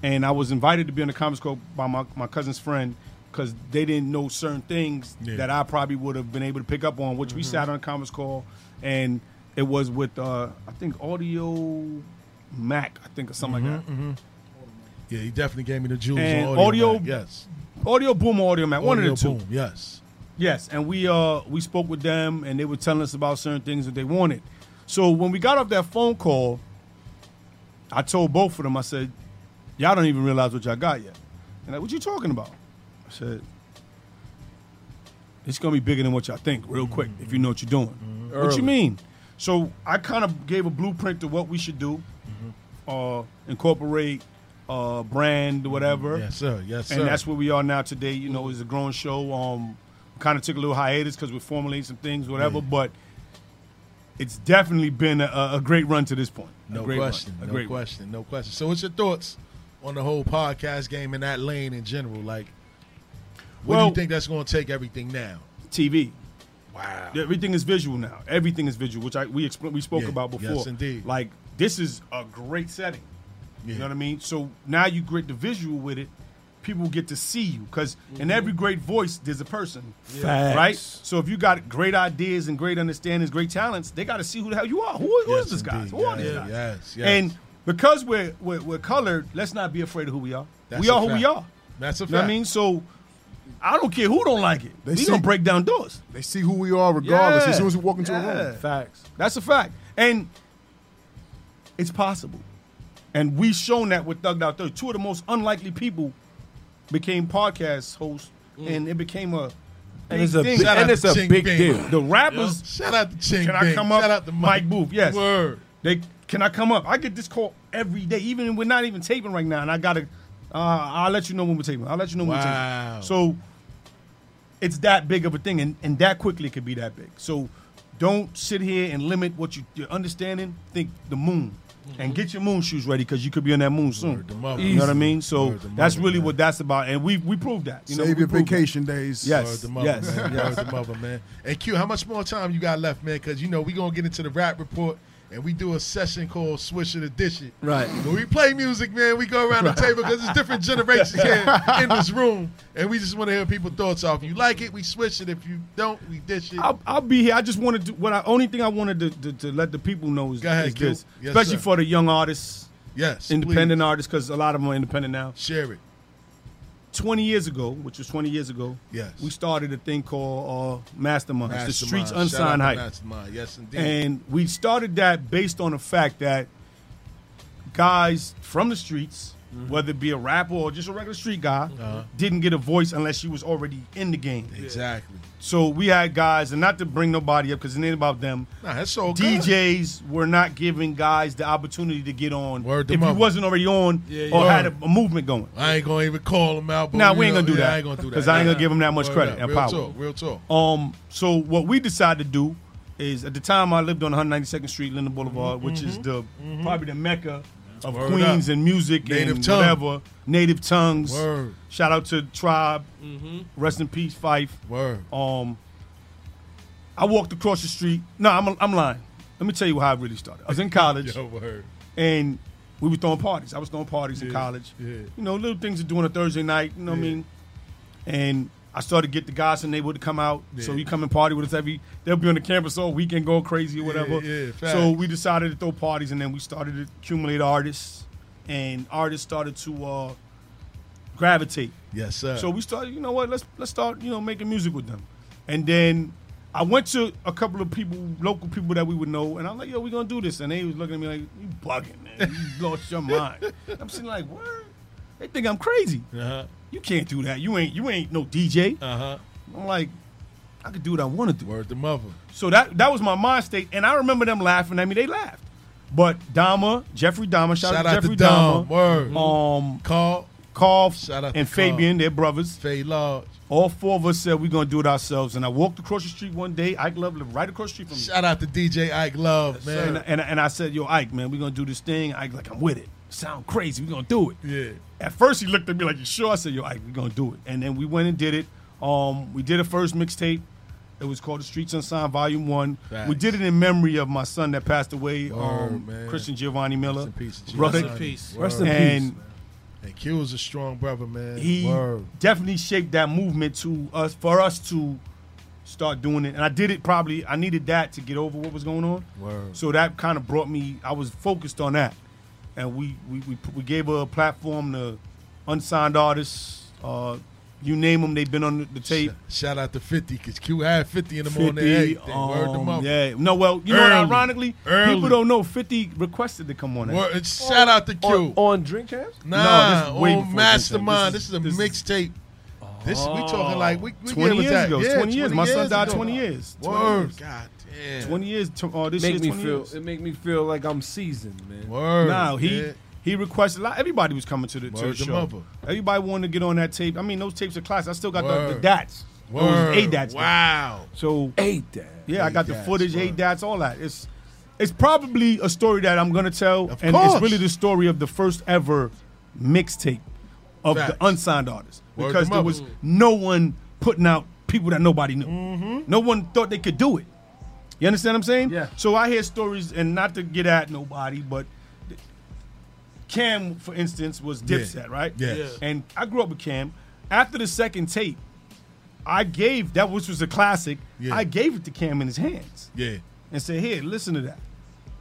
and I was invited to be on a conference call by my, my cousin's friend because they didn't know certain things
Yeah. Mm-hmm.
that I probably would have been able to pick up on, which we sat on a conference call, and it was with uh, I think Audio Mac, I think or something like that.
Mm. Yeah, he definitely gave me the jewels
And
on Mm-hmm. audio.
audio,
man. yes.
audio boom, or audio Mac, one of the
Audio
two.
Boom, Yes.
Yes, and we uh we spoke with them and they were telling us about certain things that they wanted. So when we got off that phone call, I told both of them, I said, Y'all don't even realize what y'all got yet. And like, what you talking about? I said, It's gonna be bigger than what y'all think, real
Mm-hmm.
quick, if you know what you're doing. What
Early.
you mean? So I kind of gave a blueprint to what we should do,
Mm-hmm.
uh, incorporate, uh, brand, whatever.
Yes, sir. Yes, sir.
And that's where we are now today. You know, it's a growing show. Um, kind of took a little hiatus because we're formulating some things, whatever. But it's definitely been a, a great run to this point. A
No
great run.
question.
A
No
great run.
question. No question. So, what's your thoughts on the whole podcast game in that lane in general? Like, what do
Well-
you think that's going to take everything now?
TV. Wow. Everything is visual now. Everything is visual, which I we expl- we spoke
Yeah.
about before.
Yes, indeed.
Like this is a great setting. You know what I mean? So now you get the visual with it. People get to see you because in every
Mm-hmm.
great voice there's a person,
Facts.
right? So if you got great ideas and great understandings, great talents, they got to see who the hell you are. Who, who is
Yes,
this guy?
indeed.
Who are these
Yes,
guys?
yes, yes.
And because we're, we're we're colored, let's not be afraid of who we are.
That's
we
a
are who we
fact.
are.
That's a
You know what I
fact.
mean? So I don't care who don't like it. we
see-
gonna break down doors.
They see who we are regardless
Yeah.
as soon as we walk into a
Yeah.
room.
Facts. That's a fact. And it's possible. And we shown that with Thugged Out 30. Two of the most unlikely people became podcast hosts, and it became a
And it's a
thing.
big- Shout and out it's to a Ching big Bing. deal.
The rappers.
Yup. Shout out to Ching
Can I
Bing.
come up?
Shout out to
Mike,
Mike.
Booth. Yes.
Word.
They can I come up? I get this call every day, even we're not even taping right now, and I gotta. Uh, I'll let you know when we're taping. I'll let you know when
Wow.
we're taping. So it's that big of a thing, and, and that quickly could be that big. So don't sit here and limit what you, your understanding. Think the moon, and get your moon shoes ready because you could be on that moon soon.
Mm-hmm. mother.
You know what I
Easy.
mean? So
Word to
that's
mother,
really what that's about, and we we proved that. You know,
Save
we
your
proved that.
vacation days.
Yes,
Word to mother,
yes,
man.
yes.
Word to mother, man. And Q, how much more time you got left, man? Because you know we gonna get into the rap report. And we do a session called Swish It or Dish It.
Right.
When we play music, man, we go around the table because it's different generations here in this room. And we just want to hear people's thoughts off. If you like it, we swish it. If you don't, we dish it.
I'll, I'll be here. I just wanted to. What I only thing I wanted to, to, to let the people know is,
Go ahead,
is
Q.
this,
Yes,
especially
sir.
for the young artists,
Yes,
independent artists, because a lot of them are independent now.
Share it.
Twenty years ago, which was twenty years ago,
Yes.
we started a thing called uh, Masterminds, the
Mastermind.
Streets
Shout out
Unsigned
to
Hype.
Mastermind. Yes, indeed.
And we started that based on the fact that guys from the streets, whether it be a rapper or just a regular street guy,
Uh-huh.
didn't get a voice unless you was already in the game.
exactly.
So we had guys, and not to bring nobody up because it ain't about them.
Nah, that's so good.
DJs were not giving guys the opportunity to get on
Word to
if
mother.
you wasn't already on
Yeah,
or
yeah.
had a, a movement going.
I ain't gonna even call them out. But
Nah,
you
we ain't
know-
gonna do
yeah,
that.
I ain't gonna do that
'Cause I ain't gonna give 'em that much
Word
credit
up.
and
real
power.
Talk, real talk.
Um, so what we decided to do is at the time I lived on 192nd Street, Linden Boulevard, which
Mm-hmm.
is the probably the mecca of
Word
Queens
up.
and music
Native
and
tongue.
whatever. Native tongues.
Word.
Shout out to Tribe. Rest in peace, Fife.
Word.
Um, I walked across the street. No, I'm I'm lying. Let me tell you how I really started. I was in college
Yo, word.
and we were throwing parties. I was throwing parties in college.
yeah.
You know, little things to do on a Thursday night. You know what I mean? And I started to get the guys in the neighborhood to come out. So
Yeah.
you come and party with us every. They'll be on the campus all weekend, going crazy or whatever.
Yeah, yeah, facts.
so we decided to throw parties, and then we started to accumulate artists, and artists started to uh, gravitate.
Yes, sir.
So we started, you know what? Let's let's start, you know, making music with them. And then I went to a couple of people, local people that we would know, and I'm like, yo, we gonna do this. And they was looking at me like, you bugging, man. You lost your mind. I'm sitting like, what? They think I'm crazy. Uh-huh. You can't do that. You ain't you ain't no DJ. Uh-huh. I'm like, I could do what I want to do.
Word the mother.
So that that was my mind state, and I remember them laughing at me. They laughed. But Dama, Jeffrey Dama, shout,
Shout
out to
out to
Jeffrey
Dama. Word.
Um,
Carl,
Carl,
out to
and
Carl.
Fabian, their brothers.
Faye Lodge.
All four of us said we're gonna do it ourselves, and I walked across the street one day. Ike Love lived right across the street from me.
Shout out to DJ Ike Love, man.
And, and, and I said, yo, Ike, man, we're gonna do this thing. Ike, like, I'm with it. Sound crazy. We're gonna do it.
Yeah.
At first, he looked at me like, you sure? I said, yo, Ike, we're gonna do it. And then we went and did it. Um, we did a first mixtape. It was called The Streets Unsigned Volume One.
Facts.
We did it in memory of my son that passed away,
Word,
um,
man.
Christian Giovanni Miller.
Rest in peace, G.
brother.
Rest in peace.
Rest in
Word.
peace. And
And Q was a strong brother, man.
he
Word.
definitely shaped that movement to us for us to start doing it. And I did it probably. I needed that to get over what was going on.
Word.
So that kind of brought me. I was focused on that, and we we we, we gave her a platform to unsigned artists. Uh, you name them, they've been on the, the tape.
Shout out to 50, because Q had 50 in the morning.
50,
Hey, they word the
um,
mother.
yeah. No, well, you know, what,
Early.
ironically,
Early.
people don't know 50 requested to come on. that.
Word- shout out to Q.
On, on drink champs?
Nah,
No, this is way
on
before
Mastermind. This
This
is, a mixtape. This we talking like we, we
20
give it
years
that.
ago.
Yeah,
20 years. My son died
ago.
20 years. 20
Word.
years.
God damn.
20 years. To, uh, this
make
year's
me
20
feel
years.
it make me feel like I'm seasoned, man.
Word.
No, he
Yeah.
he requested. a lot. Everybody was coming to the, to the
Word to
show.
mother.
Everybody wanted to get on that tape. I mean, those tapes are classic. I still got the, the
Word.
dats.
Word.
Those eight dats.
Wow.
So
eight dats.
Yeah, I
Eight
got the
dats,
footage,
word.
eight dats, all that. It's it's probably a story that I'm gonna tell, and
course.
it's really the story of the first ever mixtape of
Facts.
the unsigned artists
Word
because
to
there
mother.
was
Mm.
no one putting out people that nobody knew.
Mm-hmm.
No one thought they could do it. You understand what I'm saying? Yeah. So I hear stories, and not to get at nobody, but Cam, for instance, was
Yeah.
Dipset, right?
Yes. Yeah.
And I grew up with Cam. After the second tape, I gave that which was a classic.
Yeah.
I gave it to Cam in his hands
Yeah.
and said, "Here, listen to that.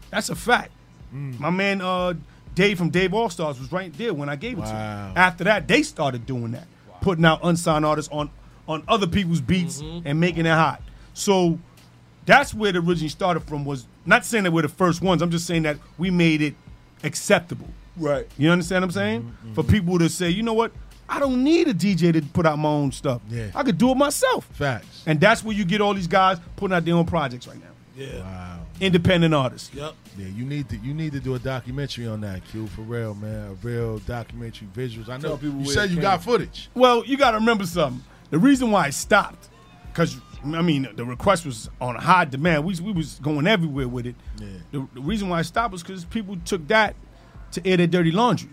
That's a fact."
Mm.
My man uh, Dave from Dave All Stars was right there when I gave it to
Wow.
him. After that, they started doing that, putting out unsigned artists on on other people's beats
Mm-hmm.
and making it hot. So that's where it originally started from. Was not saying that we're the first ones. I'm just saying that we made it acceptable.
Right.
You understand what I'm saying?
Mm-hmm,
For people to say, you know what? I don't need a DJ to put out my own stuff.
Yeah.
I could do it myself.
Facts.
And that's where you get all these guys putting out their own projects right now.
Yeah.
Wow.
Independent artists.
Yep.
Yeah, you need to you need to do a documentary on that, Q, for real, man. A real documentary visuals. I know
Tell people
you
where
said
it
you
came
got footage.
Well, you got to remember something. The reason why it stopped, because I mean, the request was on high demand. We, we was going everywhere with it.
Yeah.
The, the reason why it stopped was because people took that to air their dirty laundry.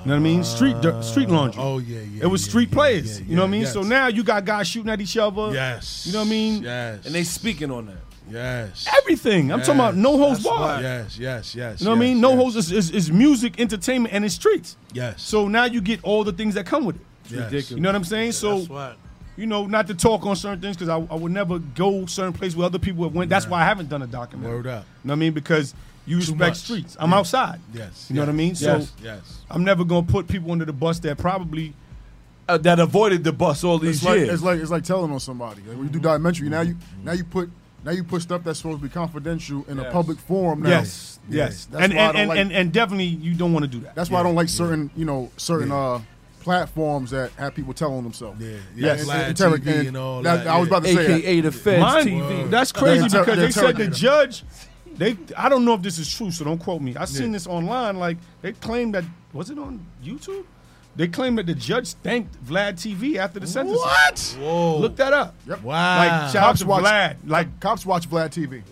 You know what I mean? Street dirt, street laundry.
oh, yeah, yeah,
It was
yeah,
street
yeah,
players.
yeah,
you know what
yeah,
I mean?
yes.
So now you got guys shooting at each other.
Yes.
You know what I mean?
Yes.
And they speaking on that.
Yes.
Everything. I'm talking about no holds
That's
barred.
right. Yes, yes, yes.
You know what I
yes,
mean? No
yes.
holds is, is, is music, entertainment, and it's streets.
Yes.
So now you get all the things that come with it.
Yes.
ridiculous.
You know what I'm saying? so
That's why.
you know, not to talk on certain things because I, I would never go certain places where other people have went. That's why I haven't done a documentary.
Word up.
You know what I mean? Because you
much.
respect streets. I'm
Yeah.
outside.
Yes.
You know what I mean?
Yes.
So
yes. yes.
I'm never gonna put people under the bus that probably
Uh, that avoided the bus all these
It's like,
years.
it's like it's like telling on somebody. Like when you do
Mm-hmm.
documentary, now you now you put now you put stuff that's supposed to be confidential in a public forum. Now.
yes, yes,
That's
and
why I
and,
don't
and,
like-
and and definitely you don't want to do that.
That's why I don't like certain you know certain uh platforms that have people telling themselves. Yeah,
yeah, live TV and all that,
I was
yeah.
about to say that.
AKA the Feds
Mine-
TV.
That's crazy
They're ter-
because
they're
they said the
terminator.
judge. They, I don't know if this is true, so don't quote me. I seen this online. Like they claim that was it on YouTube? They claim that the judge thanked Vlad TV after the sentence.
What? Whoa.
Look that up.
Yep.
Wow.
Like shout out to Vlad. Like
Cops watch Vlad TV.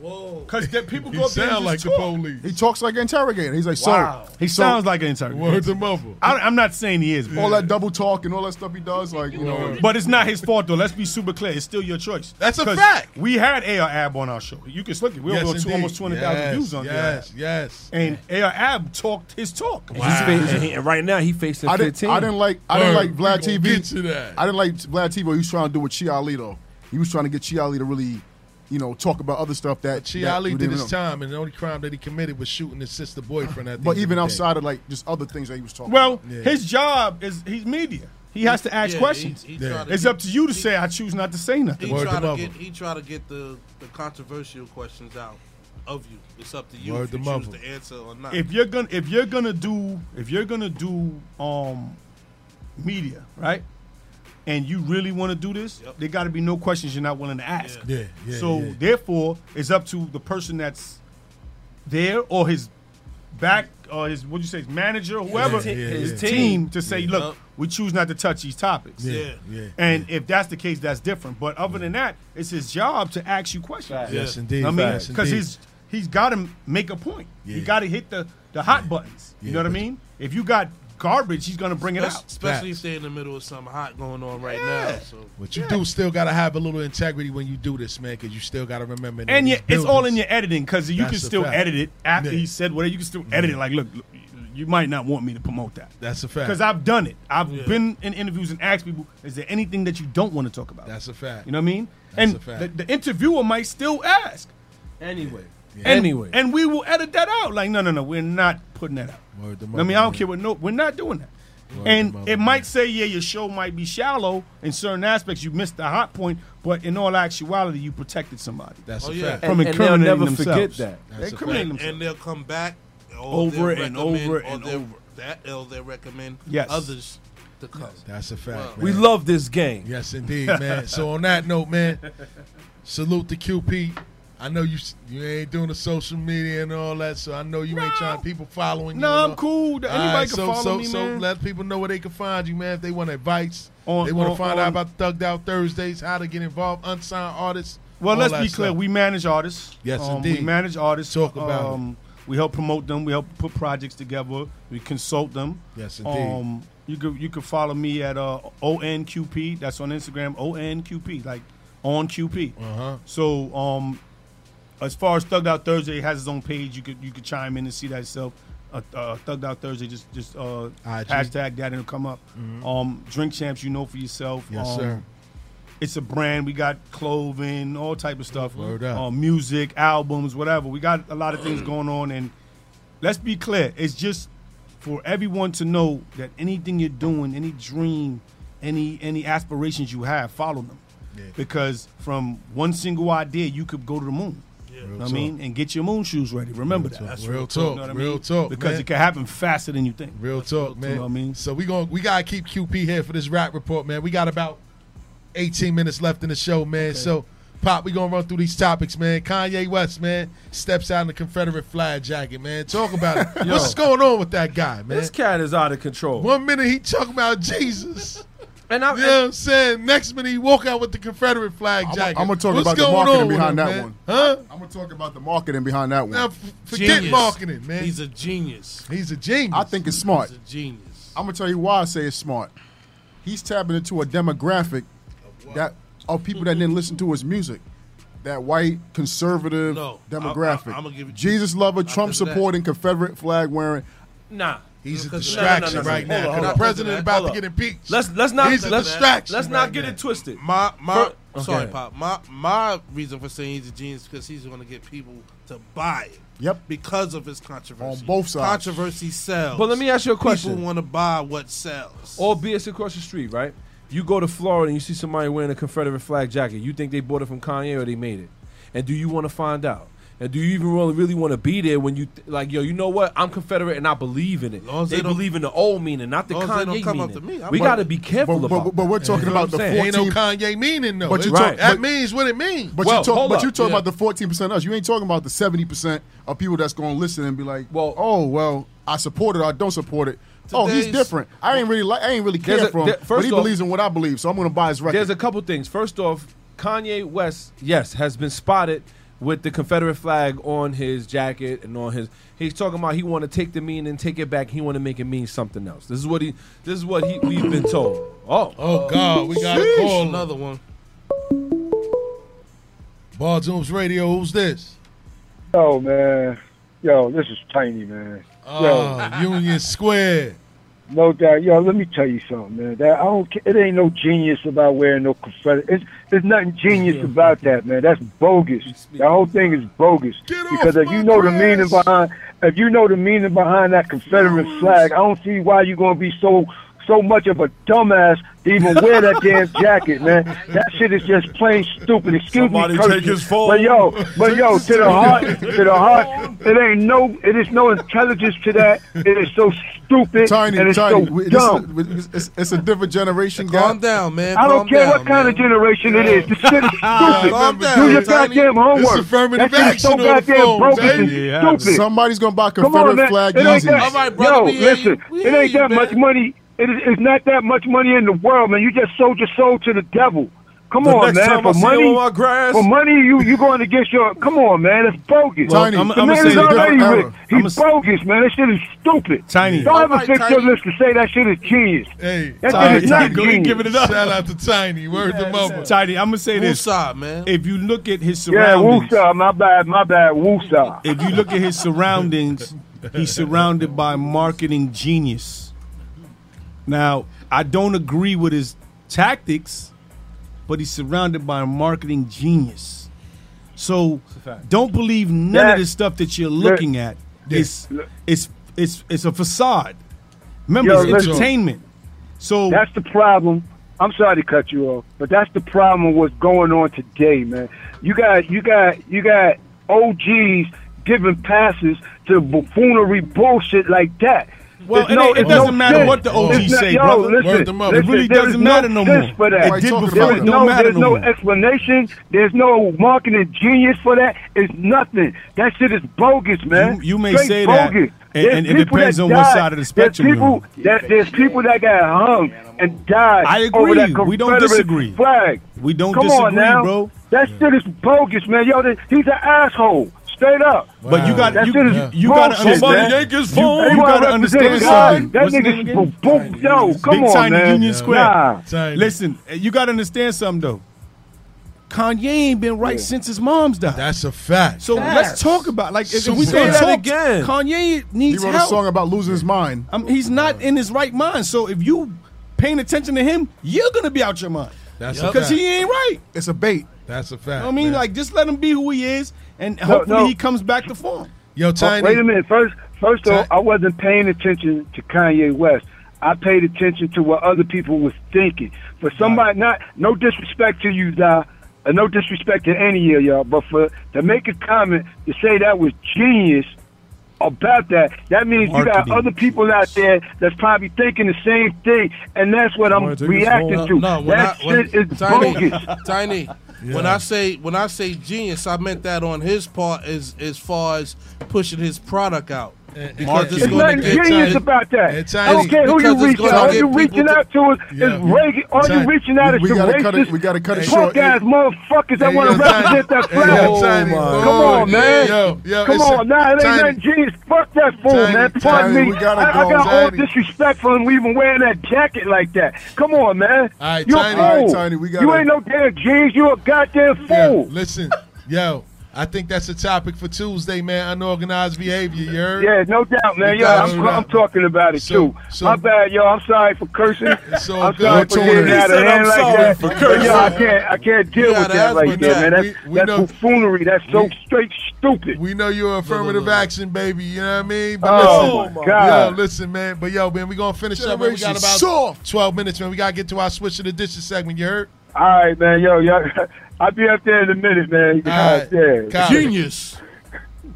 because people
he
go up there
sound
and
like
just
the
talk.
police.
He talks like an interrogator. He's like, so
Wow. He
so-
sounds like an interrogator.
Word to mother.
I, I'm not saying he is, but,
all that double talk and all that stuff he does. Like you know,
but it's not his fault though. Let's be super clear. It's still your choice.
That's a
'Cause
fact.
We had AR Ab on our show. You can look it. We were
Yes,
over two,
indeed.
almost twenty thousand
Yes,
views on AR Ab.
Yes, yes.
And AR Ab talked his talk.
And he's fa- and, he- and right now he facing
I didn't.
15.
I didn't like. I didn't
Word.
like Vlad
We
TV.
gonna get to that.
I didn't like Vlad TV. He was trying to do with Chi Ali though. He was trying to get Chi Ali to really, you know, talk about other stuff that
Chi
that
Ali
we
did
didn't
his
know.
time, and the only crime that he committed was shooting his sister boyfriend. At the
But
end of
even
the day.
outside of like just other things that he was talking.
Well,
about.
Yeah.
his job is he's media. He has to ask
Yeah,
questions.
he- he tried to
it's
get-
up to you to say. I choose not to say nothing.
He try to get he try to get the, the controversial questions out of you. It's up to you
Word
if you
to
choose
mother.
to answer or not.
If you're gonna if you're gonna do if you're gonna do um media right, and you really want to do this, there got to be no questions you're not willing to ask.
Yeah, yeah,
so
yeah.
therefore, it's up to the person that's there or his back or his what you say his manager whoever
His te- his
his
team.
team to say
Yeah.
look we choose not to touch these topics
Yeah, yeah,
and if that's the case that's different but other than that it's his job to ask you questions
Yes, indeed.
i mean
Facts.
because
Indeed.
he's he's got to make a point. He
Yeah.
got to hit the, the hot buttons. You
Yeah,
know what I
but-
mean? If you got garbage, he's gonna bring it
Especially-
out.
Especially if they're in the middle of something hot going on right now. So
But you do still gotta have a little integrity when you do this, man, because you still gotta remember. that
and yeah,
these
it's all in
buildings-
your editing because you
That's
can
a
still
fact.
edit it after
Yeah.
he said whatever. You can still edit it. Like, look, look, you might not want me to promote that.
That's a fact.
Because I've done it. I've
Yeah.
been in interviews and asked people, is there anything that you don't want to talk about?
That's a fact.
You know what I mean?
That's
and
a fact.
The, the interviewer might still ask.
Anyway.
And-
Anyway.
And we will edit that out. Like, no, no, no, we're not putting that out.
Word to
I
mother,
mean, I don't
man.
care what no, we're not doing that.
Word to
and
mother,
it might say, yeah, your show might be shallow in certain aspects. You missed the hot point, but in all actuality, you protected somebody.
That's
Oh, a yeah. fact.
From
And- and they'll
incriminating
never
themselves.
forget that.
They incriminate
and,
themselves.
and they'll come back or
Over and
they'll recommend-
over
or
and
they'll-
over.
That they'll, they'll recommend
Yes.
others to come.
That's a fact.
Wow. We
man.
love this game.
Yes, indeed, man. so on that note, man, salute the QP. I know you s- you ain't doing the social media and all that, so I know you ain't trying people following you.
No,
and
I'm
all-
cool.
All
Anybody can
so,
follow
so,
me,
So
man.
let people know where they can find you, man. If they want advice,
On-
they want
on-
to find out
on-
about Thugged Out Thursdays, how to get involved, unsigned artists.
Well,
all
let's
that
be clear.
stuff.
We manage artists.
Yes,
Um, We
indeed.
manage artists. um,
Talk about it.
We help promote them. We help put projects together. We consult them.
Yes, indeed.
Um, you could you could follow me at uh, onqp. That's on Instagram. Onqp, like on QP.
Uh-huh.
So, um, as far as Thugged Out Thursday has its own page, you could you could chime in and see that yourself. Uh, uh, Thugged Out Thursday, just just uh,
IG.
hashtag that and it'll come up. Um, Drink Champs, you know for yourself.
Mm-hmm. Yes,
um,
sir.
It's a brand. We got clothing, all type of stuff.
Word up.
Uh, music, albums, whatever. We got a lot of things going on, and let's be clear. It's just for everyone to know that anything you're doing, any dream, any any aspirations you have, follow them.
Yeah.
Because from one single idea, you could go to the moon. You know what I
Real
mean, and get your moon shoes ready. Remember
Real
that.
talk. That's Real real talk. talk.
You know what I
Real
mean?
talk,
Because
man.
it can happen faster than you think.
Real talk, man.
You know what I mean?
So we going to we gotta keep QP here for this rap report, man. We got about 18 minutes left in the show, man. So Pop, we gonna run through these topics, man. Kanye West, man, steps out in the Confederate flag jacket, man. Talk about it.
Yo.
What's going on with that guy, man?
This cat is out of control.
One minute he talking about Jesus.
And I,
you know what I'm saying? Next minute he walk out with the Confederate flag
I'm,
jacket.
I'm gonna talk
What's
about the
going
marketing
on with
behind
him,
that
man?
one.
Huh?
I'm gonna talk about the marketing behind that one.
Now, f- forget
Genius.
marketing, man.
He's
a genius.
He's a genius.
I think it's smart.
He's a genius.
I'm gonna tell you why I say it's smart. He's tapping into a demographic that of people that didn't listen to his music. That white conservative
No, I-
demographic.
I- I'ma give it-
Jesus lover,
I'll
Trump
give it that.
supporting, Confederate flag wearing.
Nah.
He's a
No, no, no,
distraction
no, no, no.
right now.
Hold on, hold
the
on.
president
Hold
about
on.
to get impeached.
Let's let's not
He's a
let's,
distraction
Let's not
right
get
now.
it twisted.
My my
Fir-
sorry,
Okay.
Pop. My my reason for saying he's a genius because he's going to get people to buy it.
Yep.
Because of his controversy.
On both sides.
Controversy sells.
But let me ask you a question.
People want to buy what sells.
Or be it's across the street, right? You go to Florida and you see somebody wearing a Confederate flag jacket. You think they bought it from Kanye or they made it? And do you want to find out? And do you even really, really want to be there when you th- like, yo, you know what? I'm Confederate and I believe in it. they,
they don't-
believe in the old meaning, not the
long as they
Kanye
don't come
meaning.
up to me, I'm
we
like-
got to be careful
But- but-
about.
but we're
that.
talking
You know
about
what I'm
the
saying?
14
Ain't no Kanye meaning though.
But you
It's-
talk-
that
but-
means what it means.
But you talk, but you talk about the fourteen percent us. You ain't talking about the seventy percent of people that's going to listen and be like, "Well, oh well, I support it. or I don't support it. oh, he's
Today's-
different. I ain't really like. I ain't really
There's
care
a-
for him.
there-
but
first
he
off-
believes in what I believe, so I'm going to buy his record.
There's a couple things. First off, Kanye West, yes, has been spotted with the Confederate flag on his jacket and on his. He's talking about he want to take the mean and take it back. He want to make it mean something else. This is what he. This is what he. We've been told. Oh,
oh God, we got a
Sheesh.
call.
Another one.
Bar Zooms Radio. Who's this?
Yo, man. Yo, this is Tiny, man.
Oh, Union Square.
No doubt. Yo, let me tell you something, man. That I don't. ca- It ain't no genius about wearing no Confederate. It's, there's nothing genius about that, man. That's bogus. That whole thing is bogus. because if you know the meaning behind, if you know the meaning behind that Confederate flag, I don't see why you're gonna be so so much of a dumbass to even wear that damn jacket, man. That shit is just plain stupid. Excuse
Somebody
me,
take
cursing,
his phone.
but yo, but yo, to the heart, to the heart, it ain't no, it is no intelligence to that. It is so stupid,
Tiny,
and it's
tiny.
so
we- this
dumb.
is- it's, it's a different generation.
Calm
down, man.
I don't care what kind of generation it is. This shit is stupid.
Calm down,
Do your
Tiny.
goddamn homework.
It's affirmative
that shit is so
action on the
goddamn
phone,
broken
Tiny.
and
Yeah,
stupid.
Somebody's gonna buy
Come
Confederate
on, man.
flag
it ain't that.
Yeezys. All right,
Yo,
brother, we hear
listen, it ain't that much money. It is it's not that much money in the world, man. You just sold your soul to the devil. Come
The
on,
next
man.
time I
for
see you
money,
on my grass.
for money, you you going to get your. Come on, man. It's bogus.
Well, Tiny, I'm-
the
I'ma
man
say
is
the different
already
era.
rich. He's bogus, man. That shit is stupid.
Tiny.
Don't ever
Alright,
fix
Tiny.
your lips to say that shit is genius.
Hey,
that shit is not genius.
Shout out to Tiny. Word the mother.
Tiny, I'm gonna say this.
Woosah,
man. If you look at his
Yeah,
surroundings,
Woosah. My bad. My bad. Woosah.
if you look at his surroundings, he's surrounded by marketing genius. Now, I don't agree with his tactics, but he's surrounded by a marketing genius. So don't believe none
Yeah.
of this stuff that you're
Yeah.
looking at. It's, it's it's it's a facade. Remember,
Yo,
it's
listen.
entertainment. So
that's the problem. I'm sorry to cut you off, but that's the problem with what's going on today, man. You got you got you got OGs giving passes to buffoonery bullshit like that.
Well,
There's
it ain't- it
there's
doesn't matter
sense.
what the OGs
There's not-
say,
yo,
brother.
Listen,
Word them up. It
listen,
really
there's
doesn't
no
matter no
sense
more.
For that.
Why you talking
there
about
is
it? Don't
no,
matter
there's
no
no
more.
explanation. There's no marketing genius for that. It's nothing. That shit is bogus, man.
You- you may
Straight
say that,
bogus.
and-
There's
and it
people that
depends on what
died.
side of the
There's
spectrum you're
people
on.
that there's people that got hung and died.
I
Over that
agree. We don't
Confederate
disagree.
Flag.
We don't
Come on
disagree,
now.
bro.
That shit is bogus, man. Yo, that- he's an asshole. Straight up.
But you got-
that
you-
shit is
yeah. you gotta
bullshit,
understand-
man.
Somebody yank his phone.
They
You
wanna
gotta
represent
understand
God.
something.
That
What's his
nigga's
name
bo- bo- yo. Come
Big
on,
Tiny
man.
Union Square.
Nah.
Listen, eh, you got to understand something though. Kanye ain't been right since his mom's died.
That's a fact.
So let's talk about like if, if we
Super
gonna
fact.
talk
Again.
Kanye needs
He wrote a
help.
song about losing his mind.
Um, he's not in his right mind. So if you paying attention to him, you're gonna be out your mind.
That's a
because
fact.
he ain't right.
It's a bait.
That's a
You
fact.
know what I mean,
man.
like just let him be who he is, and
No,
hopefully
no.
he comes back to form.
Yo,
Oh, wait a minute. First, first off, I wasn't paying attention to Kanye West. I paid attention to what other people was thinking. For somebody, not no disrespect to you, Da, and no disrespect to any of y'all, but for to make a comment to say that was genius about that, that means you got
Marketing.
other people out there that's probably thinking the same thing, and that's what I'm reacting to.
No, when
that
I, when,
shit is
tiny,
bogus.
tiny. When I say when I say genius, I meant that on his part as as far as pushing his product out. Because
It's nothing genius about that. I don't care who you
Because it's
reach
gonna
out. All
get
you reaching
people to-
out to is,
Yeah.
is Reagan. All
Tiny.
you reaching out
We-
is
we
the
gotta cut it-
rashist,
we gotta cut it short.
punk ass motherfuckers that
Hey,
want
yo,
to represent
Tiny.
that
Hey, yo,
flag.
Tiny.
Come on,
Yo,
man.
yo, yo,
Come
it's a-
on, nah, it ain't
Tiny.
nothing genius. Fuck that fool,
Tiny,
man. Pardon
Tiny,
me.
we gotta
I, I
go,
got all
Tiny.
disrespectful and we even wearing that jacket like that. Come on, man.
All right,
you a
Tiny. All right,
fool.
Tiny, we
You
gotta-
ain't no damn genius. You a goddamn
Yeah,
fool.
listen, yo, I think that's a topic for Tuesday, man. Unorganized behavior, you heard?
Yeah, no doubt, man.
We
Yo,
got
I'm,
you.
I'm talking about it
So-
too.
so-
My bad, yo. I'm sorry for cursing.
so
I'm
good.
sorry for
Tony,
getting
he
out of
said,
hand
"I'm
like
sorry
that.
for
But yo, I
cursing.
can't, I can't deal
You
with
gotta
that
ask
right
for
there,
that.
man. That's,
We- we
that's
know-
buffoonery. That's so straight stupid.
We know you're affirmative action, baby. You know what I mean?
Oh,
listen,
my God.
Yo, listen, man. But yo, man, we gonna finish up. Man. We
Generation
got about twelve minutes, man. We gotta get to our switch of the dishes segment. You heard?
All right, man. Yo, yo. I'll be up there in a minute, man.
All right.
God damn.
Copy.
Genius.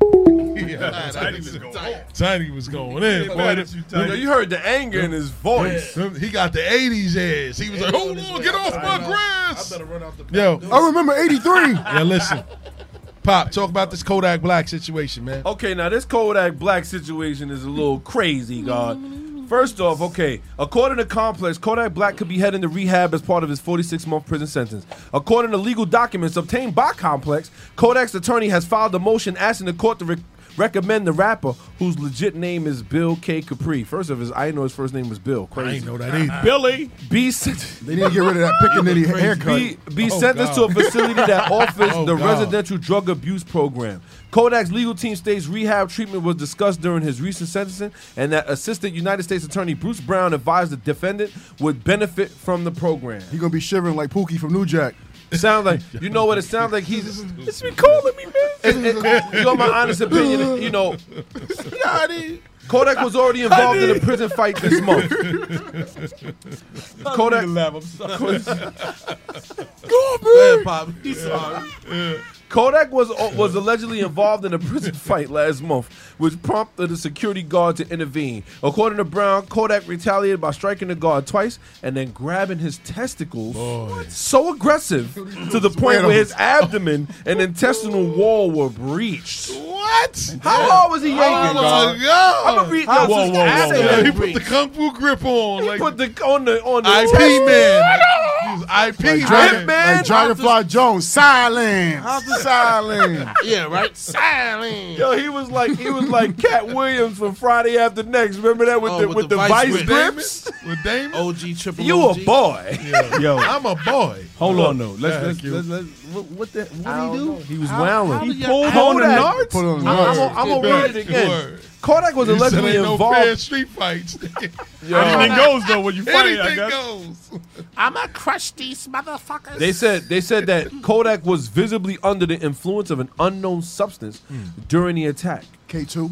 Yeah, Tiny was going. Tiny was going in.
Yeah,
Boy,
man,
that-
you know, you heard the anger in his voice.
Yeah. He got the '80s ass. He was like, "Hold on, get off my grass." I better run out the Yo,
I remember '83.
yeah, listen, Pop, talk about this Kodak Black situation, man.
Okay, now this Kodak Black situation is a little crazy, God. First off, okay, according to Complex, Kodak Black could be heading to rehab as part of his 46 month prison sentence. According to legal documents obtained by Complex, Kodak's attorney has filed a motion asking the court to re- recommend the rapper, whose legit name is Bill K. Capri. First of all, I didn't know his first name was Bill. Crazy.
didn't know that either.
Billy. Be sent-
They need to get rid of that pickaninny haircut.
Be, be sentenced to a facility that offers the residential drug abuse program. Kodak's legal team states rehab treatment was discussed during his recent sentencing, and that Assistant United States Attorney Bruce Brown advised the defendant would benefit from the program.
He gonna be shivering like Pookie from New Jack.
Sounds like you know what it sounds like. He's it's been calling me, man. you know my honest opinion. You know, Kodak was already involved in a prison fight this month.
I
Kodak.
need to laugh, I'm sorry.
Go
ahead, Pop. He's sorry.
Kodak was uh, was allegedly involved in a prison fight last month, which prompted the security guard to intervene. According to Brown, Kodak retaliated by striking the guard twice and then grabbing his testicles so aggressive to the point where his abdomen and intestinal wall were breached.
What?
How hard was he yanking?
Oh my
dog?
god!
I'ma read those Whoa, whoa, whoa, whoa.
Yeah, He put the kung fu grip on. He like, put
the on the on
the IP man. He was IP man.
Like, Dragon, like Dragonfly Jones, silence.
How's
the-
silence?
yeah, right. Silent.
Yo, he was like he was like Cat Williams from Friday After Next. Remember that with
Oh,
the with, the, vice,
whip.
grips?
With Damon?
OG triple
You a
OG.
boy?
Yo.
I'm a boy.
Hold on, though. Let's-
Thank
let's-
you.
let's-
What, what the? What
did he do?
He was
How-
wowing.
how
He
did y'all-
pulled
how
on the
did I-
nards.
Put on
I'm- I'm
nards.
gonna- I'm gonna read it again.
Word.
Kodak was
You said
allegedly
ain't no fair
involved.
Street fights.
Yo.
Anything goes though when you fight. I
Anything
guess.
goes.
I'ma crush these motherfuckers.
They said they said that Kodak was visibly under the influence of an unknown substance during the attack.
K two.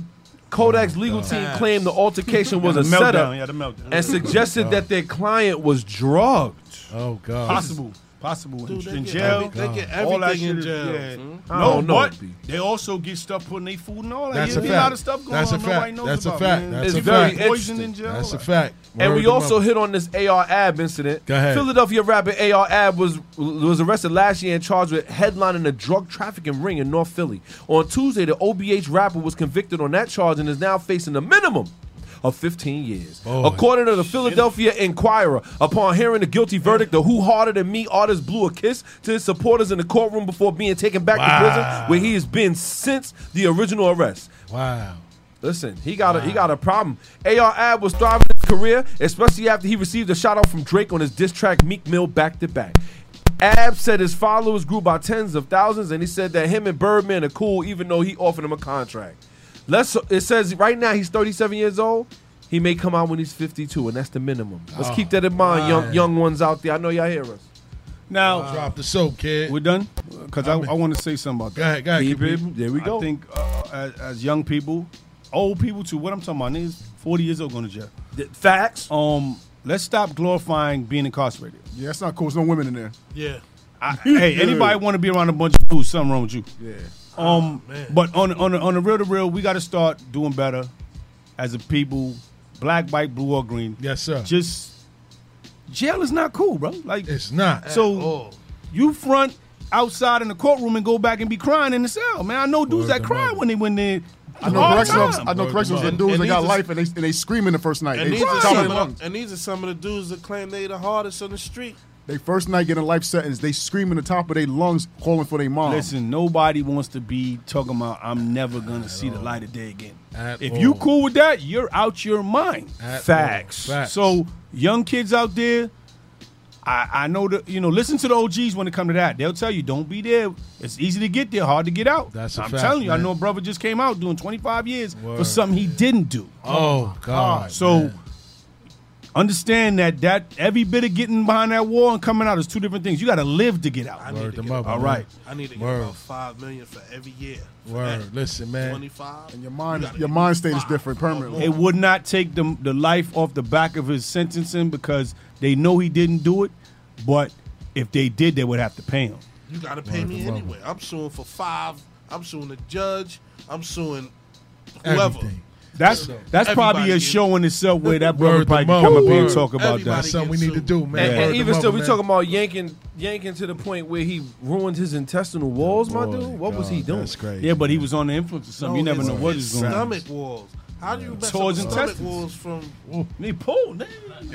Kodak's legal team
Times.
claimed the altercation was
Yeah, Oh, the
a
meltdown,
setup
yeah, the meltdown.
and suggested that their client was drugged.
Oh God!
Possible. Uh, Possible in,
Dude, they
in
get
jail.
every- they get
all that
everything in
shit is-
jail.
yeah.
Hmm?
I
No,
don't know.
but they also get stuff put in their food and all that.
That's a
yeah, A lot
fact.
of stuff going
That's
on
a
nobody
fact.
knows
That's a
about.
fact.
man.
That's
It's
a
very
fact.
interesting.
Poison in jail.
That's a
like-
fact.
And
Word
we
to
also
mother-
hit on this AR Ab incident.
Go ahead.
Philadelphia rapper AR Ab was was arrested last year and charged with headlining a drug trafficking ring in North Philly. On Tuesday, the OBH rapper was convicted on that charge and is now facing a minimum of 15 years. According to the Philadelphia Inquirer, upon hearing the guilty verdict, the Who Harder Than Me artist blew a kiss to his supporters in the courtroom before being taken back
Wow.
to prison, where he has been since the original arrest.
Wow.
Listen, he got a he got a problem. AR Ab was thriving his career, especially after he received a shout out from Drake on his diss track Meek Mill back to back. Ab said his followers grew by tens of thousands, and he said that him and Birdman are cool, even though he offered him a contract. Let's it says right now he's 37 years old. He may come out when he's 52, and that's the minimum. Let's
Oh,
keep that in mind, young
man.
young ones out there. I know y'all hear us.
Now
drop the soap, kid.
We're done because I, I want to say something about that.
Go ahead, go ahead,
Keep
Keep
it.
it.
There we go. I think uh, as, as young people, old people too. What I'm talking about, niggas 40 years old going to jail.
facts.
Um, let's stop glorifying being incarcerated.
Yeah, that's not cool. There's no women in there.
Yeah.
I, hey, anybody want to be around a bunch of fools? Something wrong with you.
Yeah.
Um,
Oh,
man.
but on on the- on the real to real, we got to start doing better as a people, black, white, blue or green.
Yes, sir.
Just jail is not cool, bro. Like
it's not.
So you front outside in the courtroom and go back and be crying in the cell, man. I know dudes that cry when they went in.
I know
all the
corrections.
time.
I know corrections. The
And-
dudes
and
that got
these are-
life and they and they screaming the first night.
And
They
these, are
top of
some
their
of
lungs.
the, and these are some of the dudes that claim they the hardest on the street.
They first night getting a life sentence. They screaming the top of their lungs, calling for their mom.
Listen, nobody wants to be talking about I'm never gonna see the light of day again.
At
if
all.
you cool with that, you're out your mind.
Oh. At
Facts.
all. Facts.
So young kids out there, I, I know that you know. Listen to the OGs when it come to that. They'll tell you, don't be there. It's easy to get there, hard to get out.
That's a
I'm
fact,
telling you. I
man.
know a brother just came out doing 25 years for
Word.
something he didn't do.
Oh God.
So understand that that every bit of getting behind that wall and coming out is two different things. You got to live to get out.
Word to mother,
All
man.
right.
I need to get
Word.
about five million for every year. For
Word.
that.
Listen, man.
Twenty-five.
And your mind, your mind state is different permanently.
It would not take the, the life off the back of his sentencing because they know he didn't do it. But if they did, they would have to pay him.
You gotta pay me anyway. I'm suing for five. I'm suing the judge. I'm suing whoever.
That's that's
Everybody
probably a
gets-
show in itself where that brother
Word
probably
to
could
mother.
come up here and
Word.
talk about
That's
that.
something we need to do, man.
And, and
Word to
even
mother,
still, we
man.
talking about yanking yanking to the point where he ruined his intestinal walls, my dude. What was he doing?
that's crazy.
Yeah, but he was on the influence of something. you never
it's-
know what
it's
is going on.
Stomach walls. How do you mess
Towards
up the stomach
intestines.
walls from?
They pulled, nigga.
Yeah, you
nigga,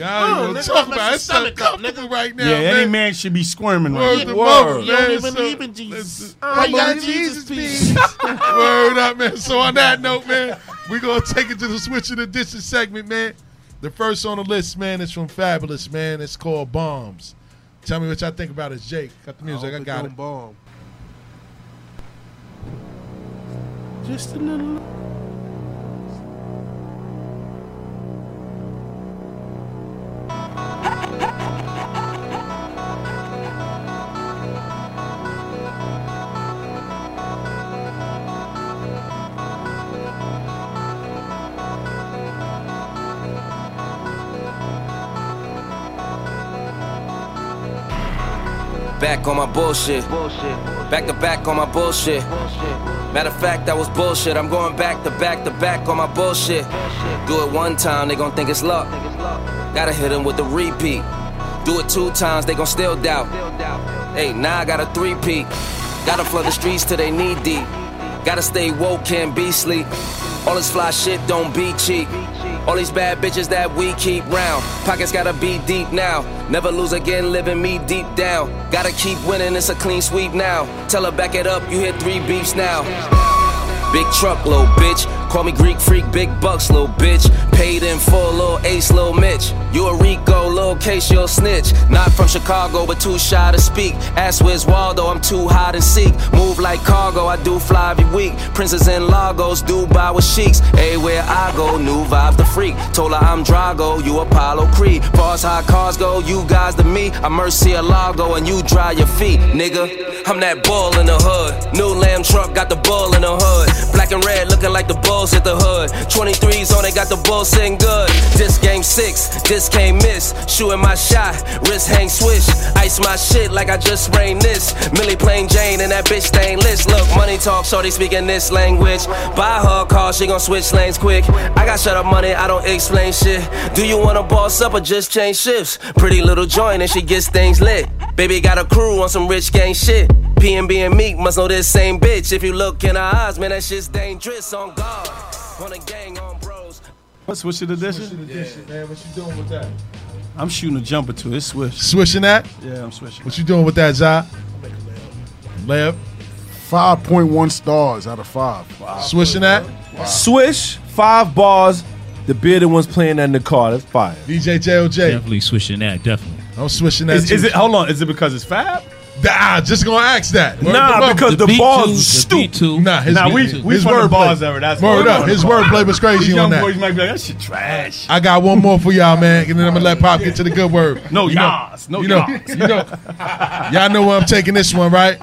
gonna
I
talk about
messed your
it. It's so
stomach up,
comfortable right now,
Yeah, any
man.
man should be squirming
Word
right
to
now.
mother,
You don't
man.
even
So-
believe in Jesus.
Listen.
Why you
Come on,
got Jesus
Jesus,
piece?
Word up, man. So on that note, man, we're gonna take it to the switch of the distance segment, man. The first on the list, man, is from Fabulous, man. It's called Bombs. Tell me what y'all think about it, Jake. Got the music. I,
hope it
got
don't
it.
Bomb. Just a little.
Thank back on my bullshit. Back to back on my bullshit. Matter of fact, that was bullshit. I'm going back to back to back on my bullshit. Do it one time, they gon' think it's luck. Gotta hit them with the repeat. Do it two times, they gon' still doubt. Hey, now I got a three peak. Gotta flood the streets till they knee deep. Gotta stay woke, can't be sleep. All this fly shit don't be cheap. All these bad bitches that we keep round. Pockets gotta be deep now. Never lose again, living me deep down. Gotta keep winning, it's a clean sweep now. Tell her back it up, you hit three beeps now. Big truck, little bitch. Call me Greek freak, big bucks, little bitch. Paid in full, little ace, little Mitch. You a Rico, little case, you a snitch. Not from Chicago, but too shy to speak. Ask where's Waldo, I'm too hot and seek. Move like cargo, I do fly every week. Princes and Lagos, Dubai with sheiks. Everywhere I go, new vibe the freak. Told her I'm Drago, you Apollo Creed. Far as high cars go, you guys to me. I'm Mercia Lago, and you dry your feet, nigga. I'm that bull in the hood. New lamb truck, got the bull in the hood. Black and red, looking like the bulls at the hood. 23s on, they got the bull sitting good. This game six, this can't miss. Shooting my shot, wrist hang swish. Ice my shit like I just sprained this. Millie plain Jane and that bitch stainless. Look, money talk, shorty speaking this language. Buy her a car, she gon' switch lanes quick. I got shut up money, I don't explain shit. Do you wanna boss up or just change shifts? Pretty little joint and she gets things lit. Baby got a crew on some rich gang shit. PNB and Meek must know this same bitch. If you look in her eyes, man, that shit's dangerous on God. On a gang on bros.
What's Swish It Edition?
man. What you doing with that?
I'm shooting a jumper to it. It's Swish.
Swishing that?
Yeah, I'm swishing.
What you doing with that, Zai? Layup.
5.1 stars out of 5.
Swishing that?
Swish, five bars. The bearded one's playing that in the car. That's fire.
DJ JOJ.
Definitely swishing that. Definitely.
I'm swishing that.
Is, is it? Hold on. Is it because it's Fab?
Nah, just gonna ask that.
Nah, because the The bars B2, the
stupid. Nah, his,
Nah, we-
his,
we from the
wordplay.
bars era, that's why
Word
we
up.
from the
His
bars.
wordplay was
These
crazy
young
on that.
boys might be like, that shit trash.
I got one more for y'all, man, and then I'm gonna let Pop get to the good word.
No
you know-
yas, no
you know,
yas.
you know, y'all know where I'm taking this one, right?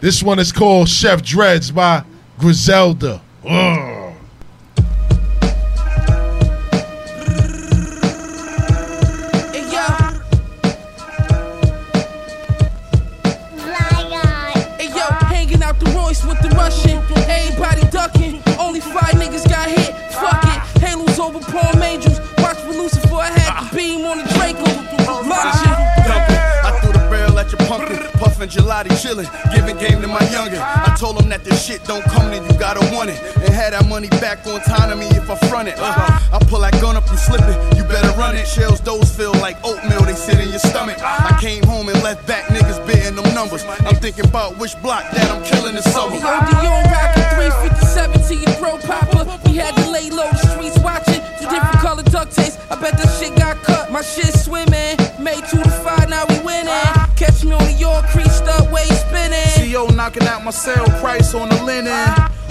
This one is called Chef Dreads by Griselda. Ugh.
Hey yo, hanging out the Royce with the Russian. Everybody ducking. Only five niggas got hit. Fuck it. Halos over palm angels. Watch for Lucifer. I had the beam on the Draco. Lungeon.
I threw the barrel at your pumpkin, puffin' gelati, chillin', giving game to my youngin'. I told him that this shit don't come to you, gotta want it. And had that money back on time to me if I front it. Uh-huh. I pull that gun up, you slippin', you better run it. Shells, those feel like oatmeal, they sit in your stomach. I came home and left back niggas bidding them numbers. I'm thinking about which block that I'm killing this summer.
Yo, Dion rockin' 357 to your throat popper. We had to lay low, the streets watching. Two different color duct tapes. I bet that shit got cut. My shit swimming. Made two to five, now we winning. Catch me on the York, creased up, way spinning.
CO knocking out my sale price on the linen.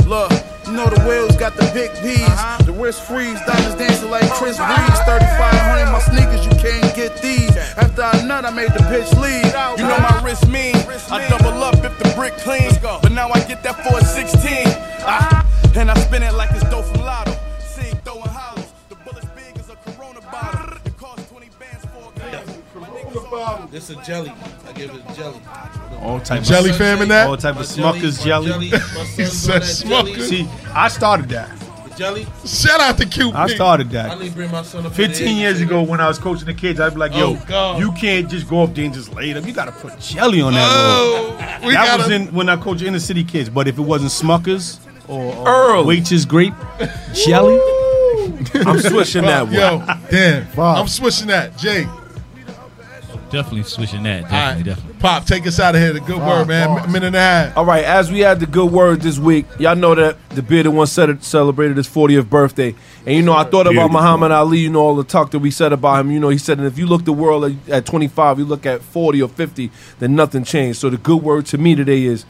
Look, you know the wheels got the big P's. The wrist freeze, diamonds dancing like Chris Breeze. 3500 my sneakers, you can't get these. After I nut, I made the bitch leave. You know my wrist mean. I double up if the brick clean. But now I get that 416. Ah, And I spin it like it's dope from Lotto. Sing, throwing hollows. The bullet's big as a Corona bottle. It costs 20 bands for a glass.
This a jelly. I give it a jelly.
All type
Jelly
of
fam in that?
All type of
My jelly,
Smuckers
my jelly,
jelly.
my He son's on said that jelly. Smuckers.
See, I started that.
The jelly.
Shout out to Cupid.
I started that.
I need to bring my son up.
15 years ago, when I was coaching the kids, I'd be like, "Yo,
Oh, God.
you can't just go up there and just lay them. You gotta put jelly on that."
Oh,
roll."
we
that
gotta-
was in when I coached inner city kids. But if it wasn't Smuckers or, or
Earl.
Welch's grape jelly,
I'm swishing that one.
Yo, damn. I'm swishing that. Jay,
Definitely switching that. Definitely, definitely.
Pop, take us out of here. The good word, man. minute and a half.
All right, as we had the good word this week, y'all know that the bearded one cele- celebrated his 40th birthday. And you know, I thought about
Beautiful.
Muhammad Ali, you know, all the talk that we said about him. You know, he said that if you look the world at, at 25, you look at 40 or 50, then nothing changed. So the good word to me today is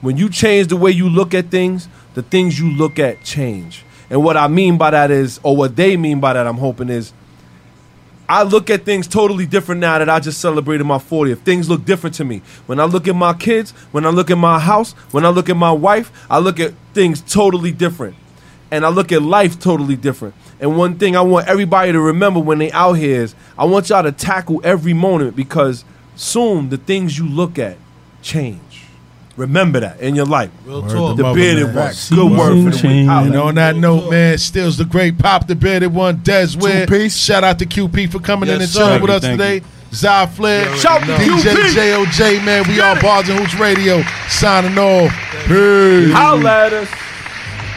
when you change the way you look at things, the things you look at change. And what I mean by that is, or what they mean by that, I'm hoping is, I look at things totally different now that I just celebrated my 40th. Things look different to me. When I look at my kids, when I look at my house, when I look at my wife, I look at things totally different. And I look at life totally different. And one thing I want everybody to remember when they out here is I want y'all to tackle every moment because soon the things you look at change. Remember that in your life.
Real
Word
talk.
The
Mother,
bearded
man.
one.
Facts.
Good
Word
word for the week. Holla.
And on that note, man, Stills the Great, Pop the Bearded One, Des Ware. Shout out to QP for coming in
Yes,
and
sir.
chilling
Thank
with
you,
us
thank
today. Zy Flair,
Shout out to
DJ
QP.
JOJ, man. We are Bars and Hoops Radio signing off. Peace.
Holla at us.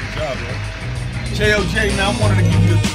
Good job, man. JLJ, now I wanted to give you a